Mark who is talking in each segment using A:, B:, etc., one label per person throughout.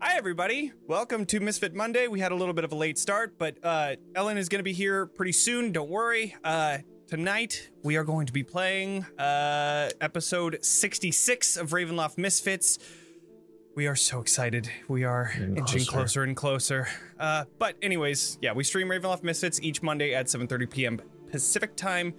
A: Hi, everybody. Welcome to Misfit Monday. We had a little bit of a late start, but uh, Ellen is going to be here pretty soon. Don't worry. Uh, tonight, we are going to be playing uh, episode 66 of Ravenloft Misfits. We are so excited. We are inching
B: closer.
A: closer and closer. Uh, but anyways, yeah, we stream Ravenloft Misfits each Monday at 7:30 p.m. Pacific time.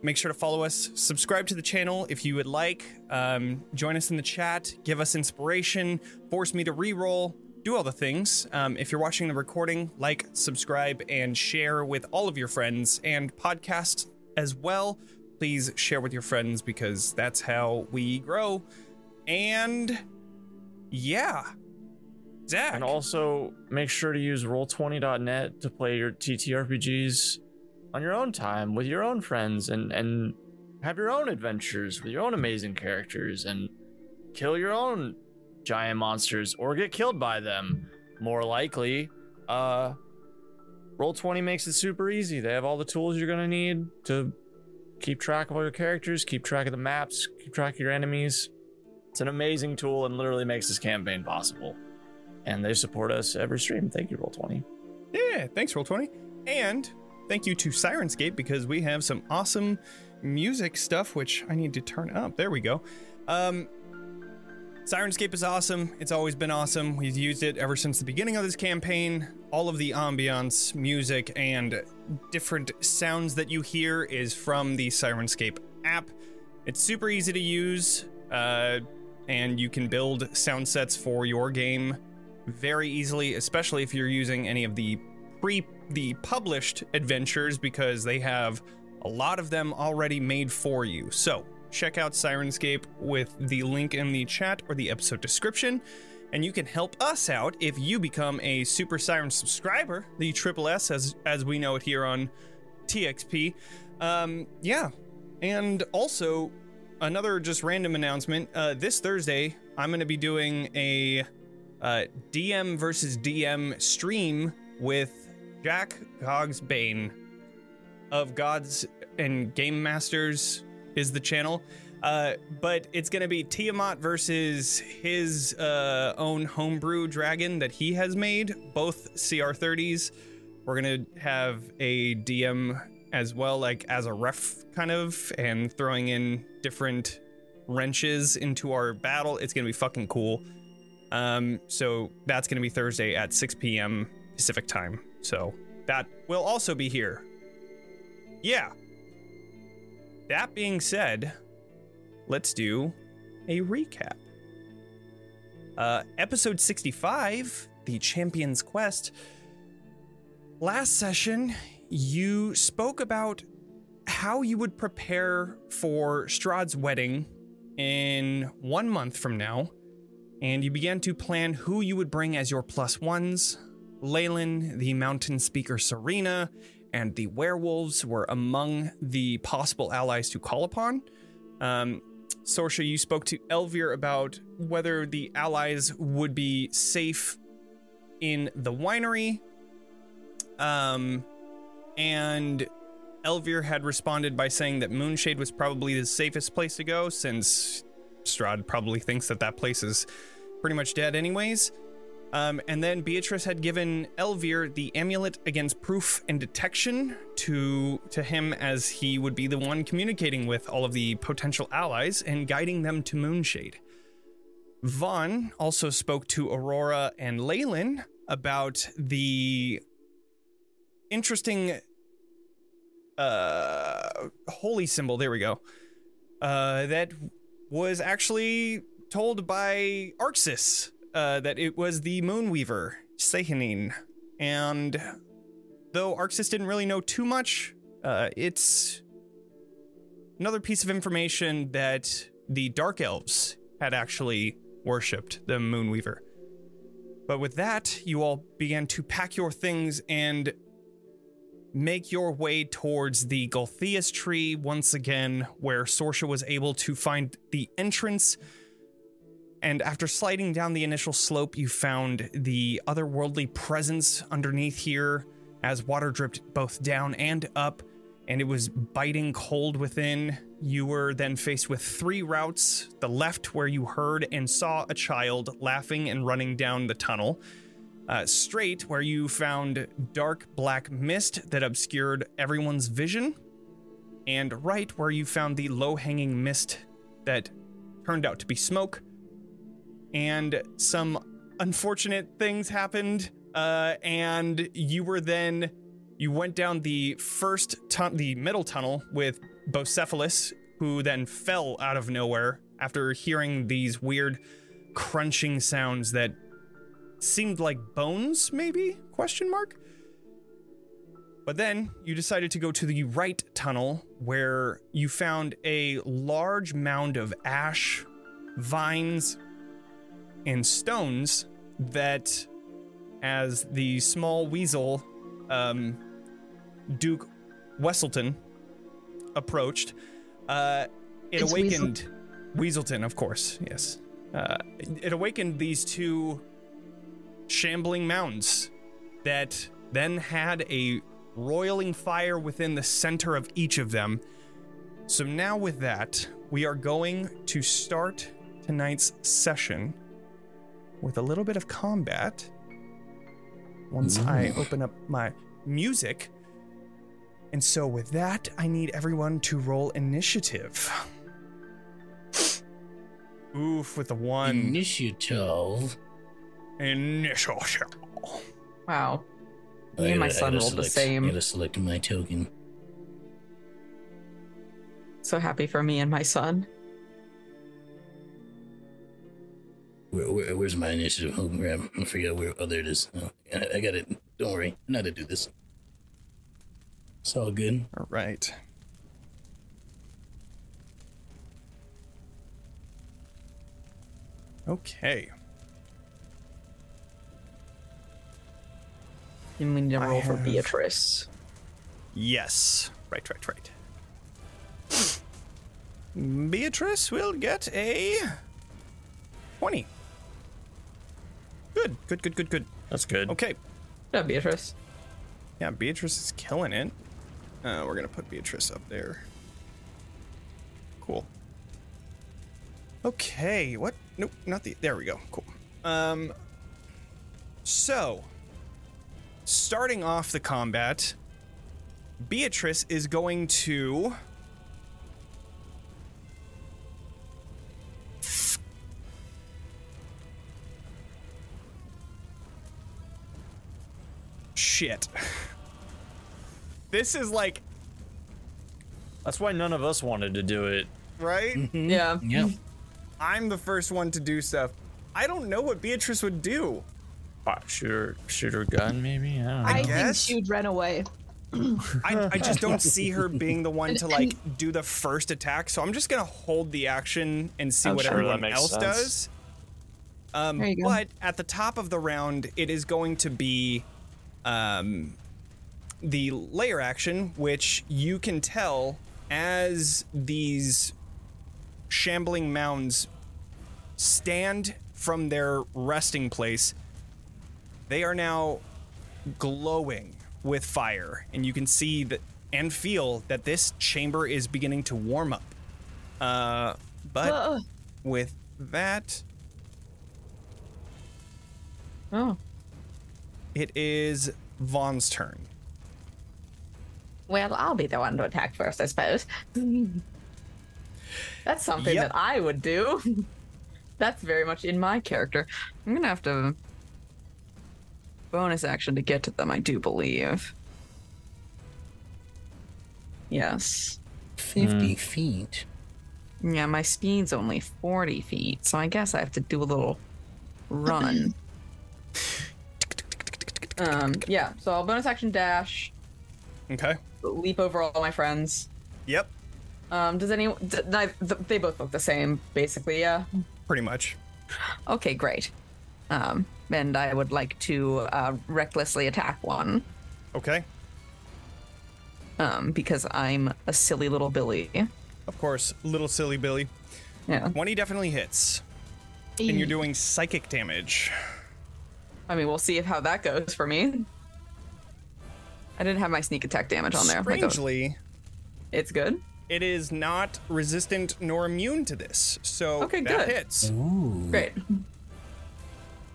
A: Make sure to follow us, subscribe to the channel if you would like, um, join us in the chat, give us inspiration, force me to re-roll, do all the things. Um, if you're watching the recording, like, subscribe, and share with all of your friends and podcast as well. Please share with your friends because that's how we grow. And yeah, Zach.
B: And also make sure to use roll20.net to play your TTRPGs on your own time with your own friends and and have your own adventures with your own amazing characters and kill your own giant monsters or get killed by them. More likely, uh Roll20 makes it super easy. They have all the tools you're going to need to keep track of all your characters, keep track of the maps, keep track of your enemies. It's an amazing tool and literally makes this campaign possible and they support us every stream. Thank you, Roll20.
A: Yeah, thanks, Roll20. And thank you to Sirenscape because we have some awesome music stuff, which I need to turn up. There we go. Um, Sirenscape is awesome. It's always been awesome. We've used it ever since the beginning of this campaign. All of the ambiance, music, and different sounds that you hear is from the Sirenscape app. It's super easy to use, uh, and you can build sound sets for your game very easily, especially if you're using any of the pre the published adventures because they have a lot of them already made for you. So check out Sirenscape with the link in the chat or the episode description. And you can help us out if you become a Super Siren subscriber, the triple S as as we know it here on TXP. Um, yeah. And also another just random announcement. Uh, this Thursday, I'm gonna be doing a uh, DM versus DM stream with Jack Cogsbane of Gods and Game Masters is the channel. Uh, but it's going to be Tiamat versus his uh, own homebrew dragon that he has made, both CR30s. We're going to have a DM as well, like as a ref kind of, and throwing in different wrenches into our battle. It's going to be fucking cool. Um, so that's going to be Thursday at 6 p.m. Pacific time. So that will also be here. Yeah. That being said, let's do a recap. Uh, episode 65, The Champion's Quest. Last session, you spoke about how you would prepare for Strahd's wedding in one month from now and you began to plan who you would bring as your plus ones. Leyland, the mountain speaker Serena, and the werewolves were among the possible allies to call upon. Um, Sorsha, you spoke to Elvir about whether the allies would be safe in the winery. Um, and Elvir had responded by saying that Moonshade was probably the safest place to go since Strahd probably thinks that that place is pretty much dead, anyways. Um, and then Beatrice had given Elvir the amulet against proof and detection to to him, as he would be the one communicating with all of the potential allies and guiding them to Moonshade. Vaughn also spoke to Aurora and Leyland about the interesting uh, holy symbol. There we go. Uh, that was actually told by Arxis uh, that it was the Moonweaver, Sehenin. And though Arxis didn't really know too much, uh, it's another piece of information that the Dark Elves had actually worshipped the Moonweaver. But with that, you all began to pack your things and make your way towards the Golthias tree once again, where Sorsha was able to find the entrance. And after sliding down the initial slope, you found the otherworldly presence underneath here as water dripped both down and up. and it was biting cold within. You were then faced with three routes the left, where you heard and saw a child laughing and running down the tunnel, uh, straight, where you found dark black mist that obscured everyone's vision, and right, where you found the low hanging mist that turned out to be smoke. And some unfortunate things happened, uh, and you were then you went down the first tun- the middle tunnel with Bocephalus, who then fell out of nowhere after hearing these weird crunching sounds that seemed like bones maybe question mark but then you decided to go to the right tunnel where you found a large mound of ash vines and stones that as the small weasel um, Duke Wesselton approached, uh, it
C: It's
A: awakened Weaselton, of course, yes. Uh, it, it awakened these two shambling mounds that then had a roiling fire within the center of each of them. So now, with that, we are going to start tonight's session with a little bit of combat. Once I open up my music. And so, with that, I need everyone to roll initiative. Oof, with a one.
D: Initiative.
A: Initial.
C: Wow. Me and my
D: I gotta- I
C: son
D: gotta
C: rolled the
D: select-
C: same.
D: I gotta select my token.
C: So happy for me and my son.
D: Where, where, where's my initiative? Oh, crap. I forgot where. Oh, there it is. Oh, I, I got it. Don't worry. I know how to do this. It's all good.
A: All right. Okay.
C: And we need to roll for
A: have-
C: Beatrice.
A: Yes. Right, right, right. Beatrice will get a 20. Good, good, good, good, good.
B: That's good.
A: Okay.
C: Yeah, Beatrice.
A: Yeah, Beatrice is killing it. Uh, we're gonna put Beatrice up there. Cool. Okay, what? Nope, not the. There we go. Cool. Um. So, starting off the combat, Beatrice is going to. Shit. This is like,
B: That's why none of us wanted to do it.
A: right?
C: Yeah.
D: Yeah.
A: I'm the first one to do stuff. I don't know what Beatrice would do.
B: Pop shooter, shooter gun, maybe. I
E: I
B: don't know.
E: think
A: guess.
E: she'd run away.
A: I, I just don't see her being the one to like do the first attack. So I'm just gonna hold the action and see
B: I'm
A: what
B: sure that
A: everyone
B: makes
A: else
B: sense.
A: does. Um,
E: There you go.
A: But at the top of the round, it is going to be um, the layer action, which you can tell as these shambling mounds stand from their resting place. They are now glowing with fire, and you can see that and feel that this chamber is beginning to warm up. Uh, but
E: Ugh.
A: with that,
C: Oh.
A: it is Vaughn's turn.
E: Well,
C: I'll be the one to attack first, I suppose. That's something
A: Yep.
C: that I would do. That's very much in my character. I'm gonna have to bonus action to get to them, I do believe. Yes.
D: 50
C: Mm.
D: feet.
C: Yeah, my speed's only 40 feet, so I guess I have to do a little run. um, yeah, so I'll bonus action dash,
A: Okay.
C: leap over all my friends.
A: Yep.
C: Um, does anyone? D- neith- th- they both look the same, basically. Yeah.
A: Pretty much.
C: Okay, great. Um, and I would like to uh, recklessly attack one
A: Okay.
C: um, because I'm a silly little Billy.
A: Of course, little silly Billy.
C: Yeah.
A: 20 definitely hits. And you're doing psychic damage.
C: I mean, we'll see if how that goes for me. I didn't have my sneak attack damage on there. but that was-
A: Strangely,
C: It's good.
A: It is not resistant nor immune to this, so
C: Okay,
A: that
C: good.
A: hits.
D: Ooh.
C: Great.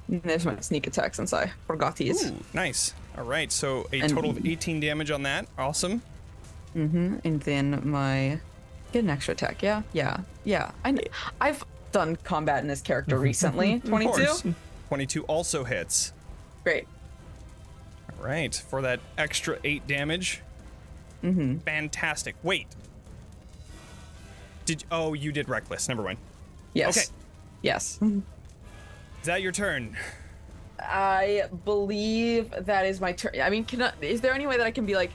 C: There's my sneak attack since I forgot these.
A: Ooh, nice. All right, so a
C: And-
A: total of 18 damage on that. Awesome.
C: And then my get an extra attack. Yeah, yeah, yeah. I kn- I've done combat in this character recently. Twenty
A: Of course.
C: two.
A: 22 also hits.
C: Great.
A: All right, for that extra 8 damage. Mm-hmm. Fantastic. Wait. Did oh you did reckless. Never mind.
C: Yes.
A: Okay.
C: Yes.
A: Is that your turn?
C: I believe that is my turn. I mean, can I, is there any way that I can be like,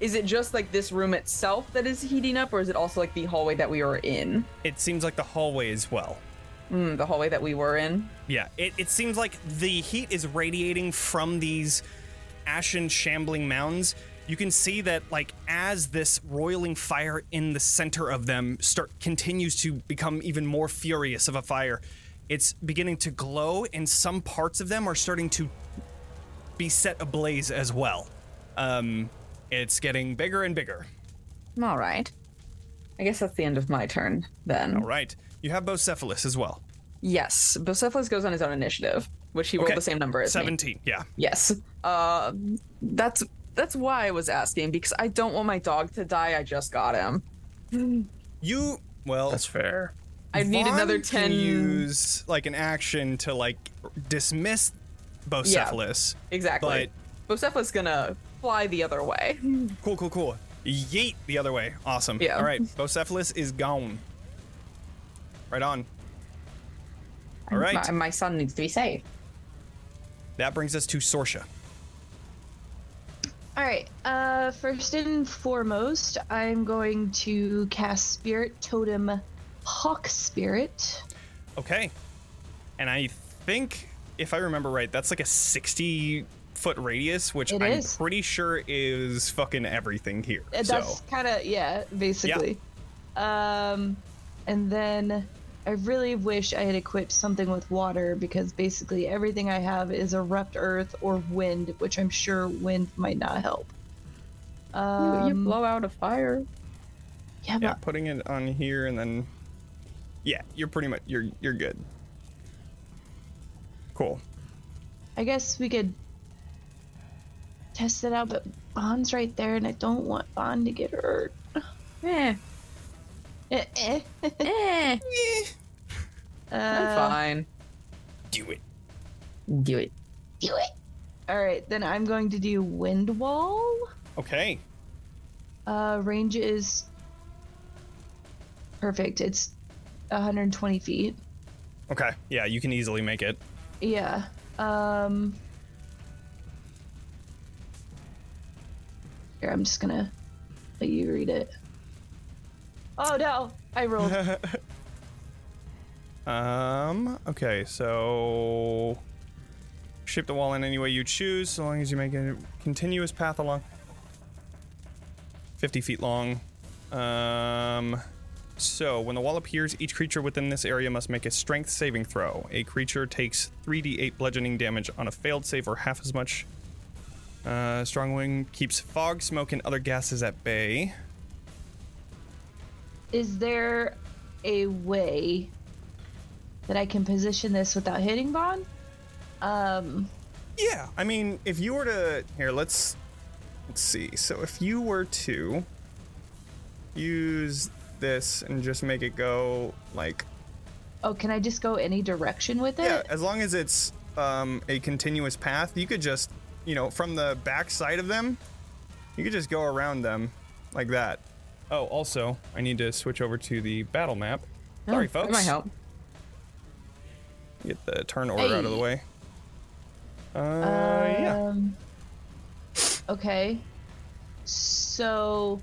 C: is it just like this room itself that is heating up, or is it also like the hallway that we were in?
A: It seems like the hallway as well.
C: Mm, the hallway that we were in.
A: Yeah, it, it seems like the heat is radiating from these ashen, shambling mounds. You can see that, like, as this roiling fire in the center of them start continues to become even more furious of a fire, it's beginning to glow, and some parts of them are starting to be set ablaze as well. Um, it's getting bigger and bigger.
C: All right. I guess that's the end of my turn then.
A: All right, you have Bocephalus as well.
C: Yes, Bocephalus goes on his own initiative, which he rolled
A: Okay.
C: the same number as me.
A: Seventeen. Yeah.
C: Yes. Uh, that's that's why I was asking because I don't want my dog to die. I just got him.
A: You well.
B: That's fair.
C: I need
A: Vaughn
C: another
A: can
C: ten.
A: use like an action to like dismiss Bocephalus.
C: Exactly. But... Bocephalus gonna fly the other way.
A: But cool, cool, cool. Yeet the other way. Awesome.
C: Yeah.
A: All right. Bocephalus is gone. Right on. All right.
C: My, my son needs to be saved.
A: That brings us to Sorsha.
E: All right. Uh, first and foremost, I'm going to cast Spirit Totem, Hawk Spirit.
A: Okay. And I think, if I remember right, that's like a 60 foot radius, which
E: It
A: I'm
E: is.
A: pretty sure is fucking everything here.
E: Uh, That's
A: So
E: kind of yeah, basically. Um, and then I really wish I had equipped something with water because basically everything I have is erupt earth or wind, which I'm sure wind might not help. Um,
C: you blow out a fire.
E: yeah,
A: yeah,
E: but
A: putting it on here and then yeah, you're pretty much you're you're good. Cool.
E: I guess we could test it out. But Bond's right there, and I don't want Bond to get hurt.
C: Eh,
E: Eh, eh.
C: eh. I'm
E: Uh,
C: fine.
A: Do it.
C: Do it.
E: Do it. All right, then I'm going to do wind wall.
A: Okay.
E: Uh, range is perfect. It's 120 feet.
A: Okay. Yeah, you can easily make it.
E: Yeah. Um. Here, I'm just gonna let you read it. Oh no! I rolled.
A: Um. Okay. So shape the wall in any way you choose, so long as you make a continuous path along 50 feet long. Um. So when the wall appears, each creature within this area must make a Strength saving throw. A creature takes 3d8 bludgeoning damage on a failed save, or half as much. Uh, strong wing keeps fog, smoke, and other gases at bay.
E: Is there a way that I can position this without hitting Bond? Um.
A: Yeah, I mean, if you were to here, let's let's see. So if you were to use this and just make it go like
E: Oh, can I just go any direction with it?
A: yeah, as long as it's um, a continuous path, you could just you know from the back side of them, you could just go around them like that. Oh, also, I need to switch over to the battle map. Sorry,
C: Oh, that
A: folks.
C: might help.
A: Get the turn order out of the
E: Hey.
A: way. Uh, yeah.
E: Um, okay. So,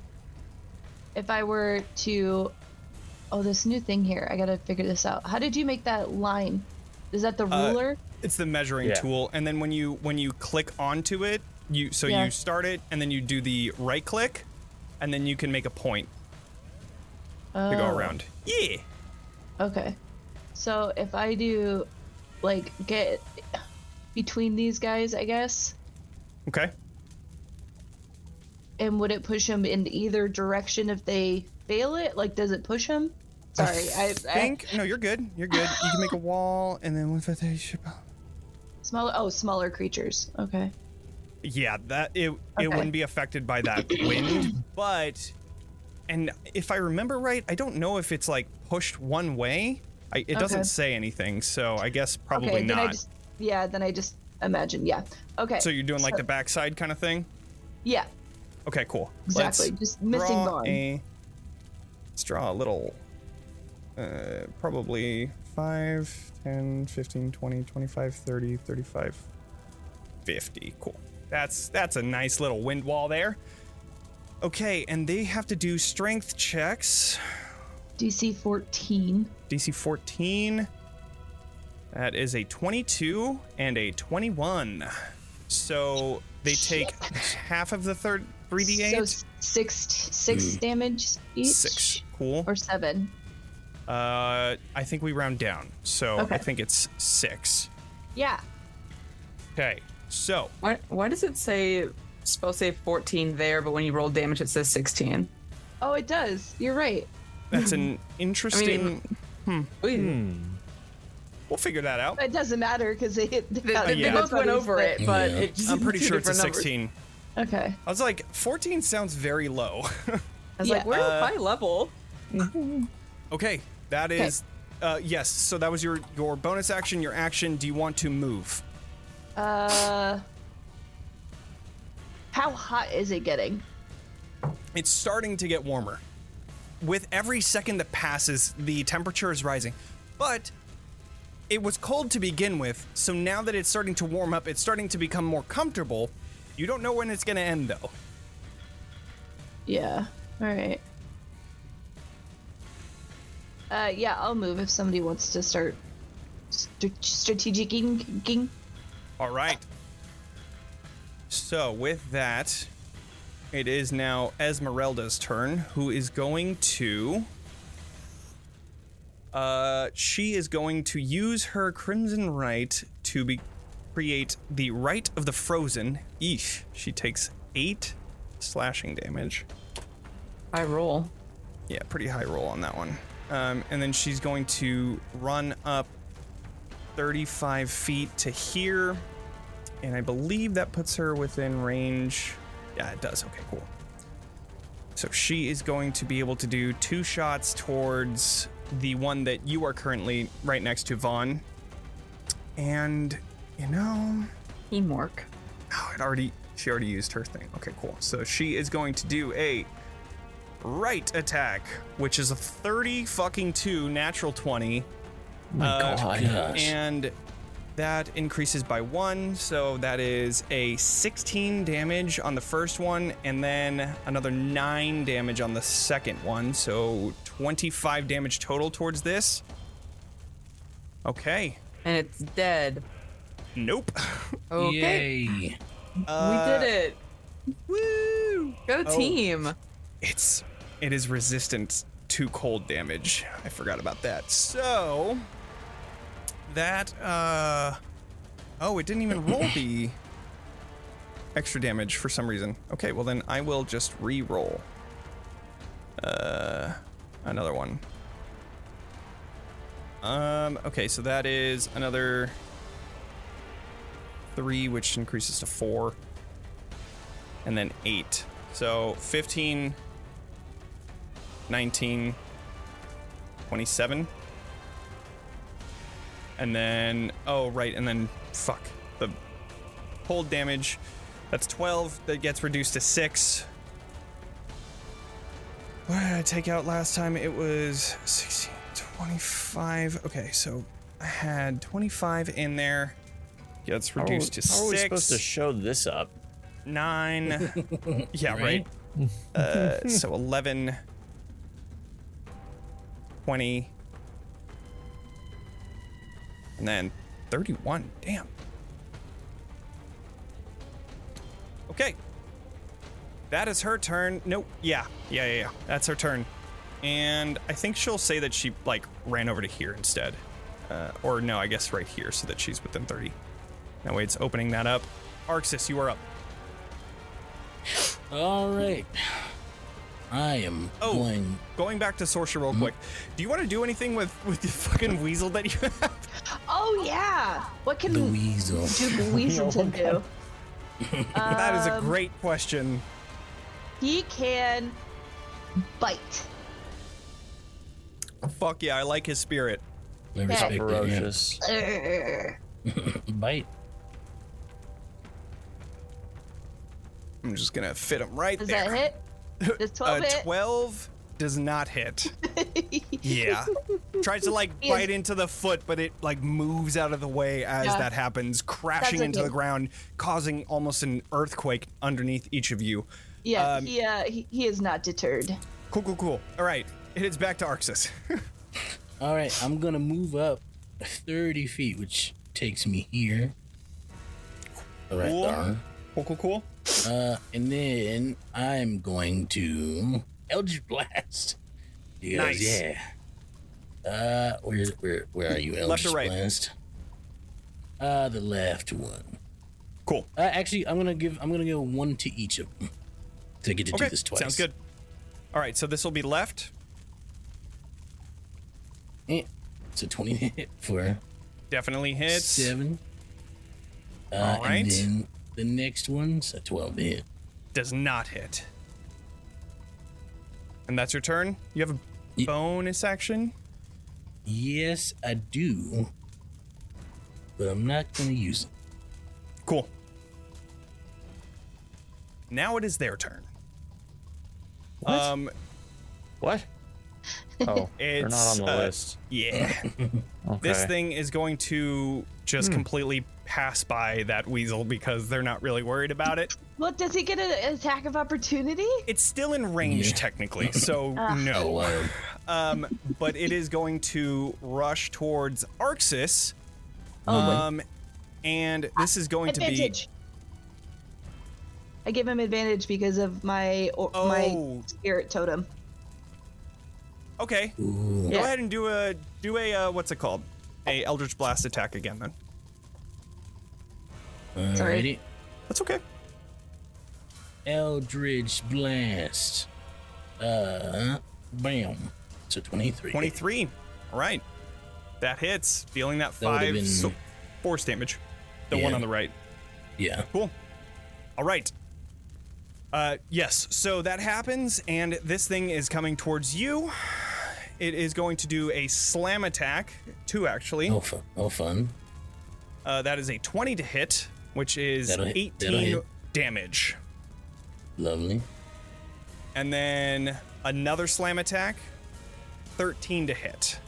E: if I were to, oh, this new thing here, I gotta figure this out. How did you make that line? Is that the
A: Uh,
E: ruler?
A: It's the measuring
B: Yeah.
A: tool, and then when you when you click onto it, you so
E: Yeah.
A: you start it, and then you do the right click, and then you can make a point to go
E: Oh,
A: around. Yeah.
E: Okay. So if I do, like, get between these guys, I guess.
A: Okay.
E: And would it push him in either direction if they fail it? Like, does it push him? Sorry, I, I
A: Think? No, you're good. You're good. You can make a wall, and then with that, you should.
E: smaller. Oh, smaller creatures. Okay.
A: Yeah, that it
E: Okay.
A: it wouldn't be affected by that wind, but and if I remember right, I don't know if it's like pushed one way. I, it doesn't
E: Okay.
A: say anything, so I guess probably
E: okay. Then I
A: not.
E: just, yeah. Then I just imagine. Yeah. Okay.
A: So you're doing like the
E: so-
A: backside kind of thing.
E: yeah.
A: Okay, cool.
E: Exactly. Just missing
A: draw
E: Vaughn.
A: a- let's draw a little. Uh, probably 5, 10, 15, 20, 25, 30, 35, 50. Cool. That's that's a nice little wind wall there. Okay, and they have to do strength checks.
E: DC 14.
A: DC 14. That is a 22 and a 21. So they take half of the third 3d8.
E: So s- six six damage each.
A: Six. Cool.
E: or seven.
A: Uh, I think we round down, so I
E: Okay.
A: think it's six.
E: Yeah.
A: Okay, so
C: Why, why does it say spell save 14 there, but when you roll damage, it says 16?
E: Oh, it does. You're right.
A: that's an interesting.
C: We,
A: Hmm. we'll figure that out.
E: It doesn't matter because they hit.
C: they,
E: got
C: they
A: Uh, yeah.
C: both
E: different
C: went
E: buddies,
C: over
E: but-
C: it, but
D: Yeah.
C: it just
A: I'm pretty
C: two
A: sure it's a
C: different numbers.
A: 16.
E: Okay.
A: I was like, 14 sounds very low.
C: I was
E: Yeah.
C: like, we're
A: Uh,
C: high level.
A: okay, that is. Uh, yes, so that was your your bonus action, your action. Do you want to move?
E: Uh. How hot is it getting?
A: It's starting to get warmer. With every second that passes, the temperature is rising. But it was cold to begin with, so now that it's starting to warm up, it's starting to become more comfortable. You don't know when it's going to end, though.
E: Yeah. All right. Uh, yeah, I'll move if somebody wants to start st- strategicing.
A: All right. So, with that, it is now Esmeralda's turn, who is going to. Uh, she is going to use her Crimson Right to be, create the Right of the Frozen. Eesh. She takes eight slashing damage.
C: I roll.
A: Yeah, pretty high roll on that one. Um, and then she's going to run up 35 feet to here. And I believe that puts her within range. Yeah, it does. Okay, cool. So she is going to be able to do two shots towards the one that you are currently right next to, Vaughn. And, you know,
C: Teamwork.
A: Oh, it already she already used her thing. Okay, cool. So she is going to do a right attack, which is a 30 fucking 2 natural 20 Uh,
D: Gosh.
A: and that increases by 1, so that is a 16 damage on the first one and then another 9 damage on the second one. So 25 damage total towards this. Okay.
C: And it's dead.
A: Nope.
C: Okay.
D: Yay.
A: Uh,
C: we did it. Woo! Go team.
A: It's it is resistant to cold damage. I forgot about that. So that uh oh, it didn't even roll the extra damage for some reason. Okay, well then I will just re-roll. Uh another one. Um okay, so that is another 3 which increases to 4 and then 8. So 15 19, 27. And then, oh, right. And then, fuck. The cold damage. That's 12. That gets reduced to 6. What did I take out last time? It was 16, 25. Okay, so I had 25 in there. Gets
B: How are we-
A: reduced to 6.
B: How are we supposed to show this up?
A: Nine. yeah, right.
D: Right?
A: Uh, so 11, 20, and then 31. Damn. Okay. That is her turn. Nope. Yeah. Yeah, yeah, yeah. That's her turn. And I think she'll say that she, like, ran over to here instead. Uh, or no, I guess right here so that she's within 30. Now, wait, it's opening that up. Arxis, you are up.
D: All right. I am
A: Oh.
D: playing.
A: Going back to Sorcerer
D: Mm-hmm.
A: real quick, do you want to do anything with with the fucking weasel that you have?
E: Oh yeah. What can
D: The
E: do
D: weasel.
A: Oh,
E: Weaselton do?
A: that is
E: Um,
A: a great question.
E: He can bite.
A: Fuck yeah, I like his spirit.
D: I respect that. Yeah.
B: Ferocious.
E: Urgh.
D: Bite.
A: I'm just gonna fit him right
E: Does
A: there.
E: that hit? Does
A: A
E: 12 hit?
A: 12 does not hit. yeah. Tries to like
E: He is-
A: bite into the foot, but it like moves out of the way as
E: Yeah.
A: that happens, crashing
E: That's
A: into
E: okay.
A: the ground, causing almost an earthquake underneath each of you.
E: yeah,
A: um,
E: he, uh, he, he is not deterred.
A: Cool, cool, cool. All right. It is back to Arxis.
D: All right. I'm gonna move up 30 feet, which takes me here. All right.
A: Cool.
D: Darn.
A: cool, cool, cool.
D: Uh, and then I'm going to Eldritch Blast. Yes,
A: Nice.
D: Yeah. Uh, where where where are you,
A: Left
D: Eldritch
A: or right?
D: Blast? Uh, the left one.
A: Cool.
D: Uh, actually, I'm gonna give I'm gonna give one to each of them. So I get to
A: Okay.
D: do this twice.
A: Sounds good. All right. So this will be left.
D: Eh, It's a 20 hit for
A: Definitely hits.
D: seven. Uh,
A: All right.
D: And then the next one's a 12 hit.
A: Does not hit. And that's your turn. You have a
D: Ye-
A: bonus action.
D: Yes, I do. But I'm not gonna use it.
A: Cool. Now it is their turn.
B: What?
A: Um,
B: what? Oh, they're not
A: It's,
B: on the
A: uh,
B: list.
A: yeah.
B: Okay.
A: This thing is going to
D: Hmm.
A: just completely pass by that weasel because they're not really worried about it.
E: Well, does he get an attack of opportunity?
A: It's still in range
D: Yeah. Oh,
A: technically, so no.
D: wow.
A: Um, but it is going to rush towards Arxis.
E: Oh, boy.
A: um, and this is going to be
E: advantage. I give him advantage because of my or,
A: Oh.
E: my spirit totem.
A: okay.
D: Ooh.
A: Go
E: Yeah.
A: ahead and do a do a uh, what's it called? A Eldritch Blast attack again then.
E: Sorry.
D: Alrighty.
A: That's okay.
D: Eldridge Blast. Uh, bam. So 23.
A: 23. All right. That hits. Dealing that
D: That would've
A: five
D: been-
A: so- force damage. The one
D: Yeah.
A: on the right.
D: Yeah.
A: Cool. All right. Uh, yes. So that happens, and this thing is coming towards you. It is going to do a slam attack, two actually.
D: Oh, fun. Oh, fun.
A: Uh, that is a 20 to hit, which is
D: That'll hit- that'll
A: 18
D: hit.
A: damage.
D: Lovely.
A: And then another slam attack, 13 to hit.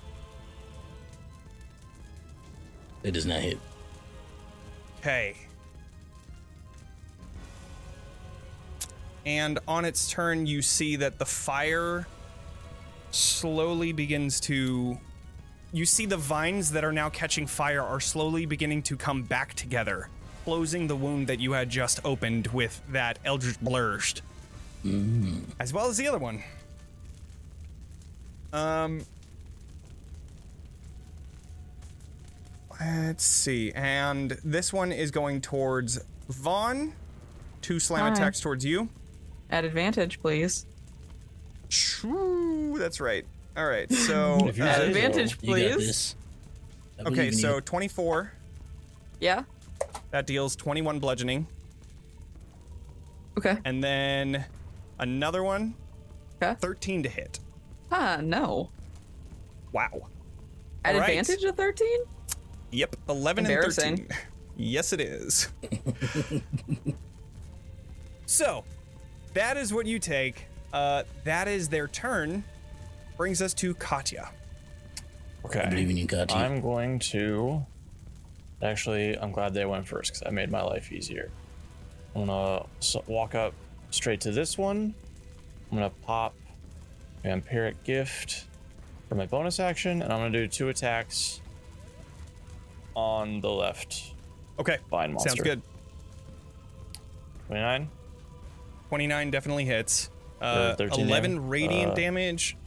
D: It does not hit.
A: Okay. And on its turn, you see that the fire slowly begins to. You see the vines that are now catching fire are slowly beginning to come back together, closing the wound that you had just opened with that Eldritch Blurst. As well as the other one. Um. Let's see. And this one is going towards Vaughn. Two slam
C: Hi.
A: attacks towards you.
C: At advantage, please.
A: True, that's right. All right, so
B: If you
A: uh,
B: say so.
C: advantage,
D: You got
C: please.
D: this. I believe
A: okay,
D: in
A: so
D: you.
A: 24
C: Yeah.
A: that deals 21 bludgeoning,
C: Okay.
A: and then another one,
C: Okay.
A: 13 to hit.
C: Ah, no.
A: Wow.
C: At
A: All right.
C: advantage of 13?
A: Yep, 11 and 13.
C: Embarrassing.
A: Yes, it is. so, that is what you take. Uh, that is their turn. Brings us to Katya.
D: I
B: okay.
D: believe in you, Kachi.
B: I'm going to. Actually, I'm glad they went first because that made my life easier. I'm gonna s- walk up straight to this one. I'm gonna pop Vampiric Gift for my bonus action, and I'm gonna do two attacks on the left
A: Okay,
B: vine monster.
A: sounds good.
B: 29.
A: 29 definitely hits. Uh,
B: 13
A: 11
B: damage.
A: radiant
B: Uh,
A: damage,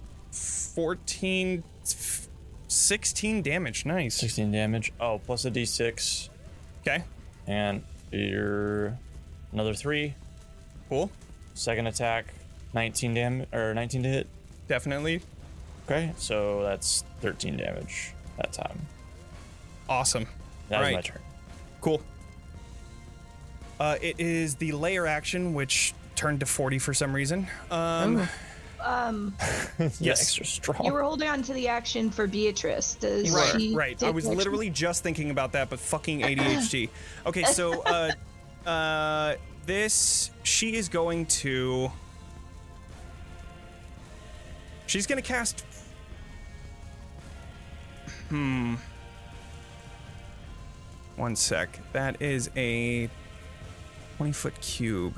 A: 14, f- 16 damage. Nice.
B: 16 damage. Oh, plus a d6.
A: Okay,
B: And you're another three.
A: cool.
B: Second attack, 19 damage or 19 to hit.
A: Definitely.
B: Okay, so that's 13 damage that time.
A: Awesome.
B: That was
A: Right.
B: my turn.
A: Cool. Uh, it is the layer action, which turned to 40 for some reason. Um,
B: Yes,
A: Yes.
B: extra strong.
E: You were holding on to the action for Beatrice. Does
A: Right,
E: she
A: right. I
E: take
A: was
E: action?
A: literally just thinking about that, but fucking ADHD. okay, so uh, uh, this she is going to. She's gonna cast. Hmm. One sec. That is a twenty foot cube.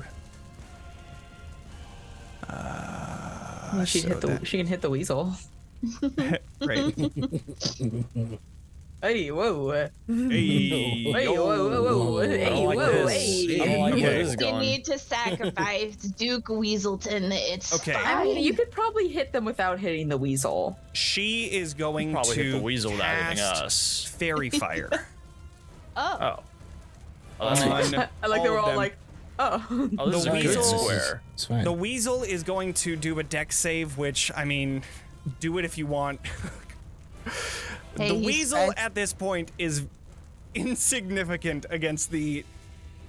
C: she,
A: so
C: hit the,
A: that-
C: she can hit the weasel.
A: Right.
C: Hey, whoa.
A: Hey,
C: Hey,
A: yo.
C: whoa, whoa, whoa. Hey,
B: I don't like
C: whoa,
B: this.
C: hey.
B: Oh, I don't like where this is
E: You
B: going.
E: need to sacrifice Duke Weaselton. It's
A: Okay.
E: fine.
C: I mean, you could probably hit them without hitting the weasel.
A: She is going
B: Probably
A: to
B: hit the weasel without hitting
A: cast
B: us.
A: Fairy fire.
E: oh,
B: Oh. Oh, that's fine.
A: on
C: Um, I like they
A: all
C: were
A: of
C: all
A: them.
C: like, oh.
B: Oh, this
A: The
B: is a good
A: weasel-
B: square.
D: It's fine.
A: The weasel is going to do a deck save, which I mean, do it if you want.
E: Hey,
A: the
E: he's
A: weasel
E: fast.
A: at this point is insignificant against the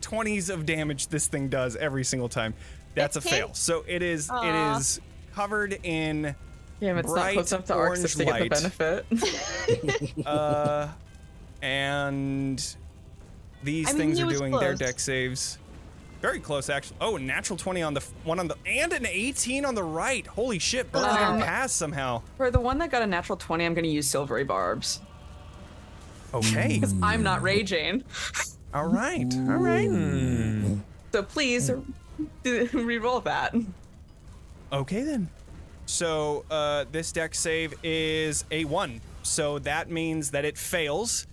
A: 20s of damage this thing does every single time. That's a fail. So it is
E: Aw.
A: it is covered in
C: Damn, it's not
A: bright
C: close enough to Arxis to get the
A: orange
C: benefit.
A: uh and these
E: I mean,
A: things
E: he
A: are
E: was
A: doing their
E: close.
A: deck saves. Very close actually. Oh, a natural 20 on the f- one on the and an 18 on the right. Holy shit, both of them
C: Um,
A: pass somehow.
C: For the one that got a natural 20, I'm going to use Silvery Barbs.
A: Okay.
C: I'm not raging.
A: All right. All right.
C: So please
A: Mm.
C: do- re-roll that.
A: Okay then. So uh, this deck save is a one. So that means that it fails.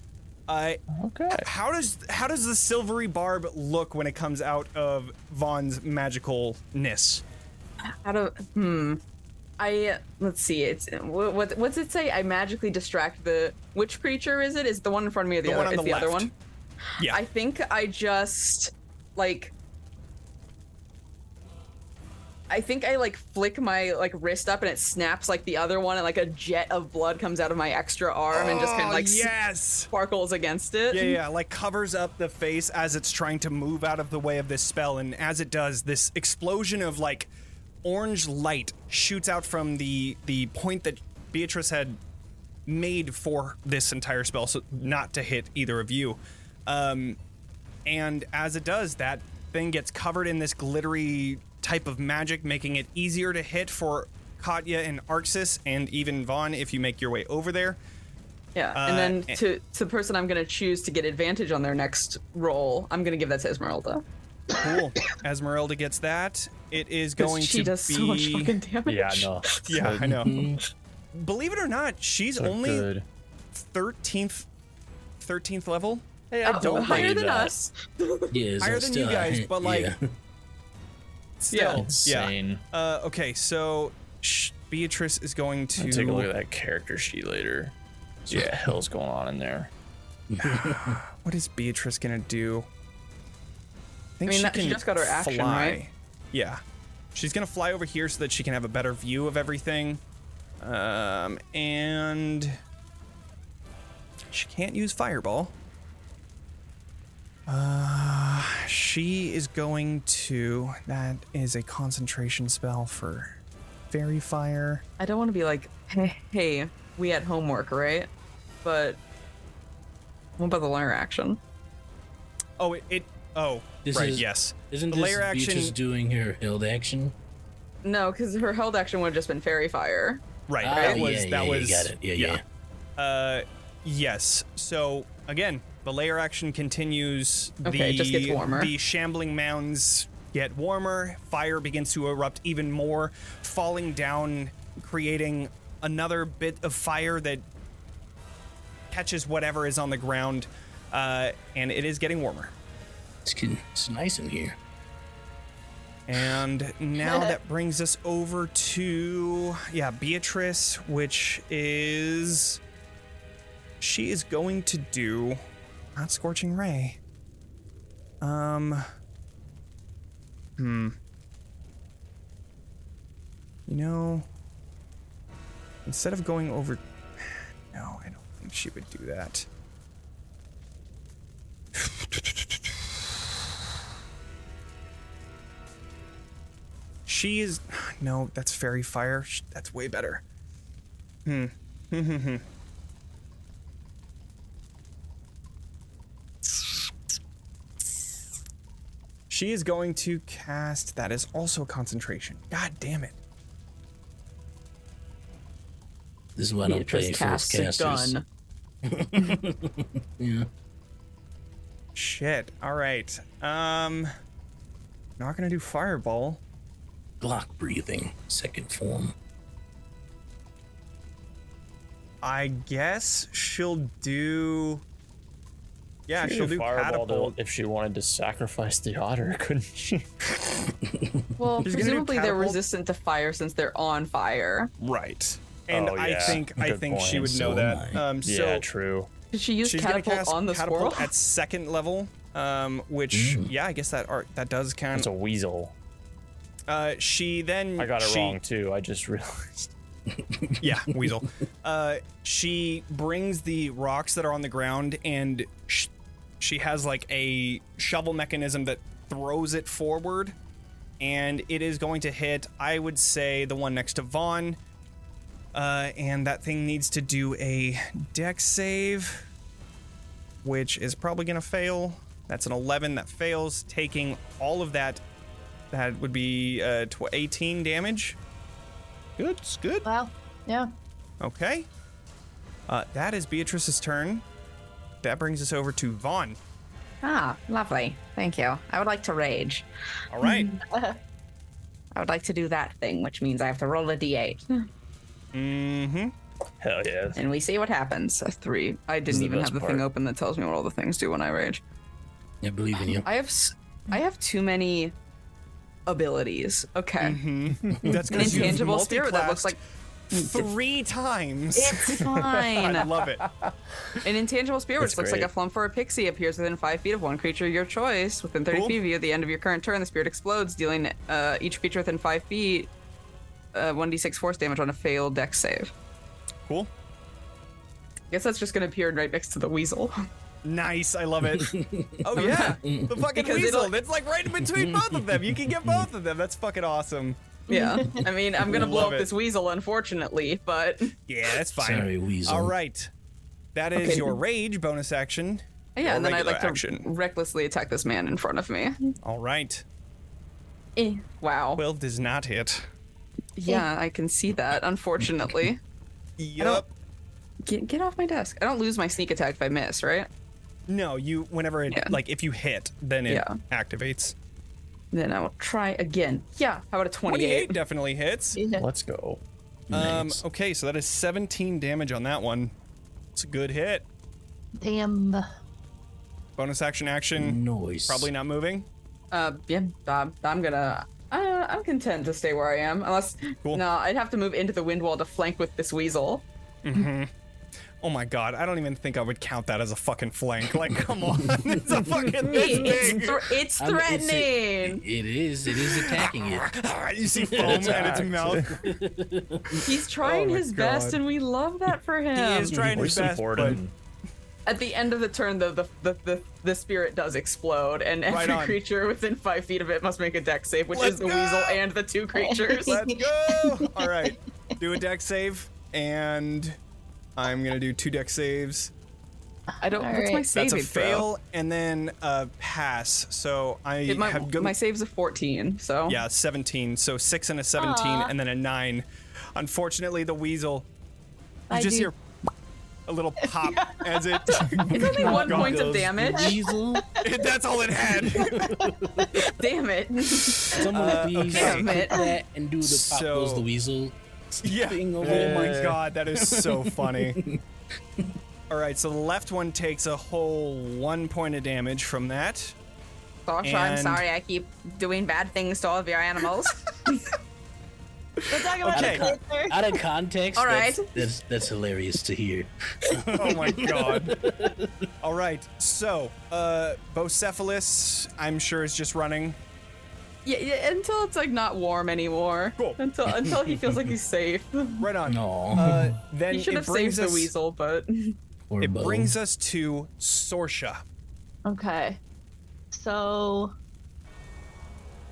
A: Uh,
B: Okay.
A: how does how does the silvery barb look when it comes out of Vaughn's magicalness?
C: Out of hmm. I let's see. It's what, what what's it say? I magically distract the which creature is it? Is it the one in front of me or the,
A: The
C: other?
A: one on
C: it's
A: the
C: the other
A: left.
C: one.
A: Yeah.
C: I think I just like I think I like flick my like wrist up and it snaps like the other one and like a jet of blood comes out of my extra arm and just kind
A: Oh,
C: of like s-
A: yes.
C: sparkles against it.
A: Yeah, yeah, like covers up the face as it's trying to move out of the way of this spell, and as it does, this explosion of like orange light shoots out from the the point that Beatrice had made for this entire spell, so not to hit either of you. Um, and as it does, that thing gets covered in this glittery type of magic, making it easier to hit for Katya and Arxis, and even Vaughn if you make your way over there.
C: Yeah,
A: Uh, eh.
C: and then to, to the person I'm going to choose to get advantage on their next roll, I'm going to give that to Esmeralda.
A: Cool. Esmeralda gets that. It is
C: 'Cause
A: going
C: she
A: to
C: does
A: be.
C: so much fucking damage.
B: Yeah, no.
A: yeah, I know. Believe it or not, she's only
B: Mm-hmm. Good.
A: thirteenth, thirteenth level, Oh,
B: Hey, I
C: Well,
B: don't
C: higher
B: believe
C: than
B: that.
C: us.
D: yeah, it's
A: higher than you
D: still-
A: guys, but, like,
D: yeah.
C: Yeah.
A: Still, yeah.
B: Insane.
A: Uh, okay, so sh- Beatrice is going to
B: I'll take a look at that character sheet later. See what the hell's going on in there.
A: What is Beatrice gonna do? I, think
C: mean, that- she just got her action,
A: fly.
C: right?
A: Yeah, she's gonna fly over here so that she can have a better view of everything. Um, and she can't use fireball. Uh, she is going to. That is a concentration spell for fairy fire.
C: I don't want to be like, hey, hey, we had homework, right? But what about the layer action?
A: Oh, it. it oh,
D: This
A: right.
D: is-
A: yes.
D: Isn't
A: the
D: this
A: layer action?
D: Beatrice doing her held action?
C: No, because her held action would have just been fairy fire.
A: right.
D: Ah,
A: that
D: yeah,
A: was.
D: yeah,
A: that
D: yeah,
A: was.
D: Got it. Yeah, yeah.
A: Uh, yes. So again, the layer action continues. the,
C: Okay, it just gets warmer.
A: The shambling mounds get warmer. Fire begins to erupt even more, falling down, creating another bit of fire that catches whatever is on the ground, uh, and it is getting warmer.
D: It's, getting- it's nice in here.
A: And now that brings us over to yeah, Beatrice, which is she is going to do not scorching ray. Um hmm. You know, instead of going over. No, I don't think she would do that. She is. No, that's fairy fire. Sh- That's way better. Hmm. she is going to cast. That is also a concentration. God damn it.
D: This is why I don't play
C: Beatrice
D: false
C: casts a
D: casters.
C: gun.
D: Yeah.
A: Shit. All right. Um. Not gonna do fireball.
D: Block breathing, second form.
A: I guess she'll do. Yeah,
B: She
A: she'll
B: could
A: do
B: fireball
A: catapult.
B: to- if she wanted to sacrifice the otter, couldn't she?
C: Well,
A: He's gonna do
C: presumably they're
A: catapult.
C: resistant to fire since they're on fire.
A: Right. And
B: Oh,
A: I
B: yeah.
A: think I
B: Good
A: think she
B: point.
A: would know
D: So
A: that.
D: am I.
A: Um, so
B: yeah, true.
C: Did she use
A: she's
C: catapult
A: gonna cast
C: on the
A: catapult
C: squirrel?
A: at second level, um, which yeah, I guess that art that does count.
B: It's Mm. a weasel.
A: Uh, she then
B: I got it
A: she-
B: wrong too. I just realized.
A: Yeah, weasel. uh, she brings the rocks that are on the ground, and sh- she has like a shovel mechanism that throws it forward, and it is going to hit. I would say the one next to Vaughn, uh, and that thing needs to do a deck save, which is probably going to fail. That's an 11 that fails, taking all of that. That would be uh, tw- 18 damage. Good, it's good.
E: Wow. Yeah.
A: Okay. Uh, that is Beatrice's turn. That brings us over to Vaughn.
F: Ah, lovely. Thank you. I would like to rage.
A: All right.
F: I would like to do that thing, which means I have to roll a d8.
A: Mm-hmm.
B: Hell yeah.
F: And we see what happens.
C: a three. I
B: is
C: didn't
B: the
C: even
B: best
C: have the
B: part.
C: thing open that tells me what all the things do when I rage.
D: I believe in you.
C: I have s- I have too many abilities. Okay.
B: Mm-hmm.
A: That's
C: An intangible spirit that looks like
A: three times.
C: it's fine.
A: I love it.
C: An intangible spirit which
B: That's
C: looks
B: great.
C: like a flump or a pixie appears within five feet of one creature of your choice. Within 30
A: Cool.
C: feet of you, at the end of your current turn, the spirit explodes, dealing uh, each creature within five feet uh, 1d6 force damage on a failed dex save.
A: Cool.
C: I guess that's just going to appear right next to the weasel.
A: Nice. I love it. Oh yeah.
B: Mm-hmm.
A: The fucking
C: Because
A: weasel.
C: it'll-
A: It's like right in between both of them. You can get both of them. That's fucking awesome.
C: yeah. I mean, I'm going to blow
A: Love
C: up
A: it.
C: this weasel, unfortunately, but
A: Yeah, that's fine.
D: Sorry, weasel.
A: All right. That is
C: Okay.
A: your rage bonus action.
C: yeah,
A: Or
C: and then I'd
A: regular
C: like to
A: action.
C: recklessly attack this man in front of me.
A: All right.
F: Eh.
C: Wow.
A: 12 does not hit.
C: Yeah, I can see that, unfortunately.
A: Yup.
C: Get, get off my desk. I don't lose my sneak attack if I miss, right?
A: No, you whenever it
C: Yeah.
A: like if you hit, then it
C: Yeah.
A: activates.
C: Then I will try again. Yeah, how about a
A: 28
C: 28?
A: definitely hits.
B: Let's go.
A: Um
D: Nice.
A: okay, so that is 17 damage on that one. It's a good hit.
E: Damn.
A: Bonus action action,
D: Noise.
A: probably not moving.
C: Uh, yeah, um, I'm gonna. Uh, I'm content to stay where I am, unless
A: Cool.
C: no, I'd have to move into the wind wall to flank with this weasel.
A: Oh my god, I don't even think I would count that as a fucking flank. Like come on. it's a fucking this big.
C: It's, thr- it's
D: I mean, it's a-
C: threatening.
D: it is. It is attacking it.
A: you see foam at its mouth.
C: He's trying
A: Oh my
C: his best,
A: God.
C: and we love that for him.
A: He is trying
B: We're
A: his best, but
B: supporting.
C: At the end of the turn, though, the the, the, the spirit does explode, and
A: Right
C: every
A: on.
C: creature within five feet of it must make a deck save, which
A: Let's
C: is the
A: go!
C: weasel and the two creatures.
A: let's go. All right. Do a deck save and I'm going to do two deck saves.
C: I don't.
E: All
C: what's my
E: right.
C: saving
A: That's a
C: throw?
A: fail and then a pass. So I
C: It- my,
A: have good.
C: my save's a 14, so
A: yeah, 17. So six and a 17 and then a nine. Unfortunately, the weasel. You
E: I
A: just
E: do-
A: hear a little pop as it. it's
C: only one point of damage.
D: Weasel.
A: That's all it had.
C: Damn it!
D: Someone please
A: Uh, okay.
D: clip that and do the pop
A: So-
D: goes the weasel.
A: yeah.
D: Thing over
A: Oh my
D: there.
A: god, that is so funny. all right, so the left one takes a whole one point of damage from that.
F: Gosh,
A: And-
F: I'm sorry I keep doing bad things to all of your animals.
E: We'll talk about
A: Okay.
E: it later.
D: Out of context.
F: All
D: that's-
F: right.
D: That's, that's hilarious to hear.
A: Oh my god. All right, so uh, Bocephalus, I'm sure is just running.
C: Yeah, yeah, until it's like not warm anymore.
A: Cool.
C: Until until he feels like he's safe.
A: Right on.
D: No.
A: Uh, then
C: He should
A: it
C: have saved
A: brings
C: the
A: us.
C: weasel, but
D: Poor
A: It
D: Bo.
A: brings us to Sorsha.
E: Okay. So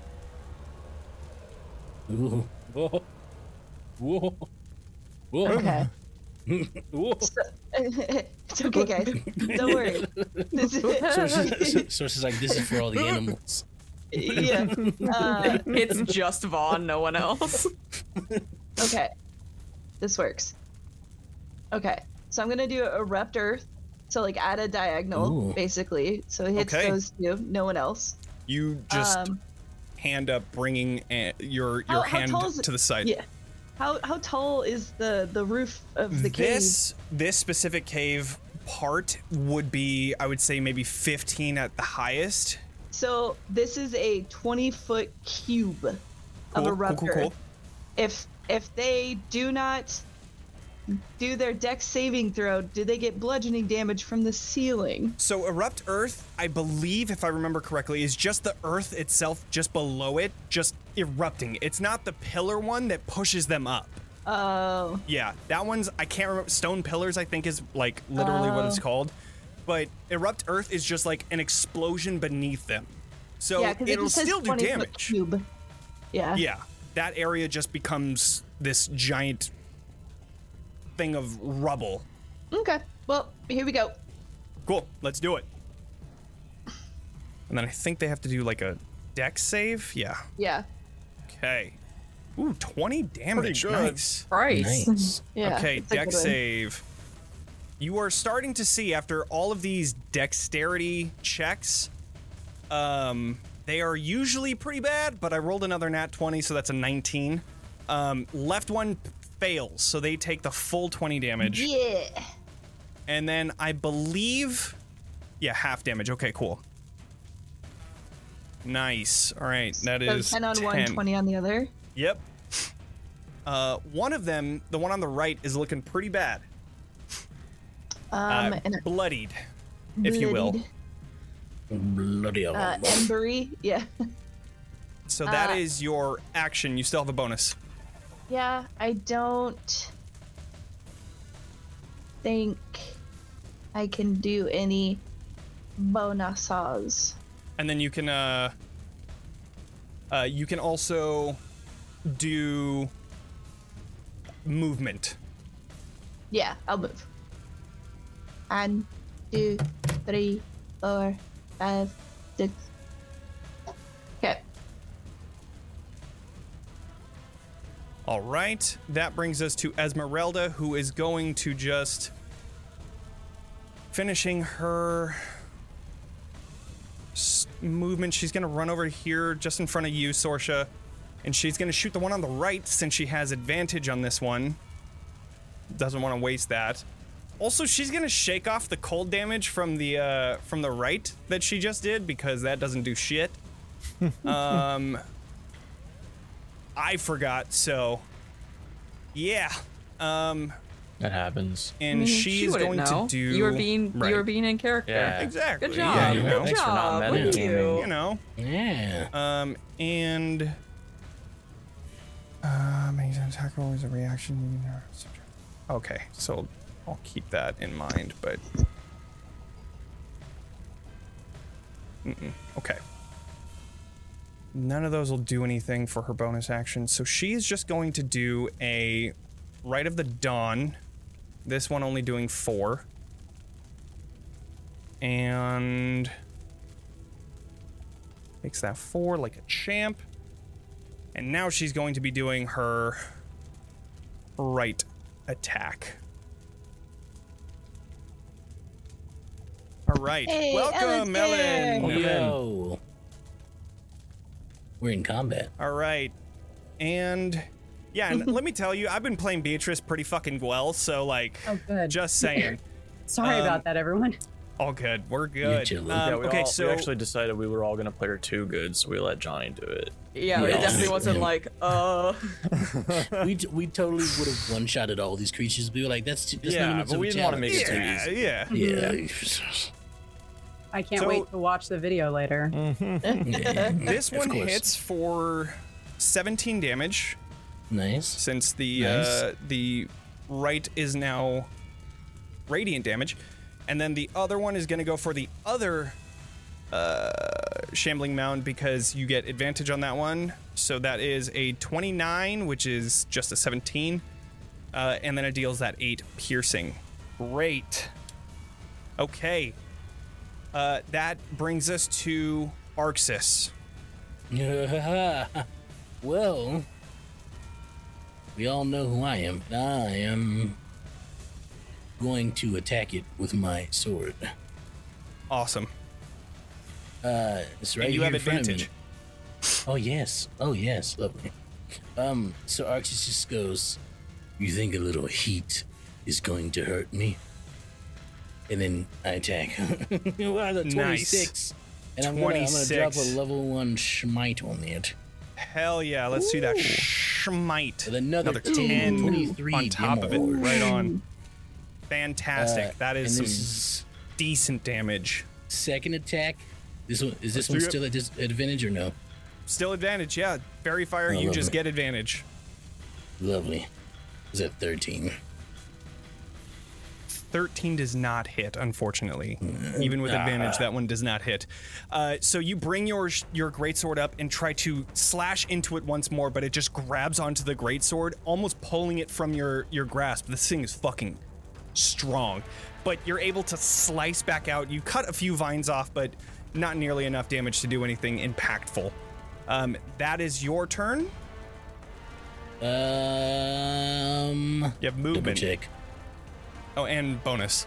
D: Ooh. Whoa. Whoa. Whoa.
E: okay.
D: Whoa.
E: it's okay, guys. Don't worry. This is-
D: Sources, sources like this is for all the animals.
E: yeah. Uh,
C: it's just Vaughn, no one else.
E: okay. This works. Okay. So I'm gonna do a rept earth. So like at a diagonal,
D: Ooh.
E: basically. So it hits
A: Okay.
E: those two, no one else.
A: You just
E: Um,
A: hand up, bringing a, your your
E: How- how
A: hand
E: tall is it?
A: to the side.
E: Yeah. How how tall is the the roof of the cave?
A: This this specific cave part would be, I would say, maybe 15 at the highest.
E: So this is a 20 foot cube of
A: Cool,
E: a
A: cool,
E: ruptor.
A: cool, cool.
E: If if they do not do their dex saving throw, do they get bludgeoning damage from the ceiling?
A: So erupt earth, I believe, if I remember correctly, is just the earth itself, just below it, just erupting. It's not the pillar one that pushes them up.
E: Oh,
A: Yeah, that one's I can't remember. Stone pillars, I think, is like literally what
E: Oh.
A: it's called. But erupt earth is just like an explosion beneath them. So
E: yeah, because it
A: it'll
E: just says
A: still do
E: 20 foot
A: damage.
E: Cube. Yeah.
A: Yeah, that area just becomes this giant thing of rubble.
E: Okay. Well, here we go.
A: Cool, let's do it. And then I think they have to do like a deck save. Yeah.
E: Yeah.
A: Okay. Ooh, 20 damage.
B: good.
A: Nice.
C: Christ.
D: Nice.
E: Yeah.
A: okay,
E: it's a
A: deck
E: good one.
A: save. You are starting to see after all of these dexterity checks, um, they are usually pretty bad, but I rolled another nat 20, so that's a 19. Um, left one fails, so they take the full 20 damage.
E: Yeah.
A: And then I believe, yeah, half damage. Okay, cool. Nice. All right, that
E: so
A: is
E: 10 on one, 20 on the other.
A: Yep. Uh, one of them, the one on the right, is looking pretty bad.
E: Um,
A: Uh,
E: and
A: bloodied, if you will.
E: bloodied,
D: Bloody hell.
E: Uh, embery. Yeah.
A: So that
E: Ah.
A: is your action. You still have a bonus.
E: Yeah, I don't think I can do any bonuses.
A: And then you can uh, uh you can also do movement.
E: Yeah, I'll move. One, two, three, four, five, six. Okay.
A: All right. That brings us to Esmeralda, who is going to just finishing her s- movement. She's going to run over here just in front of you, Sorsha, and she's going to shoot the one on the right since she has advantage on this one. Doesn't want to waste that. Also, she's going to shake off the cold damage from the uh, from the right that she just did because that doesn't do shit. um I forgot, so yeah. Um
B: That happens.
A: and she, is
C: wouldn't
A: going
C: know.
A: to do
C: you were being you were
A: Right.
C: being in character.
B: Yeah.
A: exactly.
C: Good
A: Yeah,
C: job.
A: you
B: Yeah,
A: know.
C: Good
B: Thanks for not
C: job. Look at
B: metagaming.
A: You
C: you.
A: know.
D: yeah.
A: Um and uh makes an attack roll is a reaction. Okay, so I'll keep that in mind, but Mm-mm. okay. None of those will do anything for her bonus action, so she is just going to do a Rite of the Dawn. This one only doing four. And makes that four like a champ. And now she's going to be doing her right attack. All right.
E: Hey,
A: Welcome,
E: Ellen's
A: Ellen.
B: there.
D: Yo. We're in combat.
A: All right. And yeah, and let me tell you, I've been playing Beatrice pretty fucking well, so like
G: Oh, good.
A: just saying.
G: Sorry
A: um,
G: about that, everyone.
A: All good. We're good.
D: chilling.
A: Um,
B: yeah, we
A: okay,
B: all,
A: so
B: we actually decided we were all gonna play her two good, so we let Johnny do it.
C: Yeah,
D: Yeah.
C: it definitely wasn't
D: Yeah.
C: like, uh
D: we, t- we totally would have one shotted all these creatures. We were like, that's too. That's
B: Yeah,
D: not enough
B: but
D: of a
B: we didn't wanna
D: challenge.
B: make it too
A: yeah, yeah.
D: Yeah.
G: I can't
A: So- Mm.
G: wait to watch the video later.
A: This
D: Of
A: one
D: course.
A: hits for 17 damage
D: Nice.
A: since the uh,
D: Nice.
A: the right is now radiant damage, and then the other one is going to go for the other uh, shambling mound because you get advantage on that one. So that is a 29, which is just a 17, uh, and then it deals that eight piercing. Great. Okay. Uh, that brings us to Arxis.
D: well, we all know who I am. and I am going to attack it with my sword.
A: Awesome.
D: Uh, it's right
A: and you
D: here
A: have
D: in front of me.
A: advantage.
D: Oh yes. Oh yes. Lovely. Um. So Arxis just goes. You think a little heat is going to hurt me? And then I attack. wow, the
A: Nice.
D: twenty-six. And I'm gonna, I'm gonna drop
A: 26.
D: a level one smite on it
A: Hell yeah, let's do that. Schmite.
D: with another,
A: Another
D: 10, 23
A: on top of it.
D: damage.
A: Right on.
D: Uh,
A: Fantastic. that is
D: and
A: some
D: this is
A: decent damage.
D: second attack. This one is
A: Let's
D: this
A: do
D: one
A: it.
D: still at dis- advantage or no?
A: Still advantage, yeah. Fairy fire,
D: I
A: you
D: love
A: just
D: it.
A: get advantage.
D: Lovely. Is that thirteen?
A: 13 does not hit, unfortunately.
D: Mm.
A: Even with advantage, that one does not hit. Uh, so you bring your sh- your greatsword up and try to slash into it once more, but it just grabs onto the greatsword, almost pulling it from your, your grasp. This thing is fucking strong. But you're able to slice back out. You cut a few vines off, but not nearly enough damage to do anything impactful. Um, that is your turn.
D: Um.
A: You have
D: Double
A: movement.
D: check.
A: Oh, and bonus.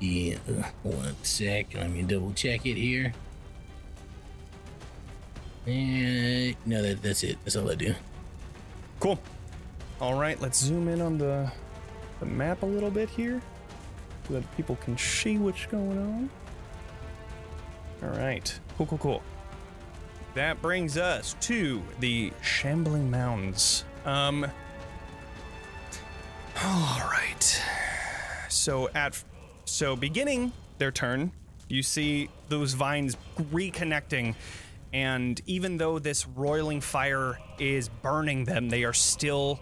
D: Yeah, one sec. Let me double check it here. And no, that, that's it. That's all I do.
A: Cool. All right, let's zoom in on the the map a little bit here so that people can see what's going on. All right. Cool, cool, cool. That brings us to the Shambling Mounds. Um All right. So at so beginning their turn, you see those vines reconnecting and even though this roiling fire is burning them, they are still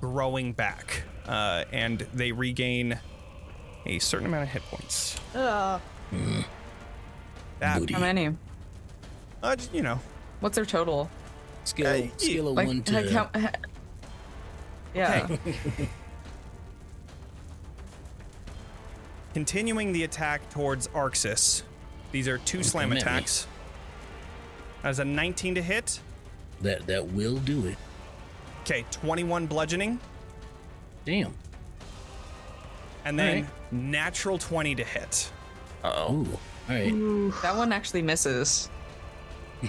A: growing back, uh, and they regain a certain amount of hit points. That,
D: Booty.
F: How many?
A: uh, you know,
F: What's their total?
D: Scale,
A: Uh,
D: scale of
F: Like,
D: one to
F: like how, yeah.
A: continuing the attack towards Arxis. These are two slam
D: Commit me.
A: attacks. That is a 19 to hit.
D: that. That will do it.
A: Okay, 21 bludgeoning,
D: Damn.
A: and then
D: Alright.
A: natural 20 to hit.
D: Oh. All right.
F: that one actually misses.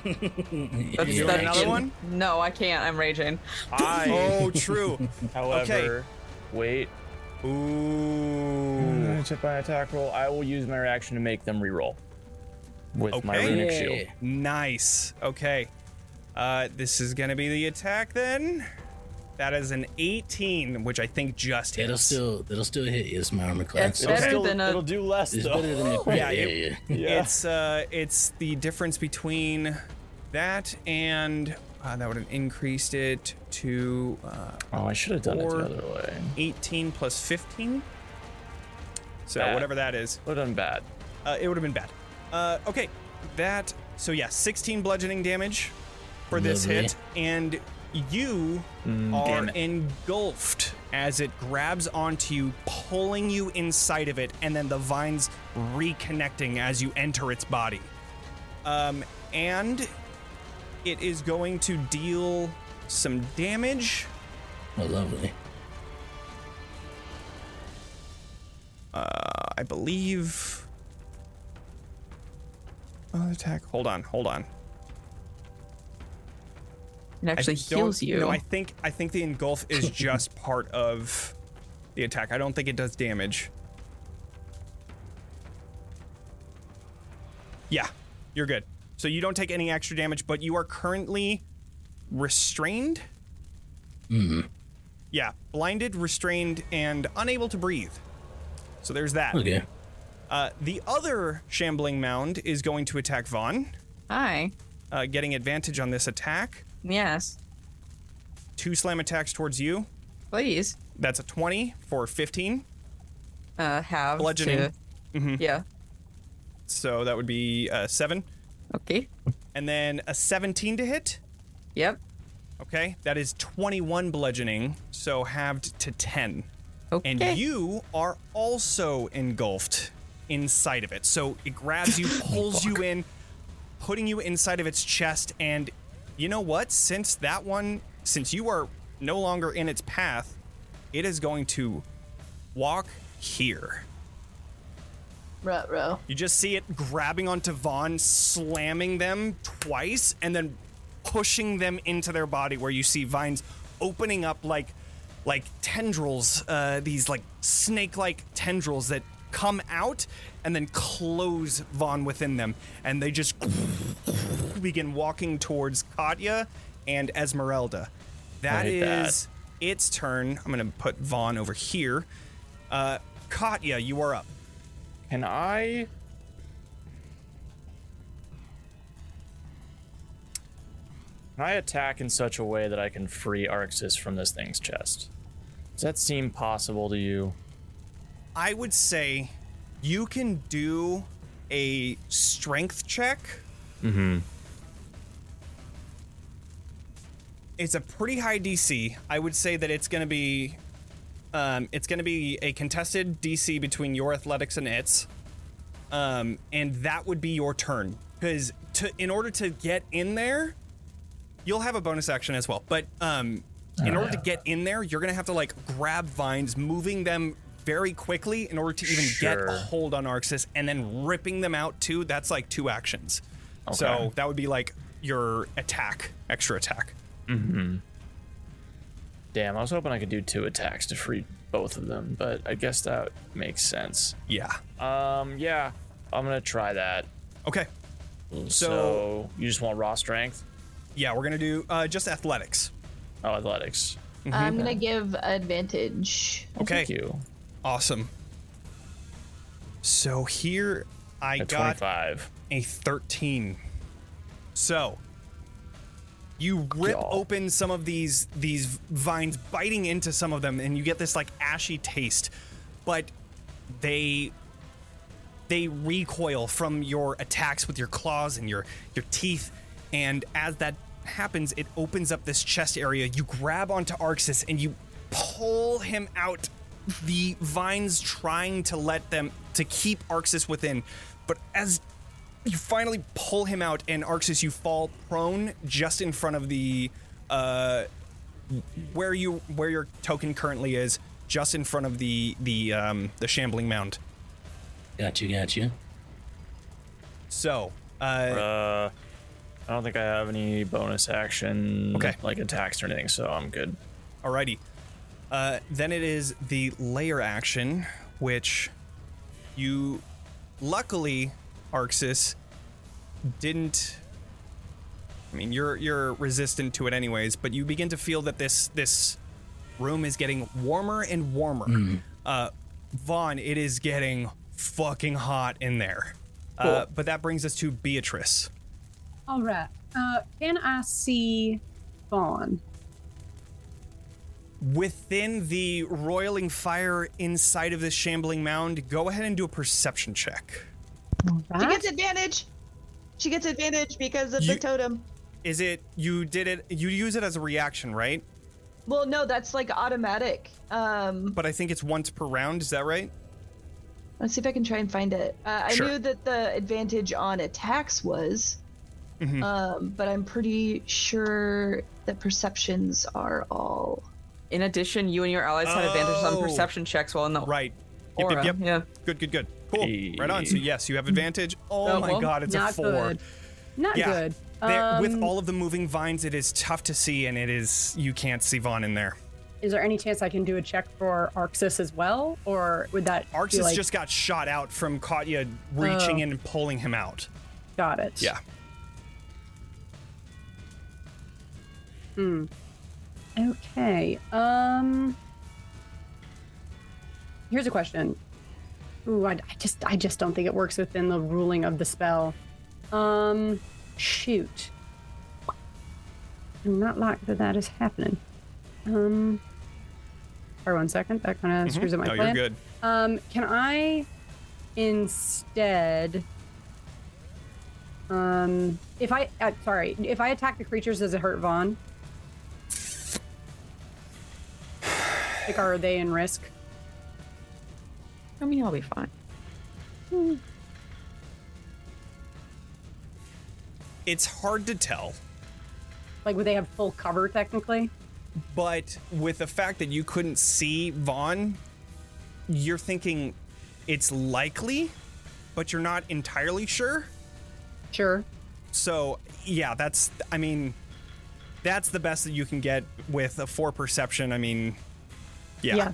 D: Your
A: got
D: action.
A: another one?
F: No, I can't. I'm raging.
B: I,
A: Oh, true.
B: however, wait.
A: Ooh.
B: I check my attack roll. I will use my reaction to make them reroll with my
A: Okay.
B: runic
D: Yeah.
B: shield.
A: Nice. Okay. Uh, this is gonna be the attack then. That is an 18, which I think just
D: That'll
A: hits.
D: still that'll still hit. It's my armor class.
F: That's better.
B: It'll,
F: than a-
B: it'll do less
D: It's
B: though.
D: better than the
A: Yeah,
D: yeah, yeah,
A: it-
D: yeah.
B: yeah.
A: It's uh, it's the difference between that and uh, that would have increased it to uh,
B: oh, I should have done
A: Four.
B: it the other way.
A: 18 plus 15. So
B: Bad.
A: whatever that is,
B: Would have done bad.
A: uh, it would have been bad. Uh, okay, that. So yeah, 16 bludgeoning damage for this
D: Lovely.
A: hit, and you are
B: Mm, damn it.
A: engulfed as it grabs onto you, pulling you inside of it, and then the vines reconnecting as you enter its body. Um, and it is going to deal some damage.
D: Oh, lovely.
A: I believe. Oh, attack. Hold on, hold on.
F: It
A: I
F: actually
A: don't-
F: heals you.
A: No, I think I think the engulf is just part of the attack. I don't think it does damage. Yeah, you're good. So you don't take any extra damage, but you are currently restrained. Hmm. Yeah, blinded, restrained, and unable to breathe. So there's that.
D: Okay.
A: Uh, the other shambling mound is going to attack Vaughn,
F: Hi.
A: uh, getting advantage on this attack.
F: Yes.
A: Two slam attacks towards you.
F: Please.
A: That's a 20 for 15.
F: Uh, have.
A: Bludgeoning. Mm-hmm.
F: To... Yeah.
A: So that would be uh, seven.
F: Okay.
A: And then a 17 to hit.
F: Yep.
A: Okay. That is 21 bludgeoning. So halved to 10.
F: Okay.
A: And you are also engulfed inside of it. So it grabs you, pulls you in, putting you inside of its chest. And you know what? Since that one, since you are no longer in its path, it is going to walk here.
E: Rut row.
A: You just see it grabbing onto Vaughn, slamming them twice, and then pushing them into their body. Where you see vines opening up like, like tendrils, uh, these like snake-like tendrils that come out and then close Vaughn within them, and they just begin walking towards Katya and Esmeralda. That
B: hate
A: is
B: that.
A: its turn. I'm gonna put Vaughn over here. Uh, Katya, you are up.
B: Can I? Can I attack in such a way that I can free Arxis from this thing's chest? Does that seem possible to you?
A: I would say you can do a strength check. It's a pretty high DC. I would say that it's going to be, um, it's going to be a contested DC between your athletics and its, um, and that would be your turn. Because to in order to get in there, you'll have a bonus action as well. But um, in order to get in there, you're gonna have to like grab vines, moving them very quickly in order to even get a
B: Sure.
A: hold on Arxis, and then ripping them out too. That's like two actions. So that would be like your attack, extra attack.
B: Damn, I was hoping I could do two attacks to free both of them, but I guess that makes sense.
A: Yeah. Uh,
B: Um, yeah, I'm gonna try that.
A: Okay.
B: Mm, So,
A: So-
B: you just want raw strength?
A: Yeah, we're gonna do uh, just athletics.
B: Oh, athletics.
E: I'm gonna give advantage.
A: Okay.
B: Thank you.
A: Awesome. So here I
B: At
A: got
B: 25.
A: a 13. So you rip
B: Y'all.
A: open some of these these vines biting into some of them and you get this like ashy taste. But they they recoil from your attacks with your claws and your your teeth and as that happens it opens up this chest area you grab onto arxis and you pull him out the vines trying to let them to keep arxis within but as you finally pull him out and arxis you fall prone just in front of the uh where you where your token currently is just in front of the the um the shambling mound
D: Gotcha, gotcha.
A: so, uh,
B: Uh, I don't think I have any bonus action,
A: Okay.
B: like attacks or anything, so I'm good.
A: alrighty. Uh, then it is the layer action, which you luckily, Arxis, didn't. I mean, you're you're resistant to it anyways, but you begin to feel that this this room is getting warmer and warmer. Uh, Vaughn, it is getting fucking hot in there. Uh, but that brings us to Beatrice.
G: All right. Uh, can I see Vaughn?
A: within the roiling fire inside of this shambling mound, go ahead and do a perception check.
E: She
G: Right?
E: gets advantage. She gets advantage because of
A: You-
E: the totem.
A: Is it you did it you use it as a reaction, right?
E: Well, no, that's like automatic. Um,
A: But I think it's once per round, is that right?
E: let's see if I can try and find it. Uh, I
A: Sure.
E: knew that the advantage on attacks was,
A: Mm-hmm.
E: um, but I'm pretty sure that perceptions are all.
C: In addition, you and your allies had advantages
A: Oh.
C: on perception checks while in the
A: Right. Yep, yep,
C: aura.
A: yep.
C: Yeah.
A: Good, good, good. Cool. Right on. So yes, you have advantage. Oh
C: Oh,
A: my
C: well,
A: god, it's a
G: not
A: four.
G: good. Not
A: Yeah.
G: good.
A: There- with
G: Um,
A: all of the moving vines, it is tough to see and it is you can't see Vaughn in there.
G: Is there any chance I can do a check for Arxis as well, or would that be
A: Arxis
G: like-
A: just got shot out from Katya reaching
G: Oh.
A: in and pulling him out.
G: got it?
A: Yeah.
G: Okay. Um. Here's a question. Ooh, I, I just I just don't think it works within the ruling of the spell. Um, shoot. I'm not like that that is happening. Um, for one second, that kind of screws up my
A: Mm-hmm. No,
G: plan.
A: you're good.
G: Um, can I instead? Um, if I uh, sorry, if I attack the creatures, does it hurt Vaughn? Like, are they in risk?
F: I mean, I'll be fine.
A: It's hard to tell,
G: Like, would they have full cover technically?
A: but with the fact that you couldn't see Vaughn, you're thinking it's likely, but you're not entirely sure.
G: Sure.
A: So yeah, that's I mean, that's the best that you can get with a four perception. I mean, yeah,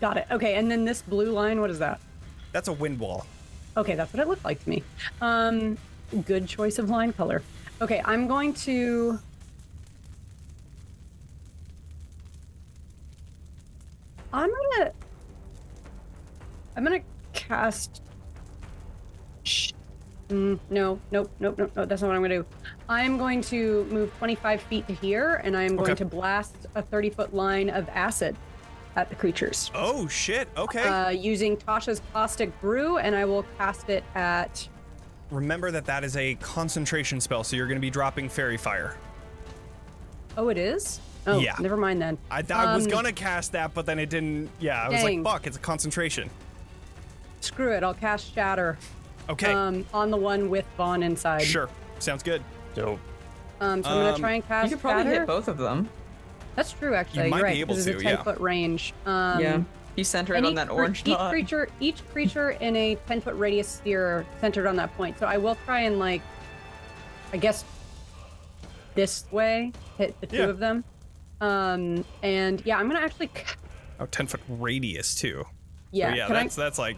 G: Got it. Okay, and then this blue line, what is that?
A: that's a wind wall.
G: Okay, that's what it looked like to me. Um, good choice of line color. Okay, I'm going to. I'm gonna. I'm gonna cast. Shh. Mm, no, nope, nope, nope, nope. That's not what I'm gonna do. I'm going to move 25 feet to here, and I am going
A: Okay.
G: to blast a 30 foot line of acid at the creatures
A: Oh shit. Okay.
G: uh, using Tasha's caustic brew, and I will cast it at.
A: Remember that that is a concentration spell, so you're going to be dropping fairy fire.
G: Oh, it is. Oh,
A: Yeah.
G: Never mind then.
A: I, I was
G: Um,
A: gonna cast that, but then it didn't. Yeah, I was
G: Dang.
A: like, fuck, it's a concentration.
G: Screw it. I'll cast Shatter
A: Okay,
G: um, on the one with Vaughn inside.
A: sure, sounds good.
B: Dope.
G: Um, so I'm gonna
A: Um,
G: try and
C: You
G: cast
C: could probably
G: Shatter.
C: hit both of them.
G: That's true, actually.
A: You might be
G: are right.
A: able
G: this is
A: to,
G: a
A: yeah.
G: foot range. Um,
C: yeah. You center it
G: and
C: on
G: each
C: that
G: cre-
C: orange
G: each
C: dot.
G: creature, each creature in a ten foot radius sphere centered on that point. So I will try and like, I guess, this way hit the two
A: Yeah.
G: of them. Um, and yeah, I'm gonna actually ca-
A: Oh, 10 foot radius too. So
G: Yeah.
A: yeah,
G: can
A: that's
G: I,
A: that's like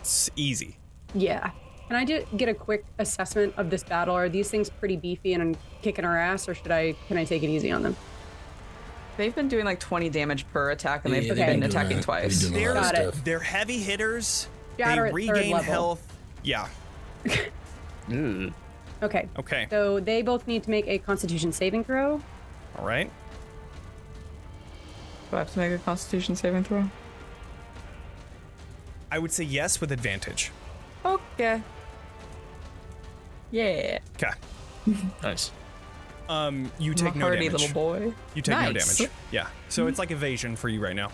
A: s- easy.
G: yeah. Can I do, get a quick assessment of this battle? Are these things pretty beefy and kicking our ass, or should I? Can I take it easy on them?
C: They've been doing like 20 damage per attack, and they've
D: Yeah,
G: they've
D: been
C: been
D: doing
C: attacking
D: that.
C: twice.
D: They've been
A: They're
D: lot of
G: Got it.
D: stuff.
A: they're heavy hitters.
G: Shatter
A: they
G: at third
A: regain
G: level.
A: health. Yeah.
G: Okay.
A: Okay.
G: So they both need to make a Constitution saving throw.
A: All right.
C: Do I have to make a Constitution saving throw?
A: I would say yes with advantage.
C: Okay. Yeah.
A: Okay.
B: Nice.
A: Um, you
C: I'm a
A: take no
C: hardy
A: damage.
C: little boy.
A: You take no
C: Nice.
A: damage. Yeah. So it's like evasion for you right now.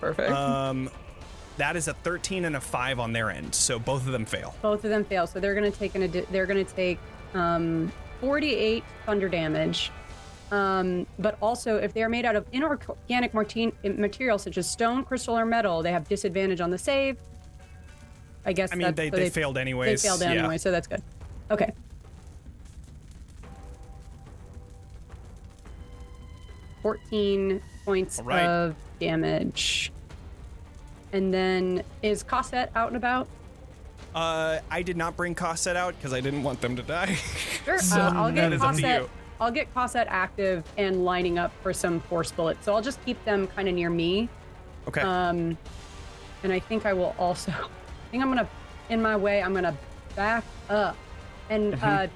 C: Perfect.
A: Um, that is a 13 and a five on their end, so both of them fail.
G: Both of them fail, so they're gonna take an. addi- They're gonna take um, 48 thunder damage. Um, but also, if they are made out of inorganic martin- material such as stone, crystal, or metal, they have disadvantage on the save. I guess.
A: I mean, they,
G: that's- so
A: they, failed
G: They
A: anyways.
G: failed
A: yeah.
G: anyway, so that's good. Okay. Fourteen points
A: All right.
G: of damage. And then is Cosette out and about?
A: Uh, I did not bring Cosset out because I didn't want them to die.
G: Sure. uh, I'll
A: that
G: get
A: is up to
G: Cosette.
A: you.
G: I'll get Cosette active and lining up for some force bullets. So I'll just keep them kind of near me.
A: okay.
G: Um, and I think I will also. I think I'm gonna, in my way, I'm gonna back up, and uh.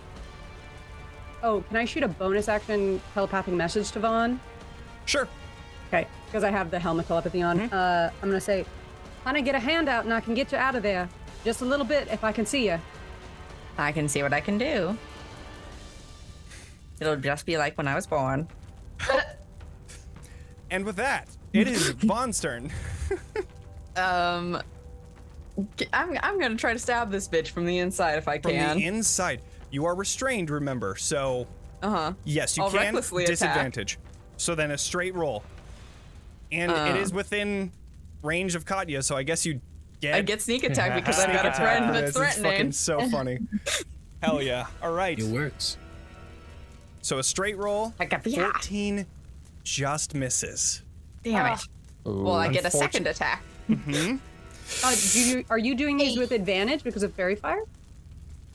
G: Oh, can I shoot a bonus action telepathic message to Vaughn?
A: sure.
G: Okay, because I have the helmet telepathy on. Uh, I'm gonna say, "Honey, get a hand out, and I can get you out of there just a little bit if I can see you."
F: I can see what I can do. It'll just be like when I was born.
A: And with that, it is Vaughn's turn.
C: Um, g- I'm I'm gonna try to stab this bitch from the inside if I
A: From
C: can.
A: the inside, you are restrained. Remember, so
C: uh huh.
A: yes, you
C: I'll
A: can
C: recklessly attack.
A: disadvantage. So then a straight roll, and it
C: Uh.
A: is within range of Katya. So I guess you get.
C: I get sneak attack because I've got a friend that's
A: This is fucking
C: threatening.
A: so funny. Hell yeah! All right.
D: It works.
A: So a straight roll.
F: I got the yeah.
A: Fourteen just misses.
F: Damn it. well, I get a second attack.
G: Uh, do you, are you doing these with advantage because of fairy fire?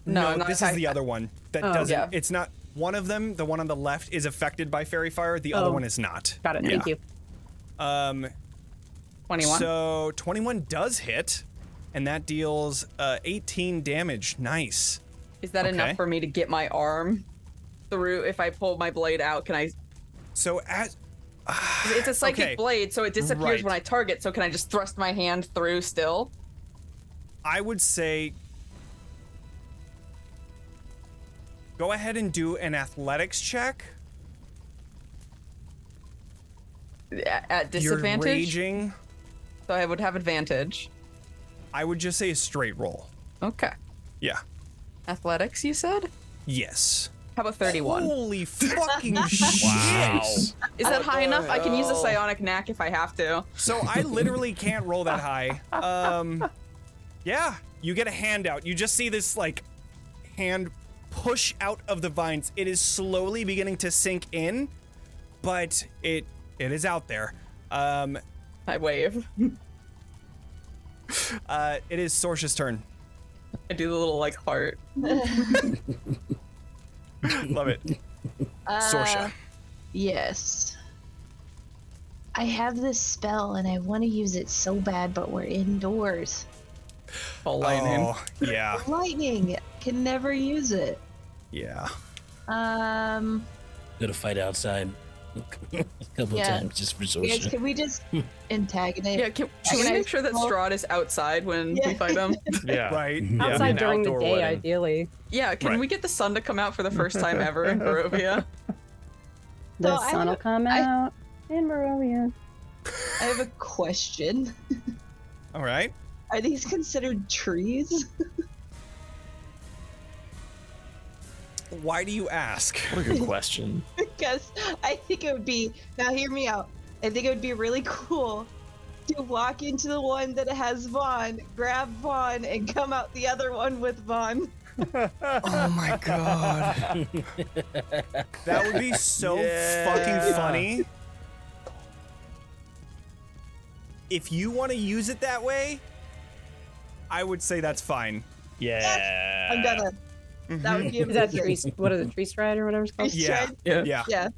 C: No, I'm not
A: this is
C: attacking-
A: the other one that
G: Oh,
A: doesn't.
C: yeah.
A: It's not one of them. The one on the left is affected by fairy fire. The other
G: Oh.
A: one is not.
G: Got it. Thank you.
A: Um,
C: Twenty-one.
A: So 21 does hit, and and that deals uh, 18 damage. Nice.
C: Is that
A: Okay.
C: enough for me to get my arm through? If I pull my blade out, can I?
A: So as
C: It's a psychic
A: Okay.
C: blade, so it disappears
A: Right.
C: when I target. So can I just thrust my hand through still?
A: I would say, go ahead and do an athletics check.
C: A- At
A: You're
C: disadvantage,
A: raging.
C: so I would have advantage.
A: I would just say a straight roll.
C: Okay.
A: Yeah.
C: Athletics, you said?
A: Yes.
C: How about 31?
A: Holy fucking shit.
C: Is that high enough? I can use a
A: Oh.
C: psionic knack if I have to.
A: So I literally can't roll that high. Um, yeah, you get a handout. You just see this like hand push out of the vines. It is slowly beginning to sink in, but it it is out there. Um,
C: I wave.
A: uh, it is Sorsha's turn.
C: I do the little like heart.
A: Love it, Uh, Sorsha.
E: Yes. I have this spell and I want to use it so bad, but we're indoors.
C: All lightning.
A: Oh, yeah,
E: Lightning can never use it.
A: yeah.
E: Um,
D: Gotta fight outside a couple
E: Yeah.
D: times just for
G: Oh,
E: guys,
D: social.
E: can we just antagonize?
C: Yeah, can, should we
E: Can I
C: make sure that
E: roll-
C: Strahd is outside when we
E: Yeah.
C: fight him?
B: Yeah.
A: Right.
B: Yeah.
G: Outside
B: An
G: during the
B: outdoor
G: day,
B: wedding.
G: ideally.
C: Yeah, can
A: Right.
C: we get the sun to come out for the first time ever in Barovia?
G: The
E: So I
G: sun will
E: have-
G: come
E: I-
G: out in Barovia.
E: I have a question.
A: All right.
E: Are these considered trees?
A: Why do you ask?
B: What a good question.
E: because I think it would be now. Hear me out. I think it would be really cool to walk into the one that has Vaughn, grab Vaughn, and come out the other one with Vaughn.
A: Oh my god. that would be so fucking
B: Yeah.
A: funny. If you want to use it that way, I would say that's fine.
B: Yeah.
E: I'm gonna. That would be
G: Ah. Is that
E: amazing.
G: tree? What is it? Tree stride or whatever it's called?
E: Tree
A: Yeah.
E: stride?
B: Yeah.
A: Yeah.
E: Yeah.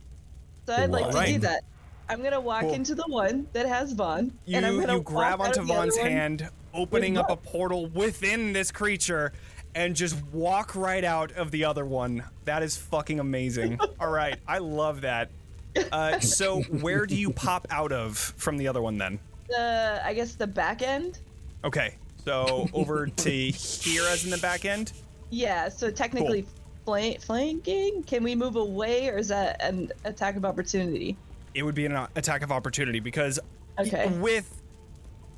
E: So I'd like to do
A: Alright.
E: that. I'm gonna walk
A: Cool.
E: into the one that has Vaughn,
A: You,
E: and I'm gonna
A: you grab
E: walk out
A: onto
E: of the
A: Vaughn's
E: other one.
A: hand, opening up a
E: what?
A: portal within this creature, and just walk right out of the other one. That is fucking amazing. All right. I love that. Uh, so, where do you pop out of from the other one then?
E: The I guess the back end.
A: Okay, so over to here as in the back end.
E: Yeah. So technically, flank, flanking. Can we move away, or is that an attack of opportunity?
A: It would be an o- attack of opportunity because
E: Okay.
A: with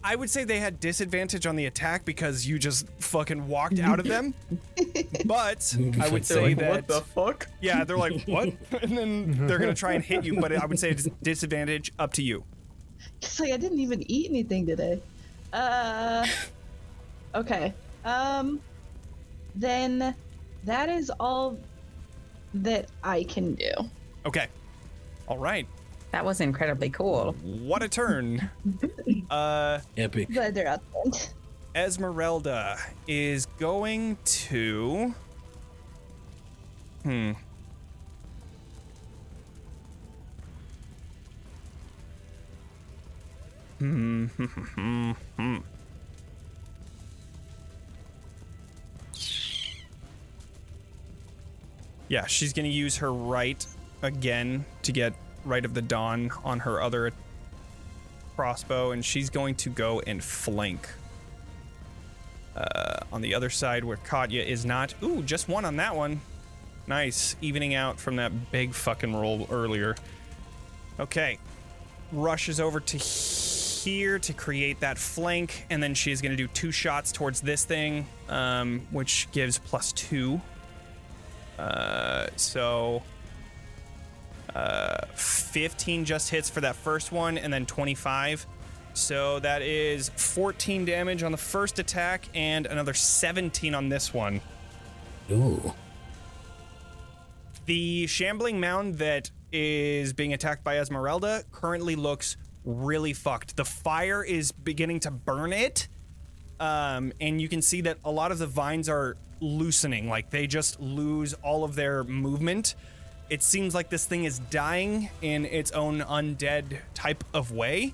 A: I would say they had disadvantage on the attack because you just fucking walked out of them. But I would
D: They're
A: say
D: like,
A: that
C: fuck?
A: yeah, they're like what, and then they're gonna try and hit you. But I would say it's disadvantage up to you.
E: It's like I didn't even eat anything today. Uh, okay. Um, then that is all that I can do.
A: Okay, all right.
F: That was incredibly cool.
A: What a turn. Uh,
D: Epic.
E: Glad they're out there.
A: Esmeralda is going to. Hmm. Hmm. hmm, hmm, hmm. yeah, she's going to use her right again to get Right of the Dawn on her other crossbow, and she's going to go and flank on the other side where Katya is not. Ooh, just one on that one. Nice. Evening out from that big fucking roll earlier. Okay. Rushes over to here to create that flank, and then she's going to do two shots towards this thing, um, which gives plus two. Uh, so. Uh, 15 just hits for that first one, and then 25. So that is 14 damage on the first attack and another 17 on this one.
D: Ooh.
A: The shambling mound that is being attacked by Esmeralda currently looks really fucked. The fire is beginning to burn it. Um, and you can see that a lot of the vines are loosening, like they just lose all of their movement. It seems like this thing is dying in its own undead type of way.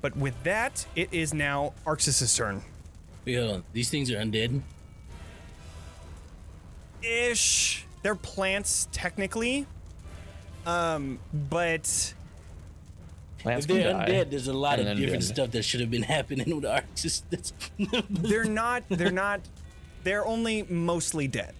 A: But with that, it is now Arxis's turn.
D: Wait, hold on. These things are undead.
A: ish. They're plants technically, um, but
B: Plants
D: if they're
B: can die.
D: undead, there's a lot
B: And
D: of
B: then
D: different
B: dead.
D: stuff that should have been happening with Arxis. That's
A: they're not. They're not. They're only mostly dead.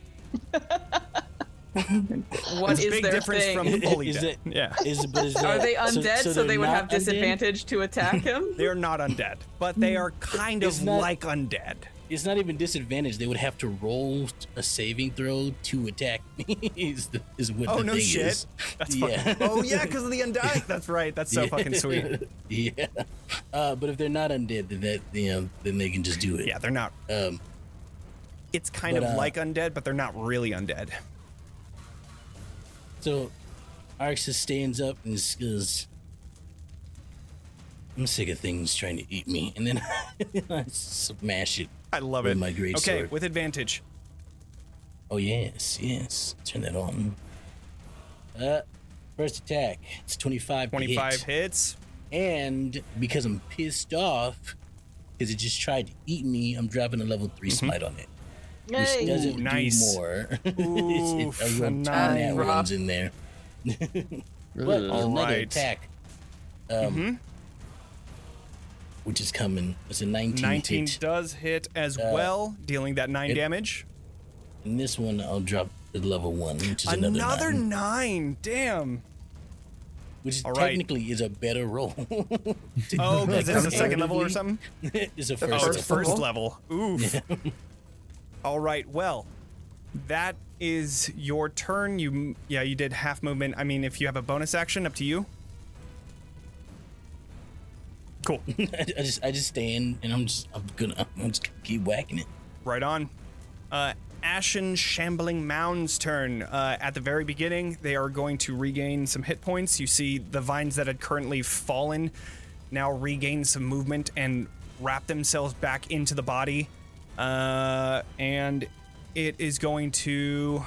C: What is
A: Big
C: their
A: difference
C: thing?
A: from fully
D: Is
A: dead.
D: it-
A: yeah,
D: is, but is
C: Are
D: that-
C: they undead so,
D: they're
C: they would
D: not
C: have
D: undead?
C: disadvantage to attack him?
A: they're not undead, but they are kind
D: It's
A: of
D: not-
A: like undead.
D: It's not even disadvantage. They would have to roll a saving throw to attack me. is, the, is what
A: Oh
D: the
A: no
D: thing
A: shit.
D: is.
A: That's
D: yeah.
A: fucking. Oh yeah, because of the undying. That's right. That's so fucking sweet.
D: yeah. Uh, but if they're not undead, then that you know, then they can just do it.
A: Yeah, they're not.
D: Um,
A: It's kind
D: But,
A: of
D: uh,
A: like undead, but they're not really undead.
D: so Arxis stands up and just goes, "I'm sick of things trying to eat me," and then I smash it.
A: I love
D: With
A: it.
D: my great
A: okay,
D: sword.
A: with advantage.
D: Oh yes, yes. Turn that on. Uh, first attack. It's twenty-five. to hit.
A: Twenty-five hits.
D: and because I'm pissed off because it just tried to eat me, I'm dropping a level 3 smite on it, which
E: Yay.
D: doesn't
A: Mm-hmm. nice.
D: do more. it's, it's
A: Oof,
D: a rough
A: nice.
D: that
C: Rough.
D: one's in there, but
B: Ugh.
D: another
A: Alright. Mm-hmm.
D: attack, um, which is coming. It's a 19,
A: 19
D: hit,
A: does hit as well, dealing that 9
D: Uh, it-
A: damage.
D: and this one I'll drop at level one, which is another,
A: Another,
D: nine,
A: 9. Damn.
D: which is
A: All right.
D: technically is a better roll.
A: Oh, because it's the second level or
D: Comparatively,
A: something?
D: it's a first.
A: Oh, it's
D: level.
A: first level. Oof. All right. Well, that is your turn. You m- yeah, you did half movement. I mean, if you have a bonus action, up to you. Cool.
D: I, I just I just stand and I'm just I'm gonna I'm just gonna keep whacking it.
A: Right on. Uh, Ashen Shambling Mound's turn. Uh, at the very beginning, they are going to regain some hit points. You see the vines that had currently fallen now regain some movement and wrap themselves back into the body. Uh, and it is going to. Hmm.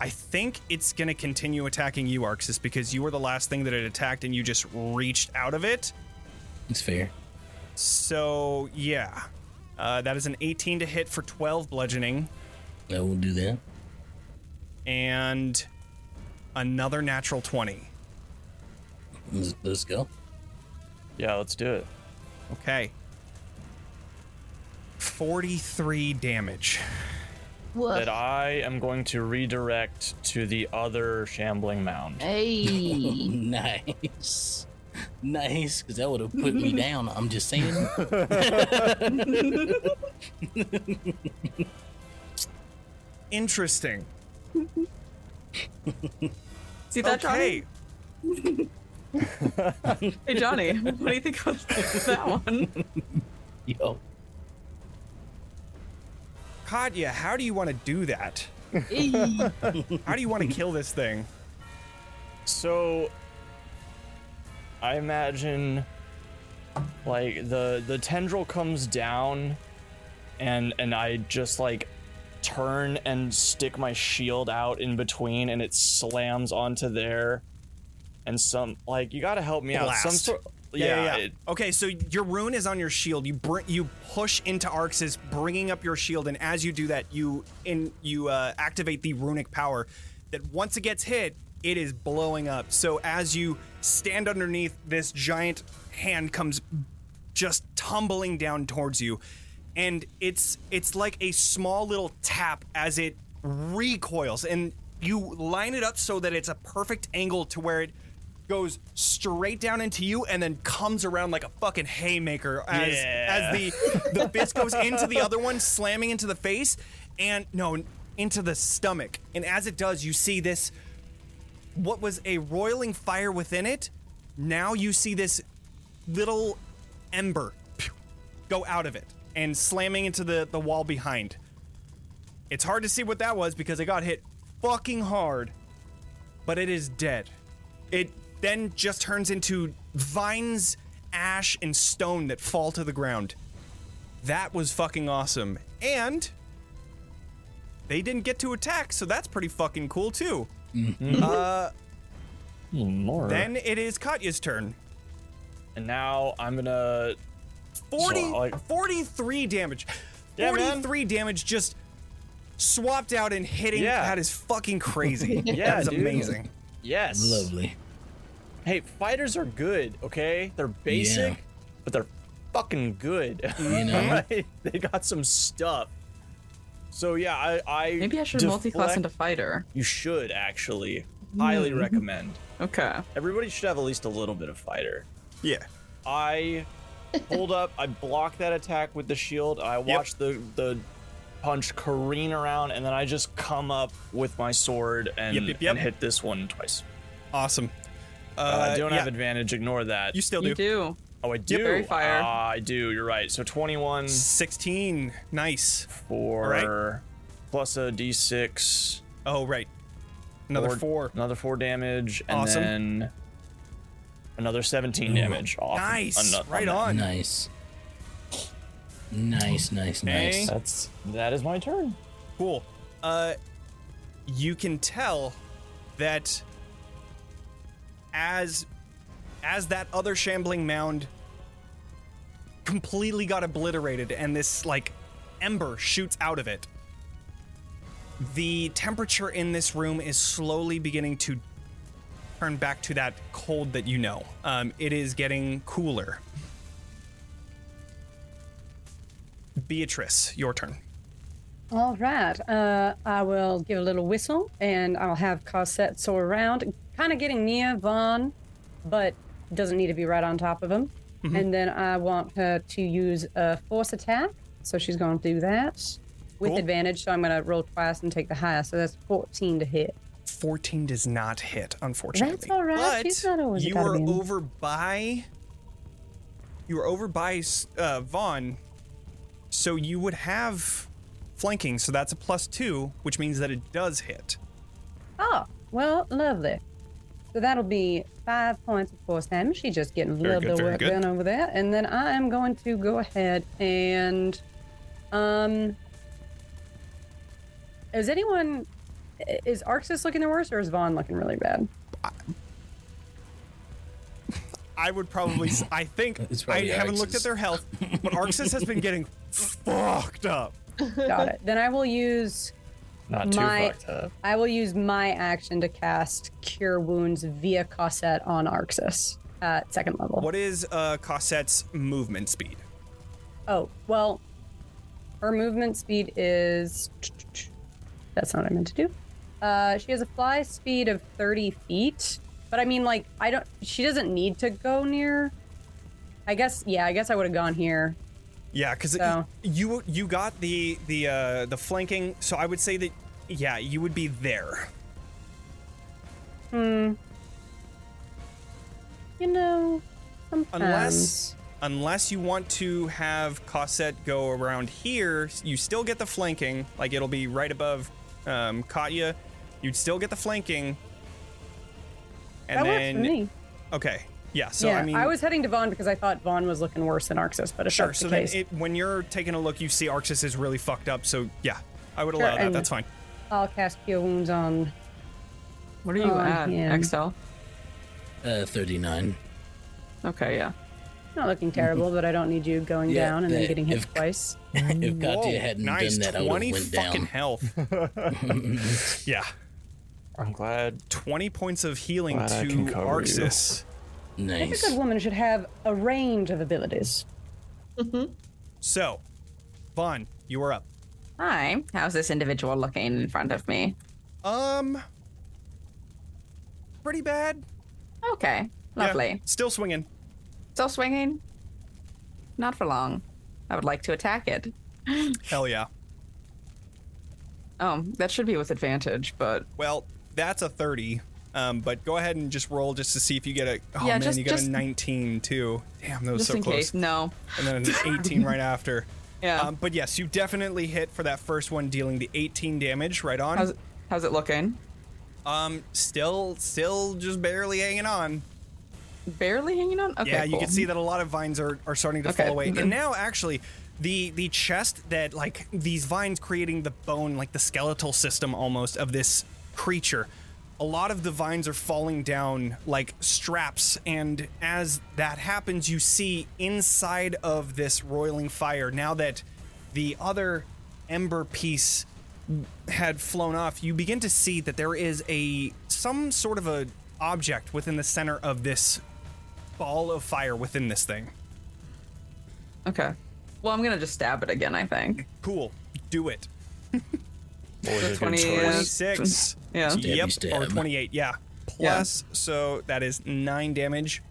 A: I think it's going to continue attacking you, Arxis, because you were the last thing that it attacked and you just reached out of it.
D: It's fair.
A: So yeah, uh, that is an 18 to hit for 12 bludgeoning,
D: I will do that.
A: and another natural 20.
D: Let's, let's go.
B: Yeah, let's do it.
A: Okay. 43 damage.
E: Woof.
B: That I am going to redirect to the other shambling mound.
A: Eh?
E: Hey.
D: Nice. Nice, because that would have put me down. I'm just saying.
A: Interesting.
C: See that,
A: okay.
C: Johnny? Hey, Johnny, what do you think about that one?
D: Yo.
A: Katya, how do you want to do that?
E: Hey.
A: How do you want to kill this thing?
B: So I imagine like the the tendril comes down and and I just like turn and stick my shield out in between and it slams onto there and some like you got to help me out some
A: Blast.
B: sort it-
A: okay, so your rune is on your shield. You br- you push into Arxis, bringing up your shield, and as you do that, you in you uh, activate the runic power. That once it gets hit, it is blowing up. So as you stand underneath, this giant hand comes just tumbling down towards you, and it's it's like a small little tap as it recoils, and you line it up so that it's a perfect angle to where it goes straight down into you and then comes around like a fucking haymaker as
B: Yeah.
A: as the the fist goes into the other one slamming into the face and no into the stomach and as it does you see this what was a roiling fire within it now you see this little ember pew, go out of it and slamming into the the wall behind it's hard to see what that was because it got hit fucking hard but it is dead. It then just turns into vines, ash, and stone that fall to the ground. That was fucking awesome. And they didn't get to attack, so that's pretty fucking cool too. Uh,
B: More.
A: Then it is Katya's turn.
B: and now I'm gonna
A: 40,
B: So, like-
A: 43 damage.
B: Yeah, man.
A: 43 damage just swapped out and hitting.
B: Yeah.
A: That is fucking crazy.
B: Yeah,
A: that is
B: dude.
A: amazing.
B: yes.
D: Lovely.
B: Hey, fighters are good, okay? They're basic,
D: Yeah.
B: but they're fucking good.
D: You know?
B: Right? they got some stuff. So yeah, I, I
C: Maybe I should
B: deflect-
C: multi-class into Hmm. fighter.
B: You should actually. Highly recommend.
C: Okay.
B: Everybody should have at least a little bit of fighter.
A: Yeah.
B: I hold up, I block that attack with the shield, I watch the the punch careen around, and then I just come up with my sword and,
A: Yep, yep, yep.
B: and hit this one twice.
A: Awesome. Uh,
B: I don't
A: yeah,
B: have advantage, ignore that.
A: You still do.
C: You do.
B: oh, I do.
C: very fire.
B: Ah, I do, you're right. So 21
A: 16. Nice.
B: for
A: Alright.
B: plus a d6.
A: Oh, right. Another four.
B: Another four damage, and
A: Awesome.
B: then another 17 damage off.
A: Nice.
B: ano-
A: right
B: that.
A: on.
D: Nice. Nice, nice,
A: Okay.
D: nice.
B: That's that is my turn.
A: Cool. Uh, you can tell that as as that other shambling mound completely got obliterated, and this like ember shoots out of it. The temperature in this room is slowly beginning to turn back to that cold that you know. Um, it is getting cooler. Beatrice, your turn.
G: All right. Uh, I will give a little whistle and I'll have Cosette soar around, kind of getting near Vaughn, but doesn't need to be right on top of him. And then I want her to use a force attack. So she's going to do that with
A: Cool.
G: advantage. So I'm going to roll twice and take the highest. So that's 14 to hit.
A: 14 does not hit, unfortunately.
G: That's all right.
A: But
G: She's not always a
A: you
G: gotta
A: were
G: be in.
A: over by. You were over by uh, Vaughn, so you would have flanking. So that's a plus two, which means that it does hit.
G: Oh, well, lovely. So that'll be five points of force damage. She's just getting
A: Very
G: lovely
A: good, very
G: work
A: good.
G: done over there. And then I am going to go ahead and um is anyone i- is Arxis looking the worst or is Vaughn looking really bad?
A: I would probably. s- I think
D: It's
A: I
D: probably
A: haven't looked at
D: Arxis.
A: their health, but Arxis has been getting fucked up.
G: Got it. Then I will use
B: Not too
G: My-
B: fucked up.
G: I will use my action to cast Cure Wounds via Cosette on Arxis at second level.
A: What is uh, Cossette's movement speed?
G: Oh, well, her movement speed is. That's not what I meant to do. Uh, she has a fly speed of 30 feet. But I mean, like, I don't. She doesn't need to go near. I guess, yeah, I guess I would have gone here.
A: Yeah, because
G: So-
A: you you got the the uh, the flanking. So I would say that yeah, you would be there.
G: You know, sometimes.
A: Unless
G: Um,
A: unless you want to have Cosette go around here, you still get the flanking. Like it'll be right above um, Katya. You'd still get the flanking. And
G: That
A: then
G: works for me.
A: okay, yeah. So
G: yeah,
A: I mean,
G: was heading to Vaughn because I thought Vaughn was looking worse than Arxis, but if
A: sure.
G: that's
A: So
G: the
A: then
G: case,
A: it, when you're taking a look, you see Arxis is really fucked up. So yeah, I would allow that.
G: and-
A: That's fine.
G: I'll cast Cure Wounds on.
C: What are you
G: Oh,
C: at,
G: yeah.
C: Excel?
D: Uh, 39.
C: Okay, yeah.
G: Not
A: Mm-hmm.
G: looking terrible, but I don't need you going
D: Yeah,
G: down and then
D: that-
G: getting hit
D: if-
G: twice.
D: if Katya
A: Whoa,
D: hadn't
A: Oh, nice
D: done that, I would
A: twenty
D: have went
A: fucking
D: down.
A: health. yeah,
B: I'm glad.
A: twenty points of healing
B: Glad I
A: to
B: can cover you.
A: Arxis.
G: I think
D: Nice.
G: a good woman should have a range of abilities.
A: So, Vaughn, you are up.
F: Hi, how's this individual looking in front of me?
A: Um, pretty bad.
F: Okay,
A: Yeah,
F: lovely.
A: still swinging.
F: Still swinging? Not for long. I would like to attack it.
A: Hell yeah.
C: Oh, that should be with advantage, but
A: Well, that's a 30. Um, but go ahead and just roll just to see if you get a. Oh
C: Yeah,
A: man,
C: just-
A: you got
C: just-
A: a 19 too. Damn, that was
C: just
A: so
C: in
A: close.
C: case, no.
A: And then an 18 right after.
C: Yeah.
A: Um, but yes, you definitely hit for that first one, dealing the 18 damage right on.
C: How's how's it looking?
A: Um, still, still just barely hanging on.
C: Barely hanging on. Okay,
A: yeah, you
C: cool.
A: can see that a lot of vines are, are starting to
C: Okay.
A: fall away.
C: Mhm.
A: And now actually the the chest that like these vines creating the bone, like the skeletal system almost of this creature a lot of the vines are falling down like straps. And as that happens, you see inside of this roiling fire, now that the other ember piece had flown off, you begin to see that there is a some sort of a object within the center of this ball of fire within this thing.
C: Okay. Well, I'm gonna just stab it again. I think.
A: Cool. Do it.
B: What was it?
C: 20 is-
A: 26.
C: Yeah.
D: Stabby
A: Yep. Or
D: stab.
A: 28. Yeah. Plus, so that is nine damage.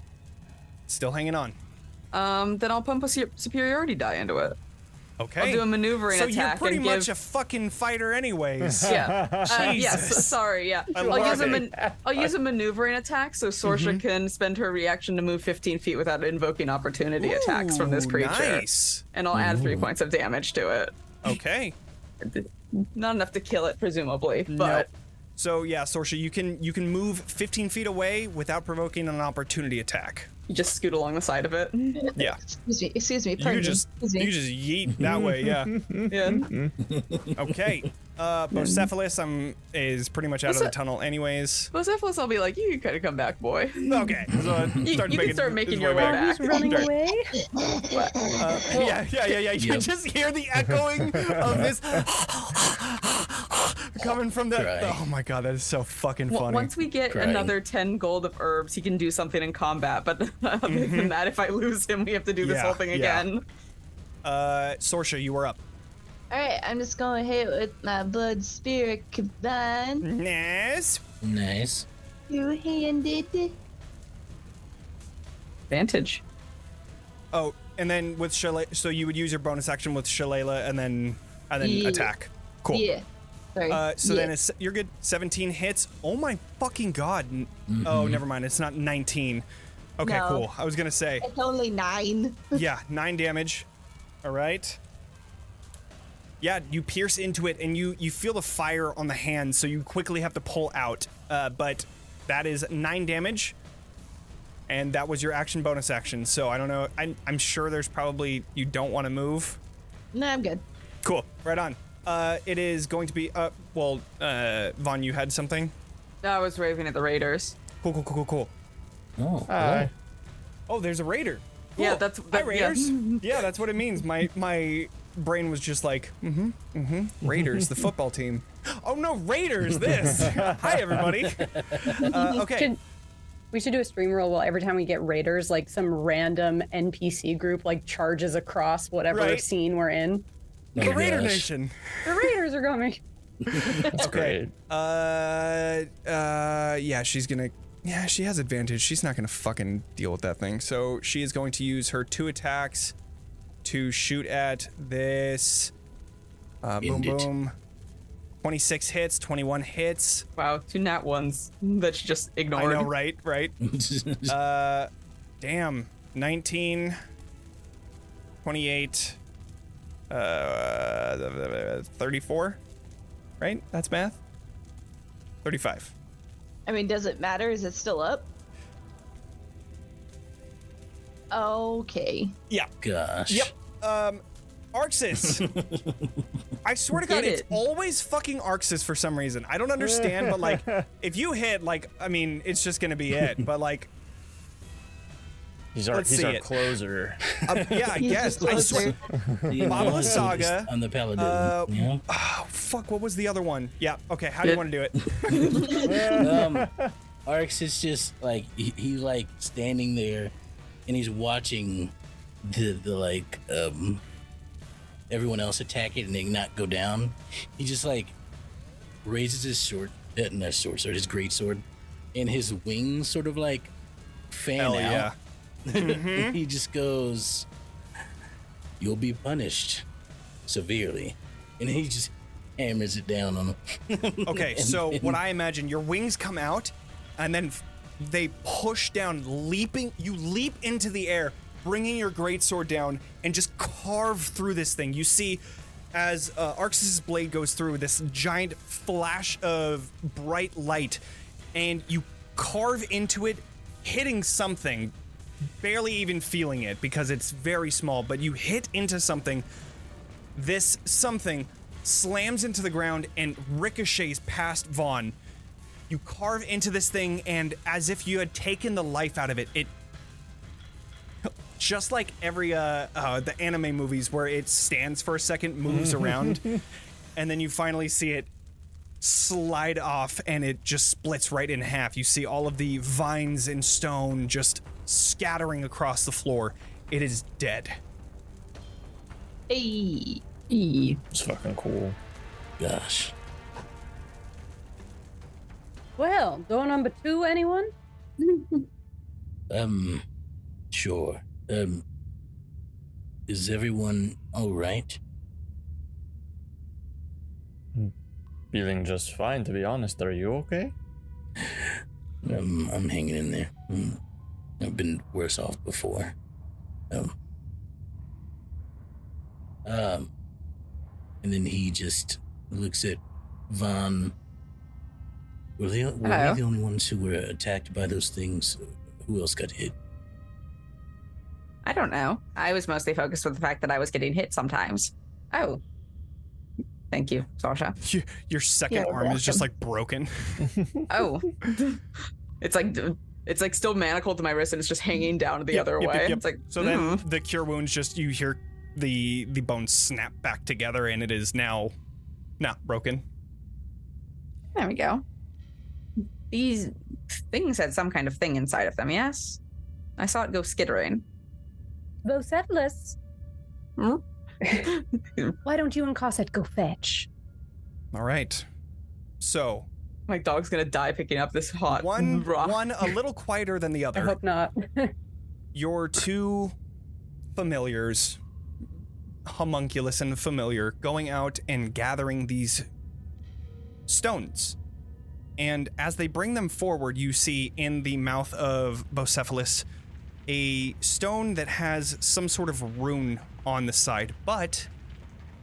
A: Still hanging on.
C: Um. Then I'll pump a su- superiority die into it.
A: Okay.
C: I'll do a maneuvering
A: so
C: attack
A: you're pretty
C: and
A: much
C: give-
A: a fucking fighter, anyways.
C: Yeah. Uh, yes.
A: Jesus.
C: Sorry. Yeah.
A: I
C: I'll use a
A: love
C: man- I'll use a maneuvering attack so Sorsha
A: Mm-hmm.
C: can spend her reaction to move 15 feet without invoking opportunity attacks from this
A: Ooh,
C: creature,
A: Nice.
C: and I'll add three points of damage to
A: Okay.
C: it. Not enough to kill it, presumably, but
A: Nope. So yeah, Sorsha, you can you can move 15 feet away without provoking an opportunity attack.
C: you just scoot along the side of it.
A: Yeah.
E: Excuse me. Excuse me.
A: You
E: Pardon
A: just
E: me. Excuse me.
A: you just yeet that way. Yeah.
C: Yeah.
A: Mm-hmm. Okay. Uh, Bocephalus um, is pretty much out of
C: Boce-
A: the tunnel, anyways.
C: Bocephalus, I'll be like, you kind of come back, boy.
A: Okay. So uh,
C: You,
A: start
C: you can
A: making
C: start
A: his
C: making your way back.
G: running
A: Start-
G: away.
A: Uh, yeah, yeah, yeah, yeah. You
D: Yep.
A: just hear the echoing of this coming from the.
D: Right.
A: Oh my god, that is so fucking
C: W-
A: funny.
C: Once we get
D: Crying.
C: another 10 gold of herbs, he can do something in combat. But other than that, if I lose him, we have to do
A: Mm-hmm.
C: this
A: Yeah,
C: whole thing
A: yeah.
C: again.
A: uh, Sorsha, you were up.
E: All right. I'm just going to hit with my blood spirit combined.
A: Yes.
D: Nice.
A: Mm-hmm.
E: Two handed.
C: Vantage.
A: Oh, and then with Shalala, so you would use your bonus action with Shalala, and then and then
E: Yeah.
A: attack. Cool.
E: Yeah. Sorry.
A: Uh, so
E: yeah.
A: then it's, you're good. 17 hits. Oh my fucking god. N- Oh, never mind. It's not 19. Okay,
E: No.
A: cool. I was gonna say.
E: It's only nine.
A: yeah, nine damage. All right. Yeah, you pierce into it, and you you feel the fire on the hand, so you quickly have to pull out. Uh, but that is nine damage, and that was your action bonus action. So I don't know. I, I'm sure there's probably you don't want to move.
E: No, I'm good.
A: Cool. Right on. Uh, it is going to be. Uh, well, uh, Vaughn, you had something.
C: I was raving at the Raiders.
A: Cool, cool, cool, cool, cool.
D: Oh,
A: Uh,
B: Hi.
A: Oh, there's a raider.
C: Yeah, that's-
A: Hi,
C: that- yeah.
A: raiders. Yeah. that's what it means. My my brain was just like, mm-hmm, mm-hmm. Raiders, the football team. Oh no, raiders! This. Hi, everybody. Uh, okay.
G: Should- we should do a stream roll while every time we get raiders, like some random NPC group like charges across whatever
A: Right.
G: scene we're in.
A: The Raider
D: gosh.
A: Nation.
G: The raiders are coming.
B: That's
A: Okay.
B: great.
A: Uh, uh, yeah, she's gonna. Yeah, she has advantage. She's not gonna fucking deal with that thing. So she is going to use her two attacks to shoot at this. Uh, boom,
D: End it.
A: boom. 26 hits, 21 hits.
C: Wow, two nat ones that she just ignored.
A: I know, right? Right? Damn. 19, 28, uh, 34, right? That's math. 35.
E: I mean, does it matter? Is it still up? Okay.
A: Yeah.
D: gosh.
A: Yep. Um, Arxis. I swear to God,
C: Get
A: it's
C: it.
A: always fucking Arxis for some reason. I don't understand, but like, if you hit, like, I mean, it's just gonna be it. But like,
B: He's our
A: Let's
B: he's
A: see
B: our
A: it.
B: closer.
A: um, yeah, I guess. I swear.
D: The
A: Baba
D: Immortal is
A: Saga,
D: On the paladin.
A: uh,
D: yeah.
A: Fuck. What was the other one? Yeah. Okay. How do you
C: It-
A: want to do it?
D: um, Arx is just like he, he's like standing there, and he's watching the the like um everyone else attack it and they not go down. He just like raises his sword, uh, not sword, sword, his great sword, and his wings sort of like fan
A: Hell
D: out.
A: yeah.
D: And he just goes, "You'll be punished severely," and he just hammers it down on him.
A: Okay, so what I imagine, your wings come out, and then f- they push down, leaping. You leap into the air, bringing your greatsword down, and just carve through this thing. You see, as uh, Arxis' blade goes through, this giant flash of bright light, and you carve into it, hitting something, barely even feeling it because it's very small. But you hit into something, this something slams into the ground and ricochets past Vaughn. You carve into this thing, and as if you had taken the life out of it, it just like every uh, uh the anime movies where it stands for a second, moves around, and then you finally see it slide off and it just splits right in half. You see all of the vines and stone just scattering across the floor. It is dead.
E: Hey.
B: It's fucking cool.
D: Gosh.
G: Well, door number two, anyone?
D: Um, sure. Um, is everyone all right?
B: Feeling just fine, to be honest. Are you okay?
D: Um, I'm hanging in there. Mm. I've been worse off before. Um, um, and then he just looks at Von. Were they, were
C: Hello.
D: we the only ones who were attacked by those things? Who else got hit?
F: I don't know. I was mostly focused with the fact that I was getting hit sometimes. Oh. Thank you, Sasha.
A: You, your second
E: Yeah,
A: arm is just like broken.
F: Oh,
C: It's like it's like still manacled to my wrist and it's just hanging down the
A: Yep,
C: other
A: yep,
C: way.
A: yep, yep.
C: It's like
A: So
C: mm.
A: then the cure wounds just you hear the the bones snap back together and it is now not broken.
F: there we go. These things had some kind of thing inside of them, yes? I saw it go skittering.
G: Those settlers.
F: Hmm?
G: Why don't you and Cosset go fetch?
A: All right. So,
C: my dog's gonna die picking up this hot
A: one
C: rock.
A: one a little quieter than the
G: I
A: other.
G: hope not.
A: your two familiars, homunculus and familiar, going out and gathering these stones. And as they bring them forward, you see in the mouth of Bocephalus a stone that has some sort of rune on the side, but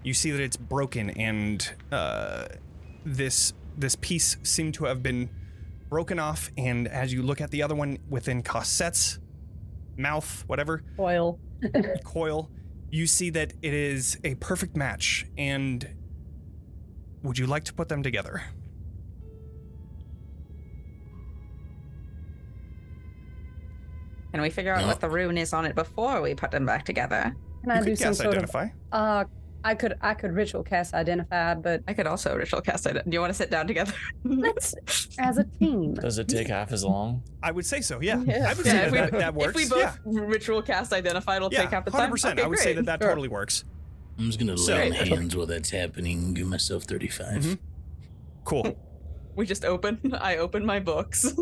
A: you see that it's broken and uh, this this piece seemed to have been broken off. And as you look at the other one within Cossette's mouth, whatever,
G: Oil.
A: coil, you see that it is a perfect match. And would you like to put them together?
F: Can we figure out
D: No.
F: what the rune is on it before we put them back together?
G: Can I
A: you
G: do
A: could
G: some
A: guess
G: sort
A: identify.
G: of? Uh, I could I could ritual cast identify, but
F: I could also ritual cast it. Do you want to sit down together?
G: let's as a team.
B: Does it take half as long?
A: I would say so. Yeah,
C: Yeah.
A: I would
C: Yeah,
A: say that,
C: if we-
A: that, that works.
C: If we both
A: yeah,
C: ritual cast identify, it'll
A: yeah,
C: take out the
A: hundred
C: time.
A: percent.
C: Okay,
A: I would say that
C: great.
A: that
C: Sure.
A: totally works.
D: I'm just gonna
C: So-
D: lay on hands while that's happening. Give myself 35.
A: Mhm. Cool.
C: We just open. I open my books.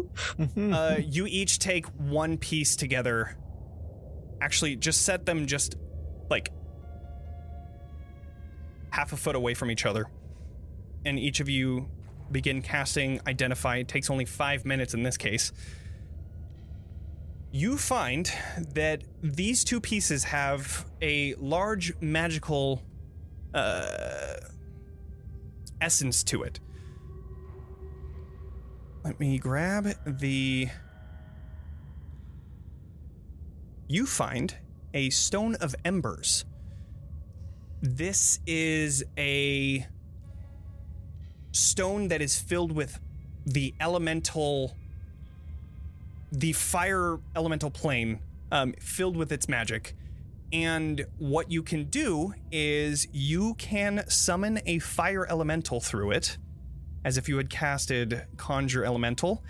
A: uh, you each take one piece together. Actually, just set them just like half a foot away from each other. And each of you begin casting Identify. It takes only five minutes in this case. You find that these two pieces have a large magical uh, essence to it. Let me grab the. You find a stone of embers. This is a stone that is filled with the elemental, the fire elemental plane, um, filled with its magic. And what you can do is you can summon a fire elemental through it as if you had casted Conjure Elemental.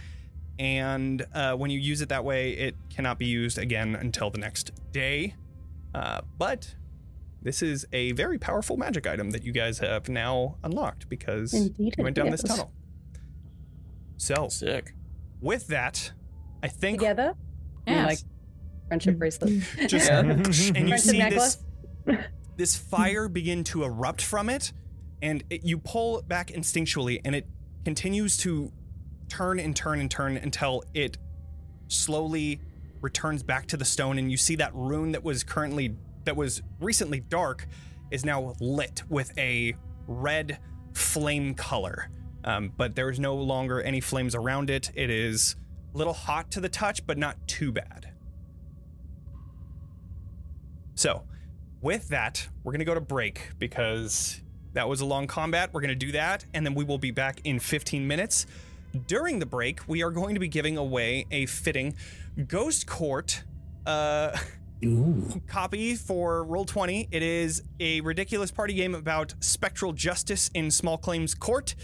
A: And uh, when you use it that way, it cannot be used again until the next day. Uh, but this is a very powerful magic item that you guys have now unlocked because
G: Indeed
A: you went
G: it
A: down this
G: is.
A: tunnel. So,
B: Sick.
A: with that, I think
G: Together, You like friendship bracelet.
A: just
C: Yeah.
A: and you
G: friendship
A: see
G: necklace.
A: this this fire begin to erupt from it, and it, you pull back instinctually, and it continues to turn and turn and turn until it slowly returns back to the stone, and you see that rune that was currently that was recently dark is now lit with a red flame color. Um, but there is no longer any flames around it. It is a little hot to the touch, but not too bad. So, with that, we're going to go to break because that was a long combat. We're going to do that, and then we will be back in 15 minutes during the break, we are going to be giving away a fitting Ghost Court uh,
D: Ooh.
A: copy for Roll20. It is a ridiculous party game about spectral justice in small claims court.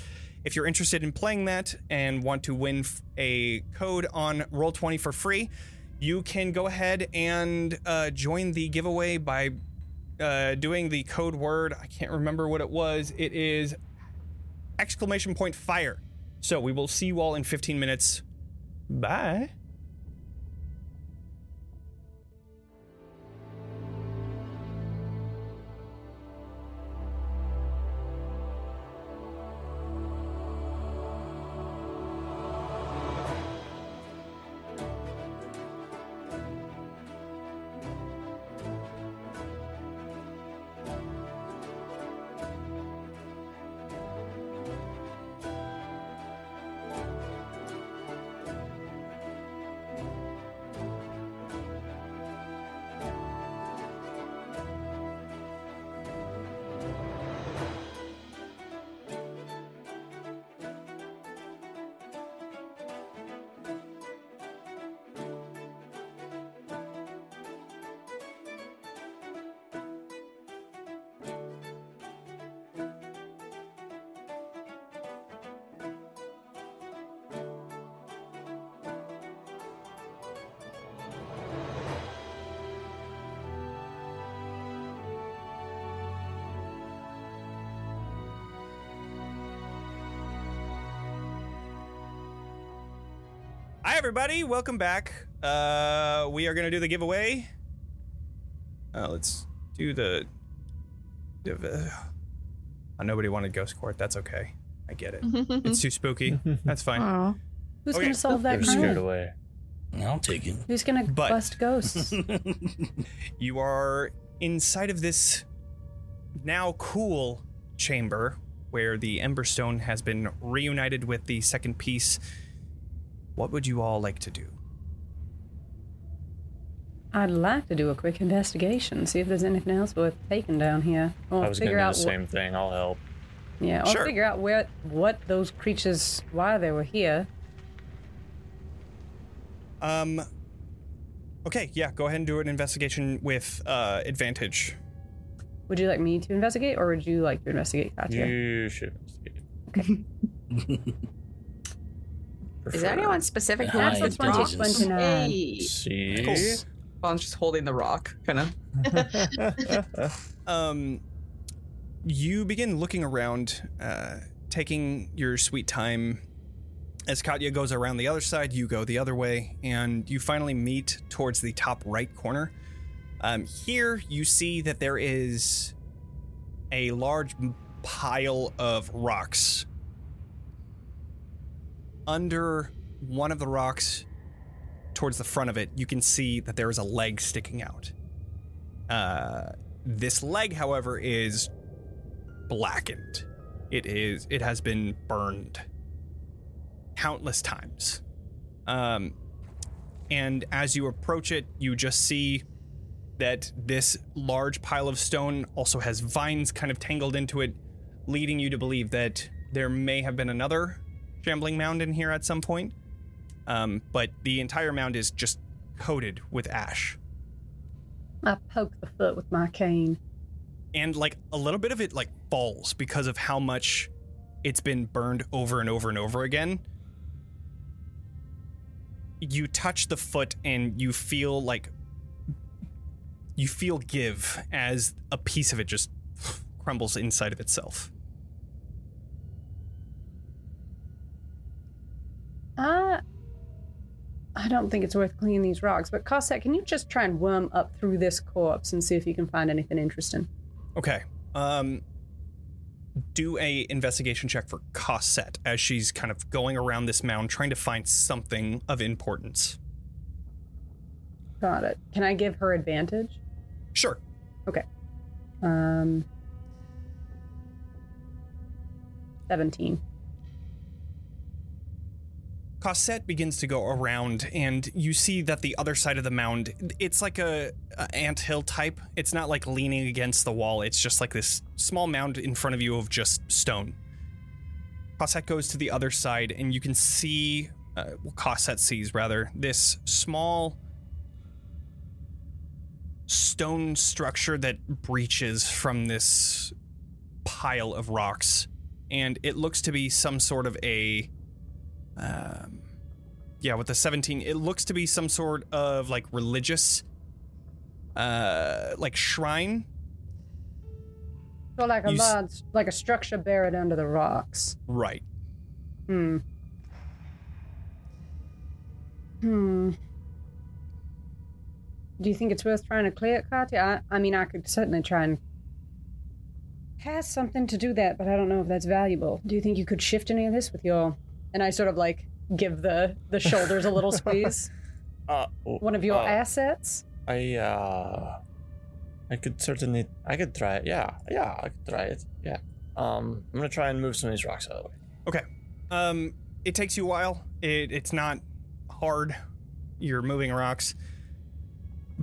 A: If you're interested in playing that and want to win f- a code on Roll20 for free, you can go ahead and uh, join the giveaway by uh, doing the code word. I can't remember what it was. It is exclamation point fire. So we will see you all in 15 minutes. Bye. Hi, everybody. Welcome back. Uh, we are going to do the giveaway. Uh, let's do the. div- uh, oh, nobody wanted Ghost Court. That's okay. I get it. it's too spooky. That's fine.
F: Oh.
G: Who's
A: Okay.
G: gonna solve that
B: They're scared
G: crime?
B: away.
D: I'll take it.
G: Who's gonna
A: But-
G: bust ghosts?
A: You are inside of this now cool chamber where the Emberstone has been reunited with the second piece. What would you all like to do?
G: I'd like to do a quick investigation, see if there's anything else worth taking down here. Or
B: I was gonna
G: figure
B: do the
G: out
B: same thing. I'll help.
G: What, yeah, or
A: Sure.
G: figure out where what those creatures why they were here.
A: Um. Okay, yeah, go ahead and do an investigation with uh, advantage.
G: Would you like me to investigate or would you like to investigate Katya?
B: You should investigate.
F: Is there anyone specific who
D: Hi,
F: wants
G: That's
F: the
G: a
D: Intelligence.
F: rock?
G: 20, 29.
E: Hey.
B: See?
C: Vaughn's just holding the rock, kind of.
A: um, you begin looking around, uh, taking your sweet time. As Katya goes around the other side, you go the other way, and you finally meet towards the top right corner. Um, here, you see that there is a large m- pile of rocks. Under one of the rocks, towards the front of it, you can see that there is a leg sticking out. Uh, this leg, however, is blackened. It is. It has been burned countless times. Um, and as you approach it, you just see that this large pile of stone also has vines kind of tangled into it, leading you to believe that there may have been another shambling mound in here at some point. Um, but the entire mound is just coated with ash.
G: I poke the foot with my cane.
A: and like a little bit of it like falls because of how much it's been burned over and over and over again. You touch the foot and you feel like you feel give as a piece of it just crumbles inside of itself.
G: I I don't think it's worth cleaning these rocks, but Cossack, can you just try and worm up through this corpse and see if you can find anything interesting?
A: Okay. Um do a investigation check for Cosette as she's kind of going around this mound trying to find something of importance.
G: Got it. Can I give her advantage?
A: Sure.
G: Um 17.
A: Cosette begins to go around, and you see that the other side of the mound, it's like a, a ant hill type. It's not like leaning against the wall. It's just like this small mound in front of you of just stone. Cossack goes to the other side, and you can see, uh, well, Cossack sees rather, this small stone structure that breaches from this pile of rocks, and it looks to be some sort of a, um, yeah, with the 17, it looks to be some sort of like religious, uh, like shrine
G: So like a
A: You s-
G: large, like a structure buried under the rocks.
A: Right.
G: Hmm. Hmm. Do you think it's worth trying to clear it, Katya? I, I mean, I could certainly try and cast something to do that, but I don't know if that's valuable. Do you think you could shift any of this with your? And I sort of like give the the shoulders a little squeeze.
B: Uh,
G: One of
A: Oh.
G: your
B: uh,
G: assets.
B: I uh, I could certainly, I could try it. Yeah, yeah, I could try it. Yeah. Um, I'm gonna try and move some of these rocks out of the way.
A: Um, it takes you a while. It, it's not hard. You're moving rocks.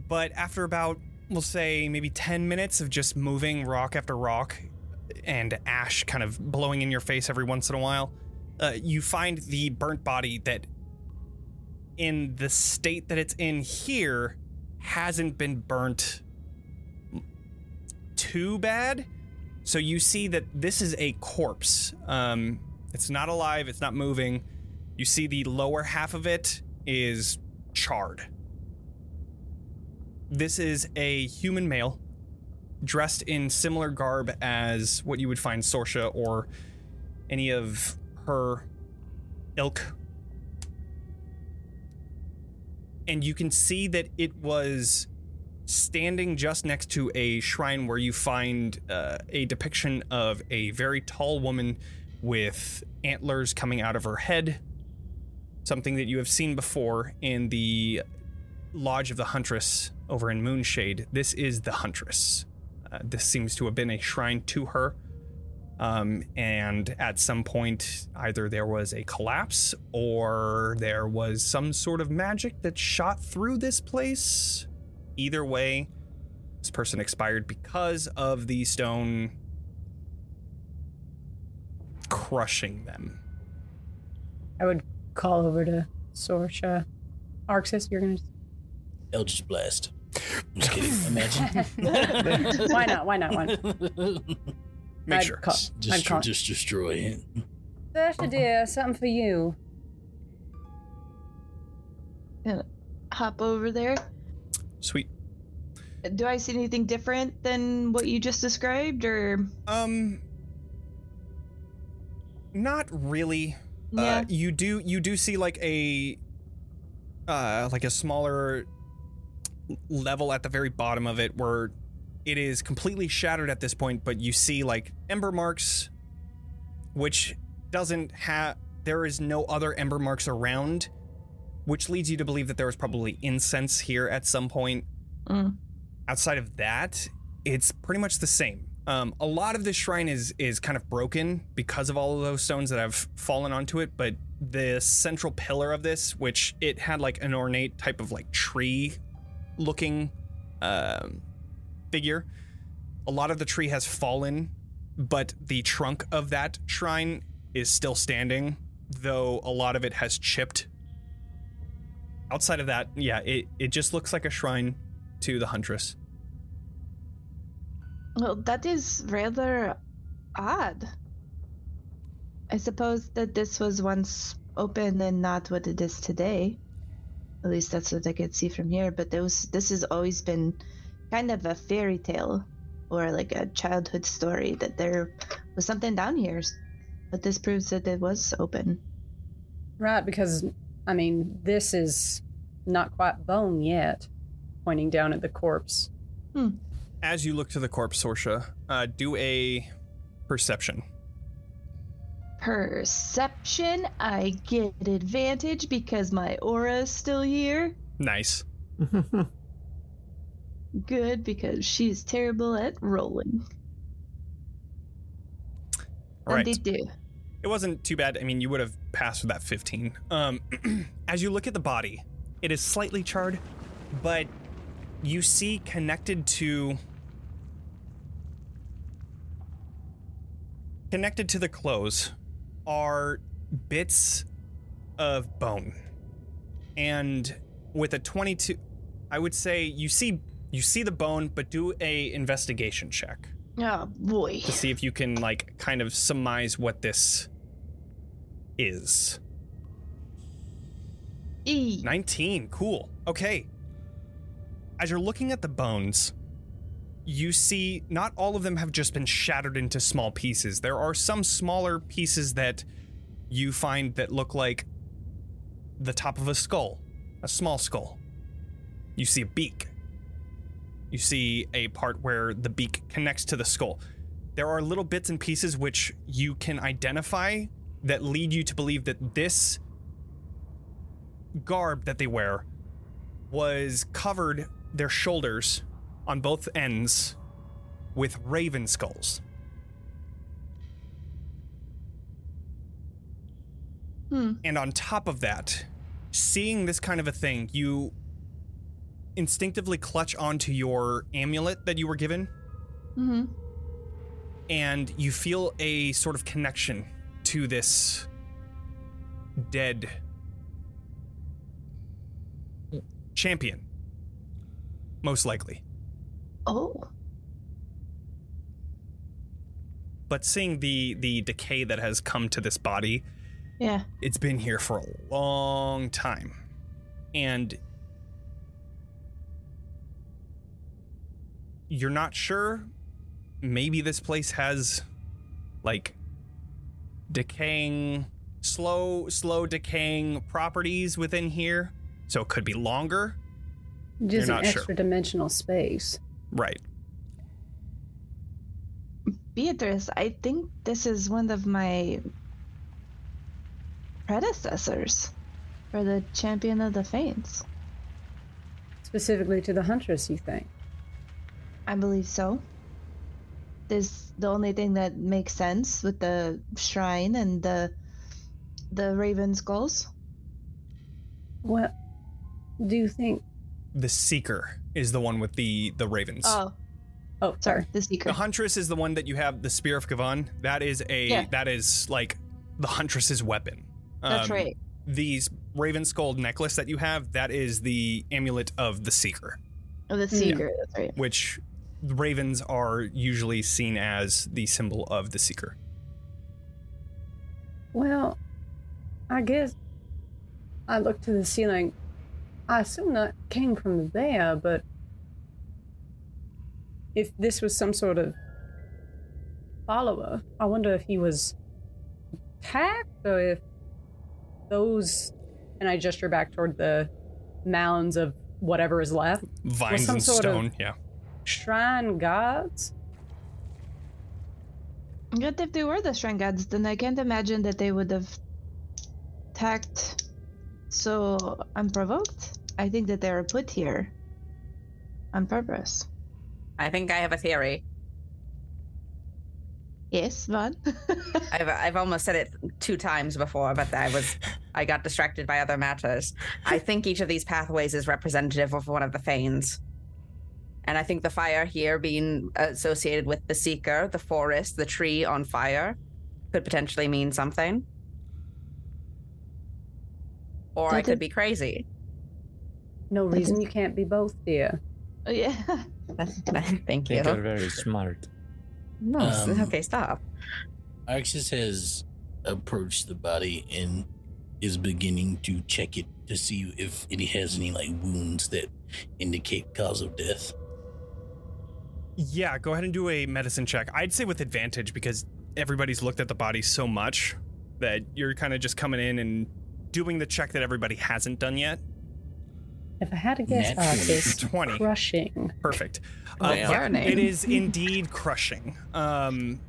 A: But after about, we'll say, maybe 10 minutes of just moving rock after rock and ash kind of blowing in your face every once in a while, uh, you find the burnt body that, in the state that it's in here, hasn't been burnt too bad. So you see that this is a corpse. Um, it's not alive, it's not moving. You see the lower half of it is charred. This is a human male dressed in similar garb as what you would find Sorsha or any of her ilk. And you can see that it was standing just next to a shrine where you find uh, a depiction of a very tall woman with antlers coming out of her head. Something that you have seen before in the Lodge of the Huntress over in Moonshade. This is the Huntress. Uh, this seems to have been a shrine to her. Um, and at some point, either there was a collapse or there was some sort of magic that shot through this place. Either way, this person expired because of the stone crushing them.
G: I would call over to Sorsha. Arxis, you're gonna.
D: Eldritch Blast. Just kidding. Imagine.
G: why not? Why not? Why not?
A: Make
G: I'd
A: sure.
G: call- I'd
D: just,
G: call-
D: just destroy it.
G: Sorsha, dear, something for you.
E: Hop over there.
A: Sweet.
E: Do I see anything different than what you just described, or
A: Um not really.
E: yeah?
A: Uh you do you do see like a uh like a smaller level at the very bottom of it where it is completely shattered at this point, but you see like ember marks which doesn't have there is no other ember marks around, which leads you to believe that there was probably incense here at some point.
E: Mm.
A: outside of that, it's pretty much the same. Um, a lot of this shrine is is kind of broken because of all of those stones that have fallen onto it, but the central pillar of this, which it had like an ornate type of like tree looking um, figure, a lot of the tree has fallen, but the trunk of that shrine is still standing, though a lot of it has chipped. Outside of that, yeah, it, it just looks like a shrine to the huntress.
E: Well, that is rather odd. I suppose that this was once open and not what it is today. At least that's what I could see from here. But those, this has always been kind of a fairy tale or like a childhood story that there was something down here. But this proves that it was open.
G: Right, because I mean, this is not quite bone yet. Pointing down at the corpse.
A: as you look to the corpse, Sorsha, uh, do a perception.
E: Perception, I get advantage because my aura is still here.
A: Nice.
E: Good because she's terrible at rolling.
A: All right.
E: And they do.
A: It wasn't too bad. I mean, you would have passed with that 15. Um, as you look at the body, it is slightly charred, but you see connected to connected to the clothes are bits of bone. And with a 22 I would say you see you see the bone but do a investigation check
E: Oh boy.
A: to see if you can like kind of surmise what this is.
E: E.
A: 19. Cool. Okay. As you're looking at the bones, you see not all of them have just been shattered into small pieces. There are some smaller pieces that you find that look like the top of a skull, a small skull. You see a beak. You see a part where the beak connects to the skull. There are little bits and pieces which you can identify that lead you to believe that this garb that they wear was covered their shoulders on both ends with raven skulls. And on top of that, seeing this kind of a thing, you instinctively clutch onto your amulet that you were given,
E: Mhm.
A: and you feel a sort of connection to this dead champion, most likely.
E: Oh.
A: But seeing the the decay that has come to this body,
E: Yeah.
A: it's been here for a long time. And you're not sure. Maybe this place has like decaying slow slow decaying properties within here. So it could be longer.
G: Just
A: You're
G: an
A: not sure.
G: extra dimensional space.
A: Right.
E: Beatrice, I think this is one of my predecessors for the champion of the faints.
G: Specifically to the Huntress, you think?
E: I believe so. This the only thing that makes sense with the shrine and the the raven skulls.
G: What do you think?
A: The seeker is the one with the the ravens.
E: Oh,
G: Oh,
E: sorry, the
A: The
E: secret.
A: huntress is the one that you have the spear of Kavan. That is a
E: Yeah.
A: that is like the huntress's weapon.
E: That's
A: Um,
E: right.
A: These raven skull necklace that you have that is the amulet of the seeker,
E: Oh, the secret. That's right.
A: which ravens are usually seen as the symbol of the seeker.
G: Well, I guess I looked to the ceiling. I assume that came from there, but if this was some sort of follower, I wonder if he was attacked or if those. And I gesture back toward the mounds of whatever is left.
A: Vines
G: some
A: and
G: sort of-
A: stone. Yeah.
G: Shrine gods?
E: But if they were the shrine gods, then I can't imagine that they would have attacked so unprovoked. I think that they were put here on purpose.
F: I think I have a theory.
E: Yes, Vaughn.
F: I've I've almost said it two times before, but I was I got distracted by other matters. I think each of these pathways is representative of one of the fanes. And I think the fire here being associated with the seeker, the forest, the tree on fire could potentially mean something. Or I
E: That is-
F: could be crazy.
G: No reason you can't be both, dear.
E: Oh, yeah.
F: Thank you.
B: think they're very smart.
F: No, s-
D: Um,
F: okay, stop.
D: Arxis has approached the body and is beginning to check it to see if it has any like wounds that indicate cause of death.
A: Yeah. Go ahead and do a medicine check. I'd say with advantage because everybody's looked at the body so much that you're kind of just coming in and doing the check that everybody hasn't done yet.
G: If I had to guess,
D: Naturally.
G: artist,
A: Twenty.
G: crushing.
A: Perfect. Uh,
F: Damn.
A: yeah,
F: Your name.
A: it is indeed crushing. Um,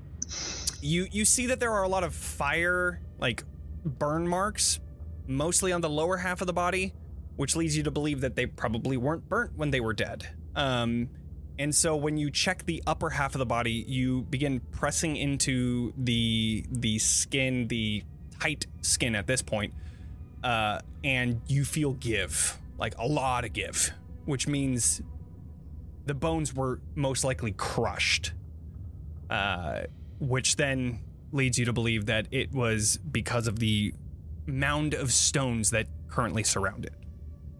A: you you see that there are a lot of fire like burn marks, mostly on the lower half of the body, which leads you to believe that they probably weren't burnt when they were dead. Um, and so when you check the upper half of the body, you begin pressing into the the skin, the tight skin at this point, uh, and you feel give like a lot of give, which means the bones were most likely crushed, uh, which then leads you to believe that it was because of the mound of stones that currently surround it.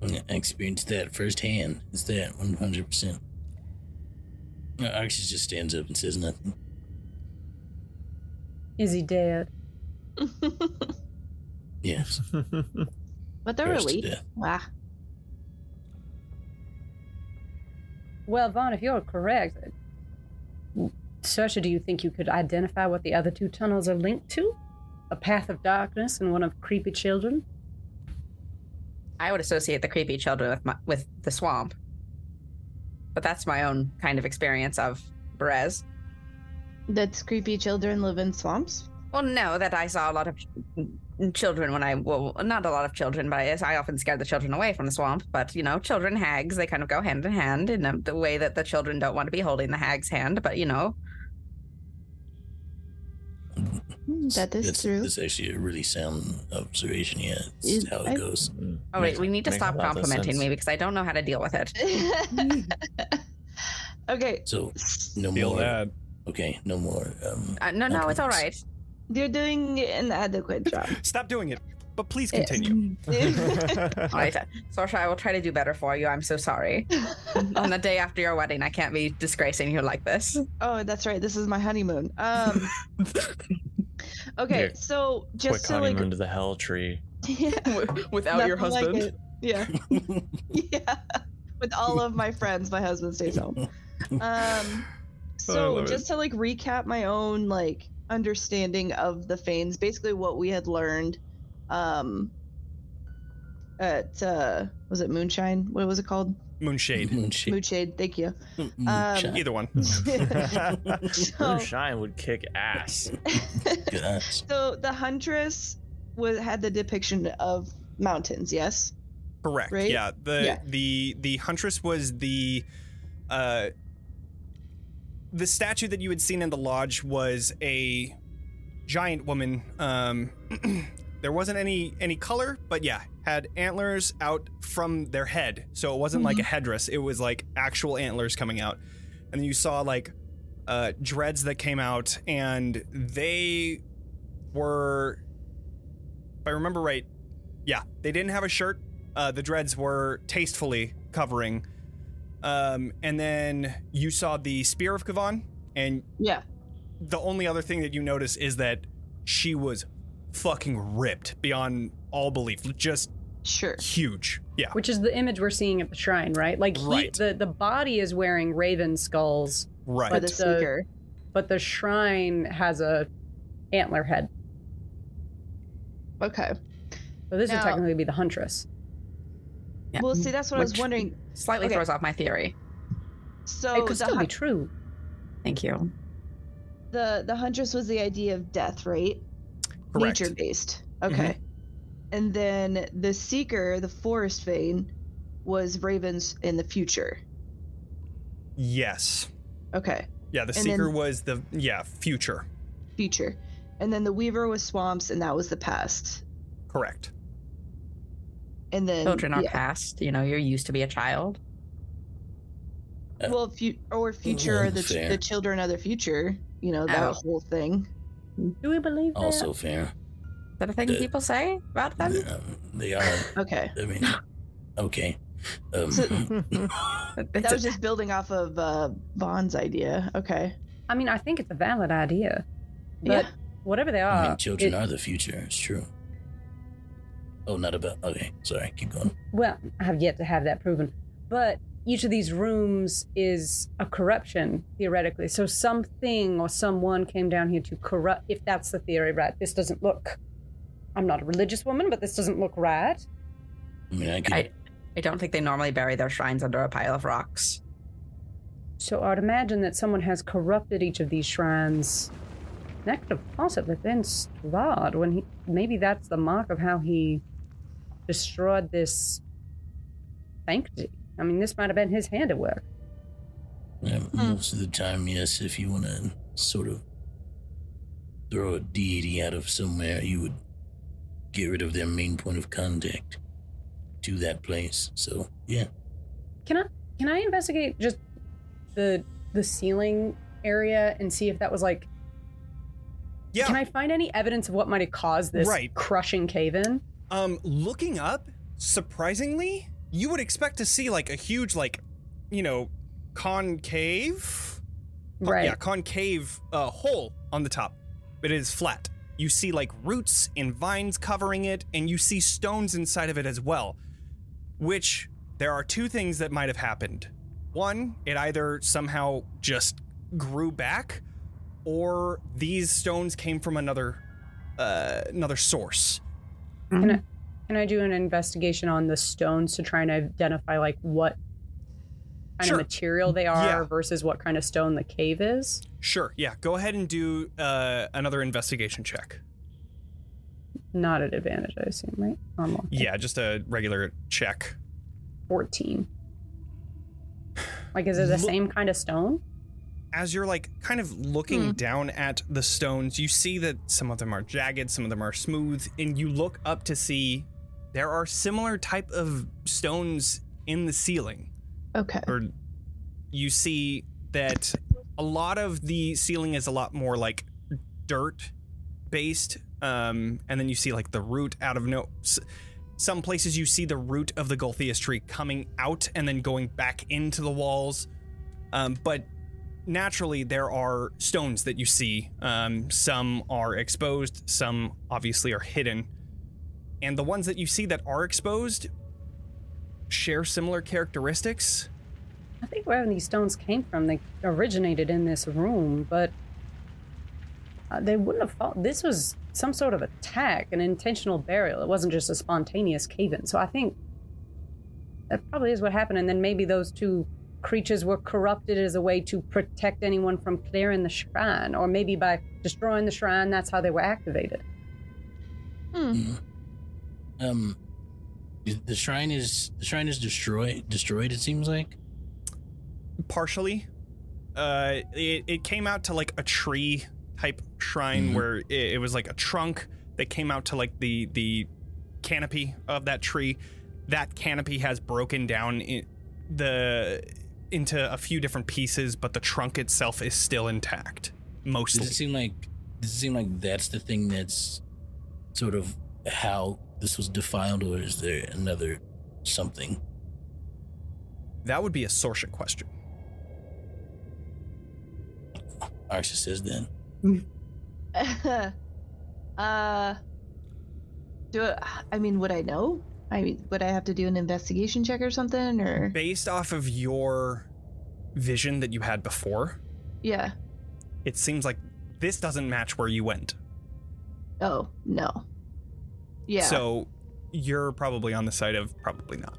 D: Yeah, I experienced that firsthand. It's that 100%. No, Arxis just stands up and says nothing.
G: Is he dead?
D: Yes.
E: But ah, they're
D: cursed to
E: relieved.
D: death.
E: Wow.
G: Well, Vaughn, if you're correct, Sersha, do you think you could identify what the other two tunnels are linked to? A path of darkness and one of creepy children?
F: I would associate the creepy children with my, with the swamp, but that's my own kind of experience of Berez.
E: That's creepy children live in swamps.
F: Well, no, that I saw a lot of ch- children when I well, not a lot of children, but I, I often scared the children away from the swamp. But you know, children hags they kind of go hand in hand in um the way that the children don't want to be holding the hag's hand, but you know,
E: Hmm, That is
D: that's,
E: true.
D: That's actually a really sound observation. Yeah, it's
E: Is-
D: how it
E: I-
D: goes.
F: Oh wait, we need to
B: makes
F: stop
B: a lot of
F: complimenting
B: sense.
F: me because I don't know how to deal with it.
E: okay.
D: So no
A: Feel
D: more.
A: that.
D: Okay, no more. Um,
F: Uh, no, no, it's all right.
E: You're doing an adequate job.
A: Stop doing it. But please
E: Yes.
A: continue.
F: All right, Sorsha, I will try to do better for you. I'm so sorry. On the day after your wedding, I can't be disgracing you like this.
E: oh, that's right. This is my honeymoon. Um. Okay,
B: Yeah.
E: so
B: Quick
E: just to
B: honeymoon
E: like,
B: to the hell tree.
E: yeah,
C: Without your
E: nothing like
C: husband.
E: it. yeah, yeah. With all of my friends, my husband stays home. um so
A: love it.
E: just to like recap my own like understanding of the fanes basically what we had learned um at uh was it moonshine what was it called
A: Moonshade.
D: moonshade.
E: moonshade thank you
D: Moonshine.
A: Either one.
E: so,
B: Moonshine would kick ass.
D: Gosh.
E: so the huntress was had the depiction of mountains yes
A: Correct.
E: Right?
A: Yeah. The
E: Yeah.
A: the the huntress was the uh the statue that you had seen in the lodge was a giant woman. Um there wasn't any any color, but yeah, had antlers out from their head. So it wasn't like a headdress. It was like actual antlers coming out. And then you saw like uh dreads that came out and they were if I remember right, yeah, they didn't have a shirt. Uh, the dreads were tastefully covering. Um, and then you saw the spear of Kavan, and
E: yeah
A: the only other thing that you notice is that she was fucking ripped beyond all belief, just
E: sure
A: huge. Yeah,
G: Which is the image we're seeing at the shrine, right? Like he,
A: Right.
G: the the body is wearing raven skulls,
E: for
A: right.
E: the
G: the-
E: seeker
G: but the shrine has a antler head.
E: okay
G: So this
E: Now-
G: would technically be the huntress.
F: Yeah.
E: well see that's what i was
F: Which-
E: wondering
F: Slightly
E: Okay.
F: throws off my theory.
E: so
G: it could
E: oh, the
G: still
E: hun-
G: be true.
F: Thank you.
E: the the huntress was the idea of death right
A: Correct.
E: nature based okay and then the seeker the forest vein was ravens in the future
A: Yes.
E: okay
A: Yeah, the
E: And
A: seeker
E: then-
A: was the yeah future.
E: future and then the weaver was swamps and that was the past
A: Correct.
E: and then
F: Children are
E: yeah,
F: past. You know, you're used to be a child.
D: Uh,
E: well fu- or future or the, ch-
D: fair.
E: the children are the future you know that
F: Oh.
E: whole thing
G: Do we believe that?
D: Also fair.
F: Is that a thing
D: Uh,
F: people say about them?
D: Um, they are.
E: okay
D: I mean, okay. Um,
E: So-
F: It's
E: that
F: a-
E: was just building off of uh vaughn's idea okay
G: I mean, I think it's a valid idea.
E: Yeah.
G: But whatever they are,
D: I mean, children
G: uh, it-
D: are the future. It's true. Oh, not about. Okay, sorry. Keep going.
G: Well, I have yet to have that proven. But each of these rooms is a corruption, theoretically. So something or someone came down here to corrupt, if that's the theory, right? This doesn't look. I'm not a religious woman, but this doesn't look right.
D: I mean, I could.
F: I, I don't think they normally bury their shrines under a pile of rocks.
G: So I'd imagine that someone has corrupted each of these shrines. That could have possibly been Strahd when he. Maybe that's the mark of how he destroyed this sanctity. I mean, this might have been his hand at work.
D: Yeah, most of the time, yes. If you want to sort of throw a deity out of somewhere, you would get rid of their main point of contact to that place. So, yeah.
G: Can I can I investigate just the the ceiling area and see if that was like
A: Yeah.
G: Can I find any evidence of what might have caused this
A: Right.
G: crushing cave-in?
A: Um, looking up, surprisingly, you would expect to see like a huge, like, you know, concave, con-
G: Right.
A: Yeah, concave uh, hole on the top, but it is flat. You see like roots and vines covering it, and you see stones inside of it as well. Which there are two things that might have happened. One, it either somehow just grew back, or these stones came from another, uh, another source.
G: Can I do an investigation on the stones to try and identify like what kind
A: Sure.
G: of material they are
A: Yeah.
G: versus what kind of stone the cave is?
A: Sure. Yeah. Go ahead and do uh, another investigation check.
G: Not at advantage, I assume, right? Normal.
A: Yeah, just a regular check.
G: Fourteen. Like, is it the
A: Look-
G: same kind of stone?
A: As you're like kind of looking down at the stones, you see that some of them are jagged, some of them are smooth, and you look up to see there are similar type of stones in the ceiling.
E: Okay.
A: Or you see that a lot of the ceiling is a lot more like dirt based um and then you see like the root out of no s- some places you see the root of the Golthias tree coming out and then going back into the walls um but naturally there are stones that you see um some are exposed some obviously are hidden and the ones that you see that are exposed share similar characteristics
G: I think where these stones came from, they originated in this room, but uh, they wouldn't have thought this was some sort of attack, an intentional burial. It wasn't just a spontaneous cave in. So I think that probably is what happened. And then maybe those two creatures were corrupted as a way to protect anyone from clearing the shrine, or maybe by destroying the shrine, that's how they were activated.
D: Um, the shrine is the shrine is destroyed. Destroyed. It seems like.
A: partially. Uh, it, it came out to like a tree type shrine
D: Mhm.
A: where it, it was like a trunk that came out to like the the canopy of that tree. That canopy has broken down in the into a few different pieces, but the trunk itself is still intact mostly.
D: Does it seem like? Does it seem like that's the thing that's sort of how this was defiled, or is there another something?
A: that would be a Sorsha question.
D: Arxis says then.
E: uh, do I, I mean would I know? I mean, would I have to do an investigation check or something, or
A: Based off of your vision that you had before,
E: yeah?
A: it seems like this doesn't match where you went.
E: Oh no. Yeah.
A: So you're probably on the side of probably not.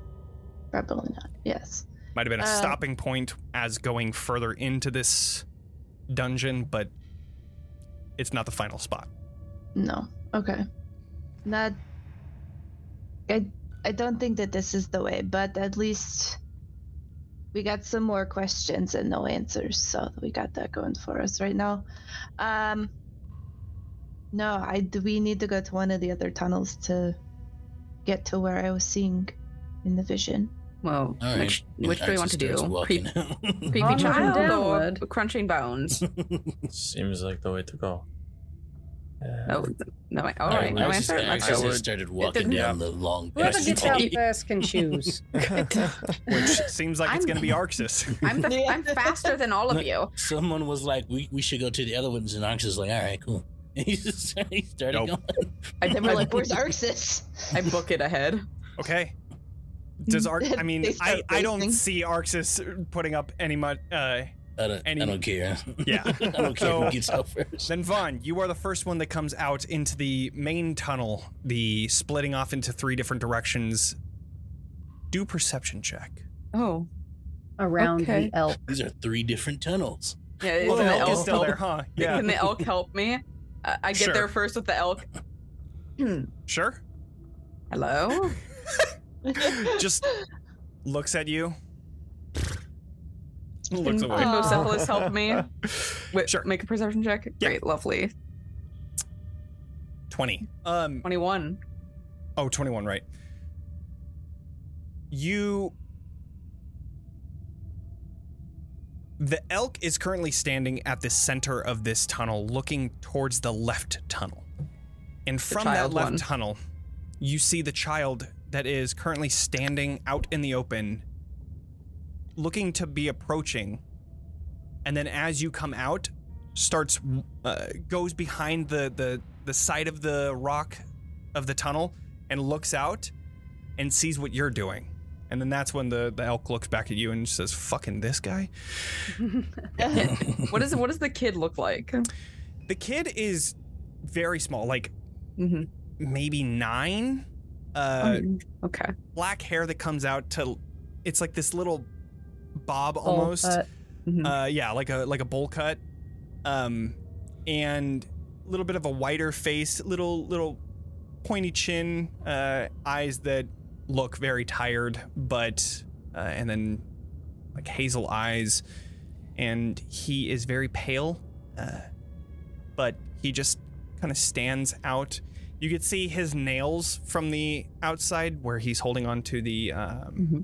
E: probably not. Yes.
A: Might have been a
E: Uh,
A: stopping point as going further into this dungeon, but it's not the final spot.
E: No. Okay. Not. I I don't think that this is the way, but at least we got some more questions and no answers, so we got that going for us right now. Um. No, I do. We need to go to one of the other tunnels to get to where I was seeing in the vision.
F: Well,
D: All right.
F: which, which do we want to do? Creep,
D: Walking out.
F: creepy
G: Onward and
F: child or
G: downward.
F: crunching bones?
B: Seems like the way to go. Yeah.
F: oh, no, wait, all right, no
D: Arxis-
F: answer. Let's
D: Arxis
F: go.
D: has started walking
F: doesn't-
D: down the long
G: Whoever gets out
D: passageway.
G: first can choose.
A: Which seems like it's
F: I'm-
A: going to be Arxis.
F: I'm, the, I'm faster than all of you.
D: Someone was like, we, we should go to the other ones, and Arxis is like, all right, cool. And he just started, he started
A: Nope.
D: going.
F: I,
E: And we're
F: I-
E: like, "Where's Arxis?"
F: I book it ahead.
A: okay. Does Ar- I mean,
E: They
A: I,
E: start
A: I don't
E: racing.
A: see Arxis putting up any much. Uh,
D: I don't,
A: And
D: I
A: he-
D: don't care.
A: Yeah.
D: I don't care
A: So-
D: who gets out first.
A: then Vaughn, you are the first one that comes out into the main tunnel, the splitting off into three different directions. Do perception check.
F: Oh,
G: Around
F: Okay.
G: the elk.
D: These are three different tunnels.
F: yeah. Is
A: Well,
F: the
A: the elk
F: elk
A: is still
F: help-
A: there, huh? Yeah.
F: Can the elk help me? Uh, I get
A: Sure.
F: there first with the elk. Hmm,
A: Sure.
F: Hello.
A: Just looks at you. Looks
F: Can
A: away.
F: Endocephalus help me? Wait,
A: Sure.
F: Make a perception check. Great, lovely.
A: 20. Um
F: Twenty-one.
A: oh 21, right. You The elk is currently standing at the center of this tunnel, looking towards the left tunnel. And from that
F: child
A: left
F: one.
A: tunnel, you see the child that is currently standing out in the open, looking to be approaching. And then as you come out, starts uh, goes behind the, the the side of the rock of the tunnel and looks out and sees what you're doing. And then that's when the, the elk looks back at you and says, "Fucking this guy."
C: What is what does the kid look like?
A: The kid is very small, like
C: Mm-hmm.
A: maybe nine.
C: Oh.
A: Uh,
C: Okay.
A: black hair that comes out to, it's like this little
G: Oh,
A: bob almost.
C: Mhm.
A: Uh, yeah, like a like a bowl cut, um, and a little bit of a whiter face, little little pointy chin, uh, eyes that look very tired, but uh, and then like hazel eyes, and he is very pale, uh, but he just kind of stands out. You could see his nails from the outside where he's holding onto the um,
C: Mhm.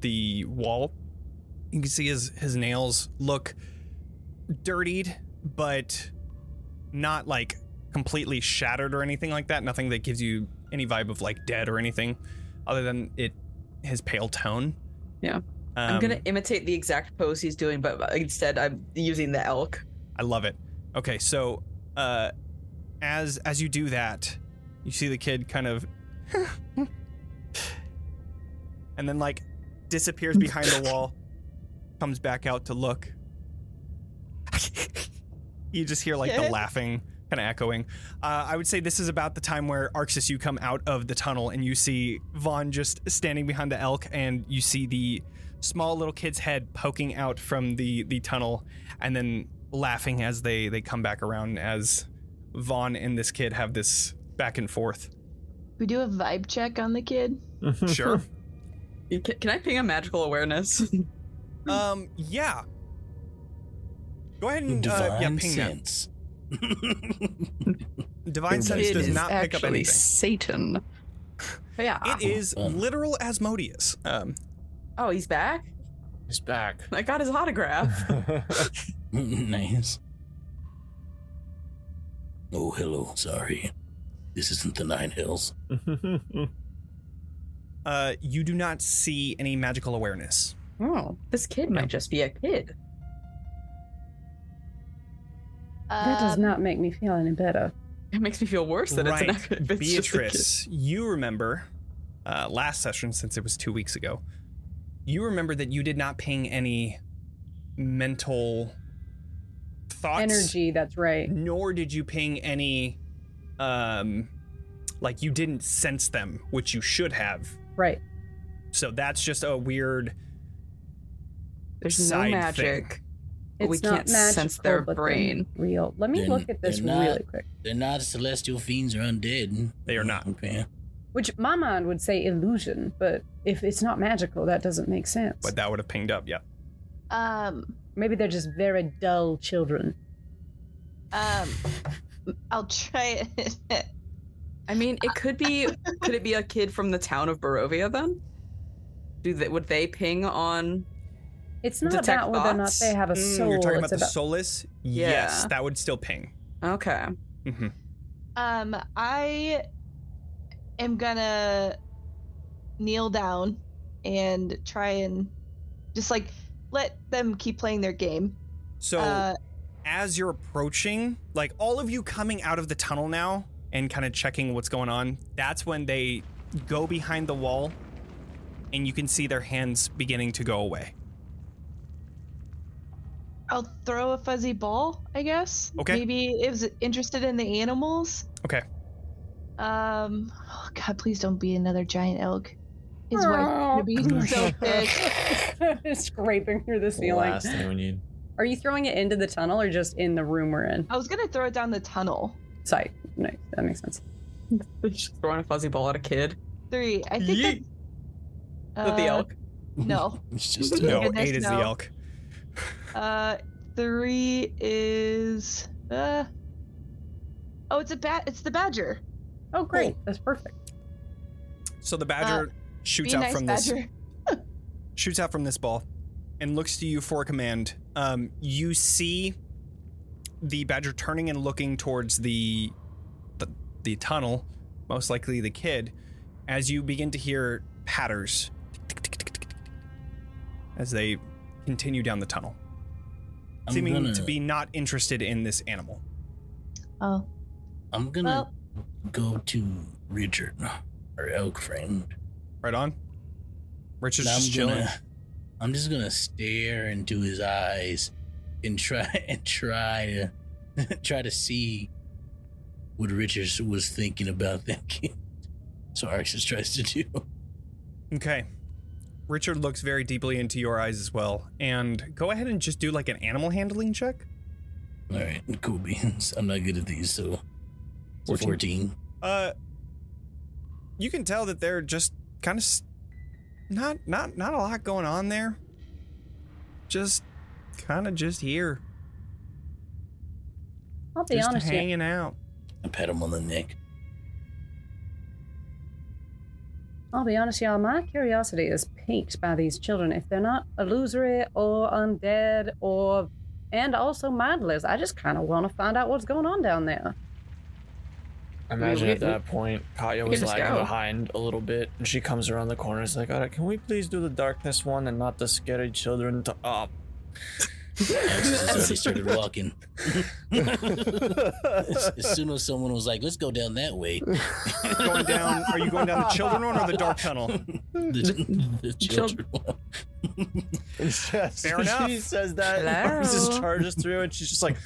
A: the wall you can see his his nails look dirtied, but not like completely shattered or anything like that. Nothing that gives you any vibe of like dead or anything, other than it his pale tone.
C: Yeah.
A: Um,
C: I'm gonna imitate the exact pose he's doing, but instead I'm using the elk.
A: I love it. Okay, so uh, as as you do that, you see the kid kind of, and then like disappears behind the wall, comes back out to look. you just hear like the laughing kind of echoing. Uh, I would say this is about the time where Arxis, you come out of the tunnel and you see Vaughn just standing behind the elk, and you see the small little kid's head poking out from the the tunnel, and then laughing as they they come back around as Vaughn and this kid have this back and forth.
E: We do a vibe check on the kid.
B: Uh,
A: Sure.
C: Can, can I ping a magical awareness?
A: um. Yeah. Go ahead and uh, yeah,
D: Divine
A: ping that.
D: sense.
A: Divine sense
D: It
A: does
D: is
A: not pick up anything.
C: Satan. But yeah.
A: It is
D: Oh.
A: literal Asmodeus. Um,
C: oh, he's back.
B: He's back.
C: I got his autograph.
D: nice. Oh, hello. Sorry. This isn't the Nine Hills.
A: uh, you do not see any magical awareness.
C: Oh, this kid might just be a kid.
G: That does
E: Um,
G: not make me feel any better.
C: It makes me feel worse that
A: right.
C: it's an it's just a kid.
A: Beatrice, you remember uh, last session, since it was two weeks ago, you remember that you did not ping any mental thoughts.
G: Energy, that's right.
A: Nor did you ping any, um, like you didn't sense them, which you should have.
G: Right.
A: So that's just a weird.
C: There's
A: side
C: no magic. But
G: It's
C: we
G: not
C: can't sense
G: magical,
C: their
G: but they're
C: brain.
G: Real. Let me
D: They're-
G: look at this
D: they're not-
G: really quick.
D: They're not celestial fiends or undead.
A: They are not.
D: Okay.
G: Which my mind would say illusion, but if it's not magical, that doesn't make sense.
A: But that would have pinged up, yeah.
E: Um,
G: Maybe they're just very dull children.
E: um, I'll try it.
C: I mean, it could be. could it be a kid from the town of Barovia then? Do they, would they ping on?
G: It's not
C: Detect
G: about whether or not
C: thoughts?
G: they have a
A: Mm,
G: soul.
A: you're talking
G: it's
A: about the soulless. Yes,
C: Yeah.
A: that would still ping.
C: Okay.
A: hmm
E: Um, I am gonna kneel down and try and just like let them keep playing their game.
A: So.
E: uh,
A: as you're approaching, like all of you coming out of the tunnel now and kind of checking what's going on, that's when they go behind the wall and you can see their hands beginning to go away.
E: I'll throw a fuzzy ball, I guess.
A: Okay.
E: Maybe it was interested in the animals.
A: Okay.
E: Um, oh God, please don't be another giant elk. His wife gonna be
A: Ah.
E: so pissed.
G: scraping through the
B: the
G: ceiling.
B: last thing we need.
G: Are you throwing it into the tunnel or just in the room we're in?
E: I was gonna throw it down the tunnel.
G: Sorry, no, that makes sense.
C: They're just throwing a fuzzy ball at a kid.
E: Three. I think.
A: Yeet.
E: that's-
C: At the
E: uh,
C: elk.
E: No.
D: It's just uh,
E: No.
A: No,
E: goodness,
A: eight is
E: no.
A: the elk.
E: Uh, three is uh. Oh, it's a bat. It's the badger.
G: Oh, great, that's perfect.
A: So the badger shoots
E: be
A: out
E: nice,
A: from this
E: badger.
A: shoots out from this ball and looks to you for a command. Um, you see the badger turning and looking towards the, the the tunnel, most likely the kid, as you begin to hear patters as they continue down the tunnel,
D: I'm
A: seeming
D: gonna,
A: to be not interested in this animal.
E: Oh,
D: I'm gonna
E: well,
D: go to Richard, our elk friend.
A: Right on. Richard's
D: And
A: just
D: I'm
A: chilling.
D: gonna, I'm just gonna stare into his eyes and try and try to try to see what Richards was thinking about that kid. So Arxis tries to do.
A: Okay. Richard looks very deeply into your eyes as well, and go ahead and just do like an animal handling check.
D: All right, cool beans. I'm not good at these, so it's a
A: 14.
D: 14.
A: Uh, you can tell that they're just kind of s not not not a lot going on there. Just kind of just here,
G: I'll be
A: just
G: honest with you.
A: hanging out.
D: I pat him on the neck.
G: I'll be honest, y'all. My curiosity is piqued by these children. If they're not illusory or undead or, and also mindless, I just kind of want to find out what's going on down there.
B: I imagine
C: we-
B: at that point, Katya
C: we
B: was
C: can just
B: lagging
C: go.
B: behind a little bit, and she comes around the corner. It's like, all right, can we please do the darkness one and not the scary children to up?
D: Arxis has already started walking. as, as soon as someone was like, let's go down that way,
A: Going down? Are you going down the children one or the dark tunnel?
D: the, the children walk.
B: It's just-
A: Fair enough.
B: She says that.
F: Hello.
B: and Just charges through, and she's just like,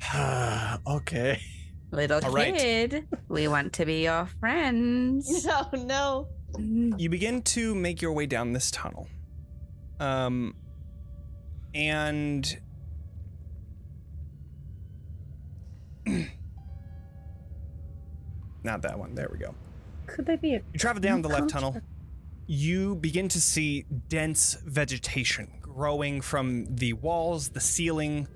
B: "Ah, okay.
F: Little
A: All right.
F: kid, we want to be your friends.
E: no, no.
A: You begin to make your way down this tunnel. Um, and not that one. There we go.
G: Could they be a
A: You travel down the left
G: Gotcha.
A: tunnel. You begin to see dense vegetation growing from the walls, the ceiling,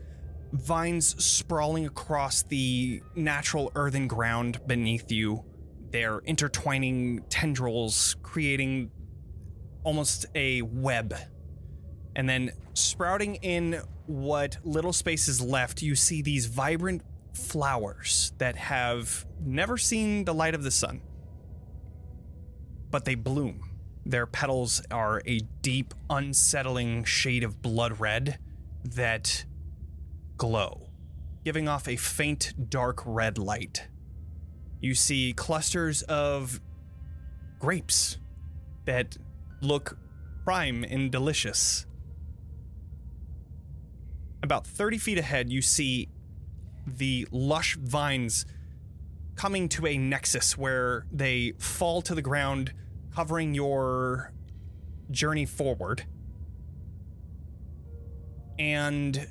A: vines sprawling across the natural earthen ground beneath you. They're intertwining tendrils, creating almost a web. And then sprouting in what little space is left, you see these vibrant flowers that have never seen the light of the sun but they bloom. Their petals are a deep, unsettling shade of blood red that glow, giving off a faint dark red light. You see clusters of grapes that look prime and delicious. About 30 feet ahead, you see the lush vines coming to a nexus where they fall to the ground, covering your journey forward. And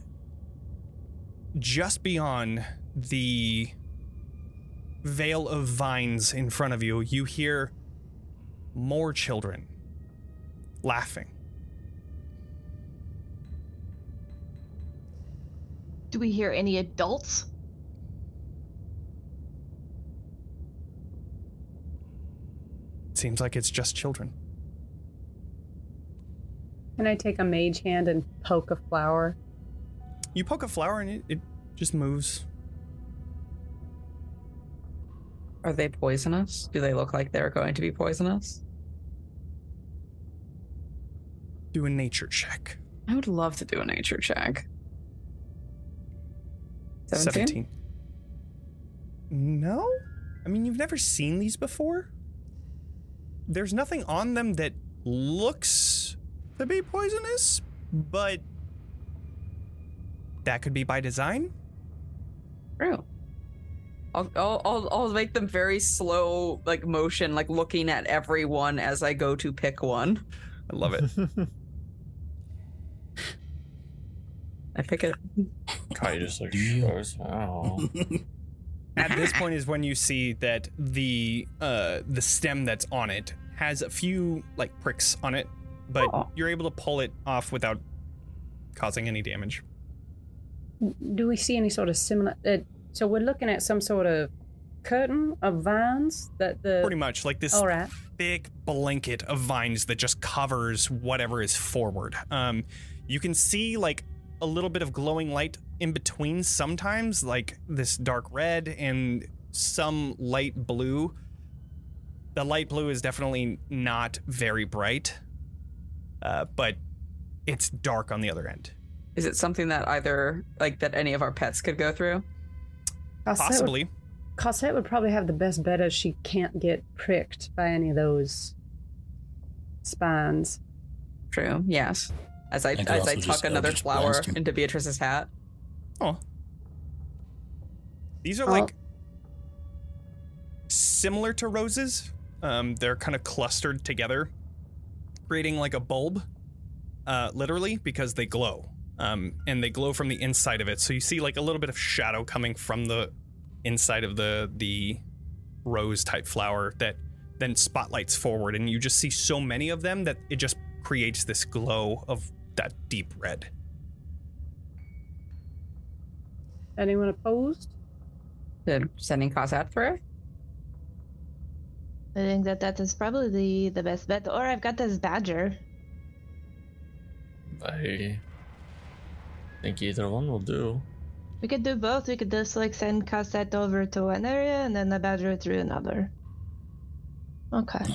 A: just beyond the veil of vines in front of you, you hear more children laughing.
E: Do we hear any adults?
A: Seems like it's just children.
G: Can I take a mage hand and poke a flower?
A: You poke a flower and it, it just moves.
F: Are they poisonous? Do they look like they're going to be poisonous?
A: Do a nature check.
F: I would love to do a nature check. 17?
A: 17? No? I mean, you've never seen these before? There's nothing on them that looks to be poisonous, but that could be by design.
F: True. I'll, I'll, I'll, I'll make them very slow, like motion, like looking at everyone as I go to pick one.
A: I love it.
F: I pick it.
B: Katya just like
D: Do you-
B: shows. Oh.
A: At this point is when you see that the uh, the stem that's on it has a few like pricks on it, but
F: Aw.
A: you're able to pull it off without causing any damage.
G: Do we see any sort of similar? Uh, so we're looking at some sort of curtain of vines that the.
A: Pretty much like this
G: All right.
A: thick blanket of vines that just covers whatever is forward. Um, You can see like a little bit of glowing light in between sometimes, like this dark red and some light blue. The light blue is definitely not very bright, uh, but it's dark on the other end.
C: Is it something that either like that any of our pets could go through?
G: Cosette would-
A: Possibly.
G: Cosette would probably have the best bet as she can't get pricked by any of those spines.
C: True. Yes. As I,
D: I could
C: as
D: also
C: I tuck
D: just- I'll
C: another
D: just
C: flower
D: blast him.
C: into Beatrice's hat.
A: Oh. These are
G: Oh.
A: like similar to roses. Um, they're kind of clustered together, creating like a bulb, uh, literally, because they glow. Um, and they glow from the inside of it. So you see like a little bit of shadow coming from the inside of the the rose type flower that then spotlights forward and you just see so many of them that it just creates this glow of that deep red.
G: Anyone opposed?
F: They're sending Cosette through.
E: I think that that is probably the, the best bet. Or I've got this badger.
B: I think either one will do.
E: We could do both. We could just like send Cosette over to one area and then the badger through another. Okay.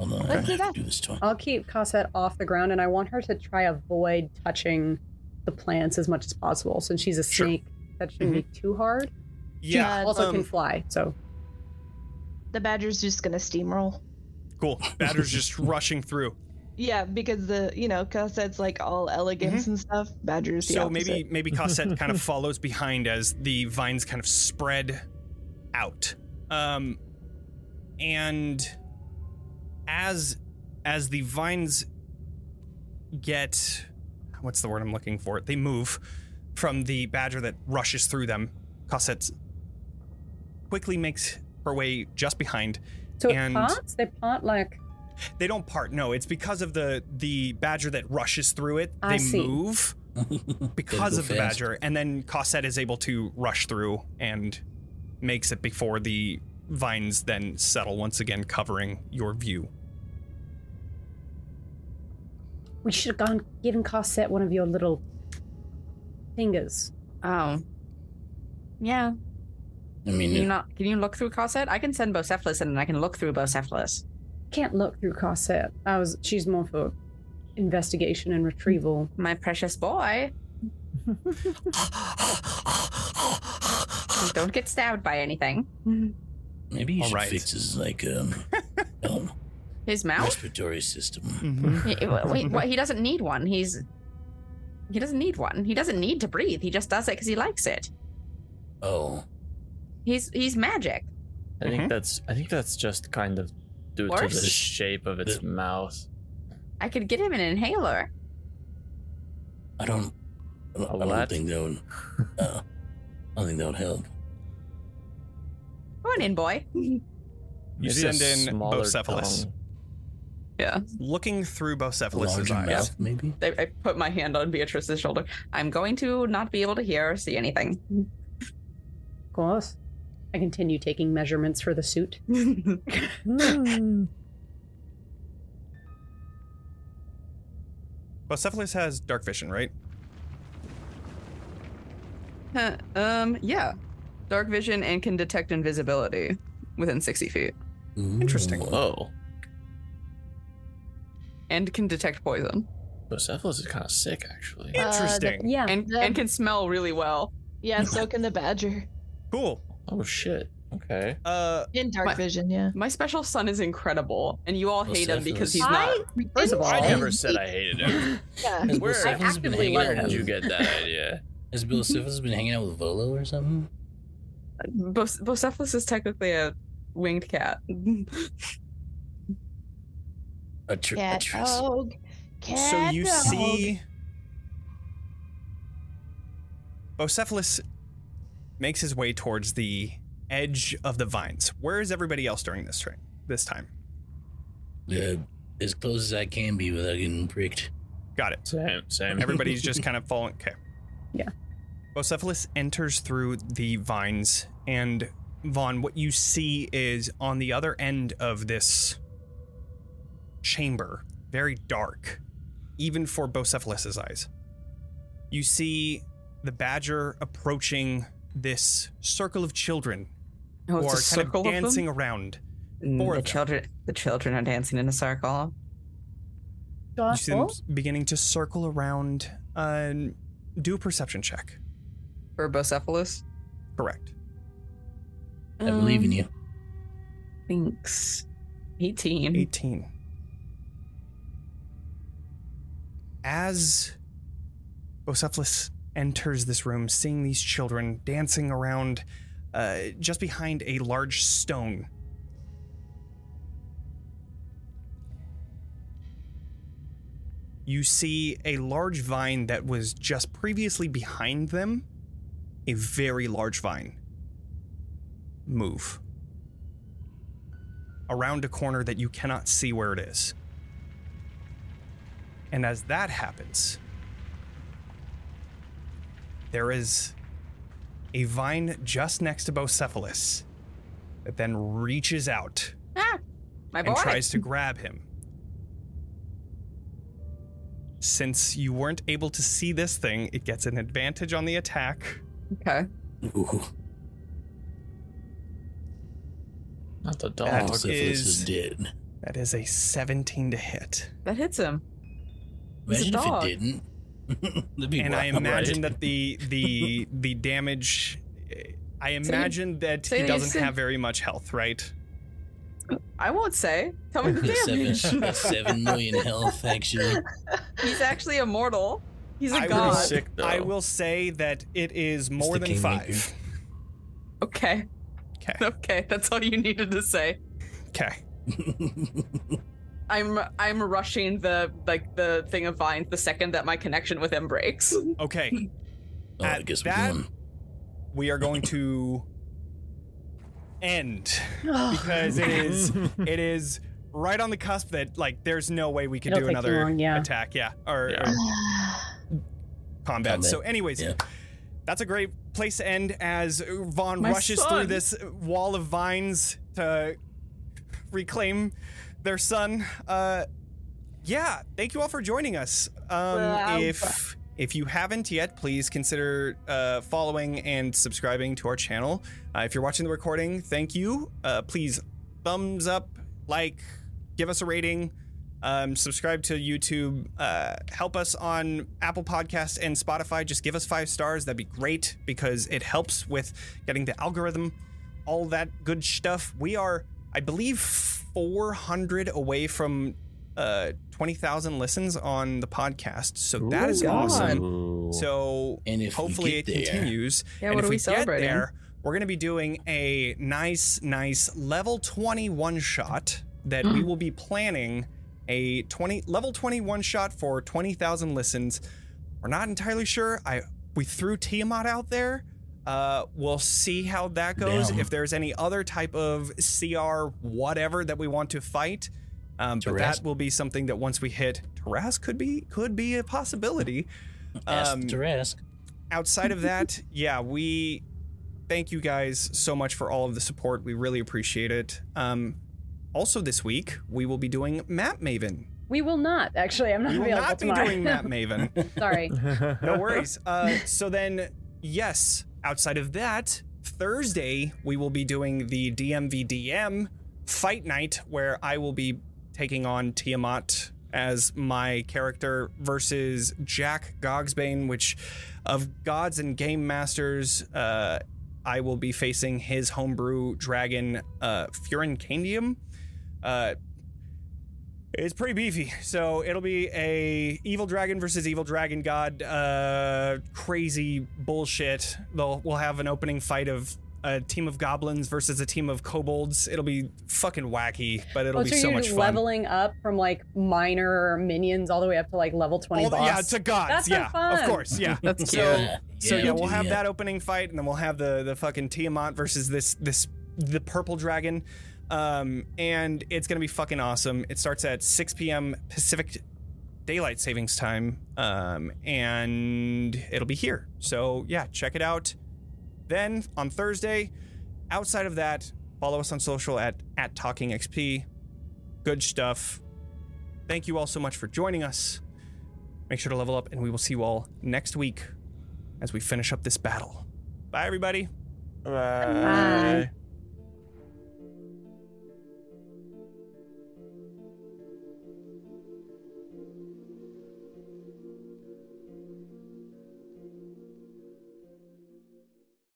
D: Hold on,
E: Let's do
D: I have
E: that.
D: to do this twice.
G: I'll keep Cosette off the ground and I want her to try avoid touching the plants as much as possible since she's a
A: Sure. Mm-hmm.
G: snake. That shouldn't be too hard.
E: Yeah,
G: also
A: um,
G: can fly, so
E: The badger's just gonna steamroll.
A: Cool. Batter's just rushing through.
E: Yeah, because the you know Cosette's like all elegance and stuff. Badger's the
A: Mm-hmm. So
E: opposite.
A: maybe maybe Cosette kind of follows behind as the vines kind of spread out. Um and as as the vines get what's the word I'm looking for? They move from the badger that rushes through them. Cosette quickly makes her way just behind
G: so
A: And-
G: it parts. They part like
A: They don't part. No, it's because of the the badger that rushes through it.
G: I
A: they
G: see.
A: move because
D: go
A: of the
D: fast.
A: badger, and then Cosette is able to rush through and makes it before the vines then settle once again, covering your view.
G: we should have gone given Cosette one of your little fingers.
F: Oh. Yeah.
D: I
F: Can
D: mean,
F: you
D: it,
F: not? Can you look through Cosette? I can send Bocephalus in, and I can look through Bocephalus.
G: Can't look through Cosette. I was she's more for investigation and retrieval.
F: My precious boy. Don't get stabbed by anything.
D: maybe you
A: All
D: should
A: right.
D: fix his like um, um
F: His mouth.
D: respiratory system.
C: Mm-hmm.
F: He- Wait, what? He doesn't need one. He's. He doesn't need one. He doesn't need to breathe. He just does it because he likes it.
D: Oh,
F: He's he's magic.
B: I
A: Mhm.
B: think that's I think that's just kind of due to
F: Worse?
B: the shape of its
D: The-
B: mouth.
F: I could get him an inhaler.
D: I don't. I don't- I don't
B: what?
D: think that would. Uh, I don't think that would help.
F: Come on in, boy.
A: You
B: Maybe a
A: send in
B: smaller
A: Bocephalus.
B: tongue.
C: Yeah.
A: Looking through Bocephalus's
D: Larger
A: eyes.
D: mouth, maybe.
C: I, I put my hand on Beatrice's shoulder.
F: I'm going to not be able to hear or see anything.
G: Of course. I continue taking measurements for the suit.
A: Hmm. Bocephalus has dark vision, right?
C: Huh, um. Yeah. Dark vision and can detect invisibility within 60 feet,
A: Interesting.
D: Ooh.
B: Whoa.
C: and can detect poison,
B: Bocephalus is kind of sick, actually.
E: Uh, the-
A: Interesting.
G: Yeah.
C: and
E: the-
C: and can smell really well.
E: yeah, so can the badger
A: cool.
B: Oh shit. Okay.
A: Uh,
E: in dark
C: My-
E: vision. Yeah.
C: My special son is incredible, and you all
D: Well,
C: hate him because
D: Cephalus.
C: he's not.
G: First of all,
B: I
E: Oh.
B: never said I hated him.
E: Yeah.
D: Has
B: Where-
D: Bill
B: I
D: Simmons been
G: actively
D: hanging
B: Where
D: out
B: did
D: with-
B: you get that idea?
D: Has Bill Simmons been hanging out with Volo or something?
C: Boc- Bocephalus is technically a winged cat.
D: A tr- a
E: Cat
D: tris-
E: dog.
A: so
E: Cat
A: you
E: dog.
A: see Bocephalus makes his way towards the edge of the vines. Where is everybody else during this train this time?
D: Yeah, as close as I can be without getting pricked.
A: Got it.
B: Same, same.
A: Everybody's just kind of following okay.
G: Yeah.
A: Bocephalus enters through the vines and Vaughn, what you see is on the other end of this chamber, very dark, even for Bocephalus's eyes. you see the badger approaching this circle of children
F: Oh,
A: who are
F: it's a
A: kind of
F: circle of them?
A: dancing around.
F: Mm,
A: four
F: the
A: of them.
F: children, the children are dancing in a circle. Uh,
A: You see them
F: oh.
E: Gospel?
A: s- beginning to circle around. Uh, do a perception check.
F: Herbocephalus.
A: Correct.
D: I believe in you.
F: Thanks. 18.
A: 18. As Bocephalus enters this room, seeing these children dancing around uh, just behind a large stone, you see a large vine that was just previously behind them, a very large vine, move around a corner that you cannot see where it is. And as that happens, there is a vine just next to Bocephalus that then reaches out
F: My boy.
A: and tries to grab him. Since you weren't able to see this thing, it gets an advantage on the attack.
F: okay.
D: Ooh,
B: Not the
A: That
B: dog.
D: Bocephalus
A: is-
D: is dead.
A: That is a 17 to hit.
F: That hits him. He's
D: Imagine if
F: a
D: it
F: dog.
D: didn't. That'd be
A: and I
D: wild, right?
A: imagine that the the the damage. I imagine that
F: say
A: he
F: that you
A: doesn't
F: said-
A: have very much health, right?
F: I won't say. Tell me the
D: That's seven,
F: damage.
D: that's seven million health, actually.
F: He's actually immortal. He's a
A: I
B: Pretty
A: God.
B: sick though.
A: I will say that it is more
D: the
A: than
D: kingmaker.
A: five.
F: Okay.
A: Okay.
F: Okay. That's all you needed to say.
A: Okay.
D: Oh,
F: I'm I'm rushing the like the thing of vines the second that my connection with him breaks.
A: Okay.
D: oh, I
A: At
D: guess we're
A: that-
D: going.
A: We are going to end because it is it is right on the cusp that like there's no way we could do
G: It'll take too
A: another
G: long, yeah.
A: attack, yeah, or,
B: Yeah.
A: or combat.
D: Combat,
A: So, anyways,
D: yeah.
A: that's a great place to end as Vaughn
F: My
A: rushes through
F: son.
A: this wall of vines to reclaim their son. Uh, yeah, thank you all for joining us. Um, if if you haven't yet, please consider uh, following and subscribing to our channel. Uh, if you're watching the recording, thank you. Uh, please thumbs up, like, give us a rating, um, subscribe to YouTube, uh, help us on Apple Podcasts and Spotify. Just give us five stars. That'd be great because it helps with getting the algorithm, all that good stuff. We are, I believe, 400 away from uh, 20,000 listens on the podcast. So that is
F: Ooh.
A: awesome.
B: Ooh.
A: So
D: And if we
A: hopefully it
D: get there-
A: continues.
F: Yeah,
A: and if
F: what
A: we,
F: are we
A: get
F: celebrating?
A: there, we're going to be doing a nice, nice level 21 shot that
F: Mm.
A: we will be planning a 20 level 21 shot for 20,000 listens. We're not entirely sure. I we threw Tiamat out there. Uh, we'll see how that goes.
D: Damn.
A: If there's any other type of CR whatever that we want to fight, um, but
D: Tarrasque?
A: that will be something that once we hit, Taras could be could be a possibility Um,
D: Ask the Tarask.
A: outside of that, yeah, we thank you guys so much for all of the support. We really appreciate it. Um, also, this week we will be doing Map Maven.
G: We will not actually. I'm not
A: We will
G: available
A: not be
G: tomorrow.
A: doing Map Maven.
G: Sorry.
A: No worries. Uh, so then, yes, outside of that, Thursday we will be doing the DMVDM fight night where I will be taking on Tiamat as my character versus Jack Gogsbane, which of gods and game masters, uh, I will be facing his homebrew dragon, uh, Furincandium. Uh, it's pretty beefy. So it'll be a evil dragon versus evil dragon god, uh, crazy bullshit. They'll we'll have an opening fight of a team of goblins versus a team of kobolds. It'll be fucking wacky, but it'll
G: Oh,
A: be
G: so
A: so
G: you're
A: much fun.
G: leveling up from like minor minions all the way up to like level twenty
A: All the-
G: boss.
A: yeah, to gods.
G: That's so
A: yeah, of
G: fun.
A: course. Yeah.
F: That's
A: So-
F: cute.
A: So yeah, we'll
D: dude,
A: have
D: yeah.
A: that opening fight, and then we'll have the the fucking Tiamat versus this this the purple dragon, um, and it's gonna be fucking awesome. It starts at 6 p.m. Pacific Daylight Savings Time, um, and it'll be here. So yeah, check it out. Then on Thursday, outside of that, follow us on social at at Talking XP. Good stuff. Thank you all so much for joining us. Make sure to level up, and we will see you all next week as we finish up this battle. Bye, everybody.
G: Ah.
B: Bye.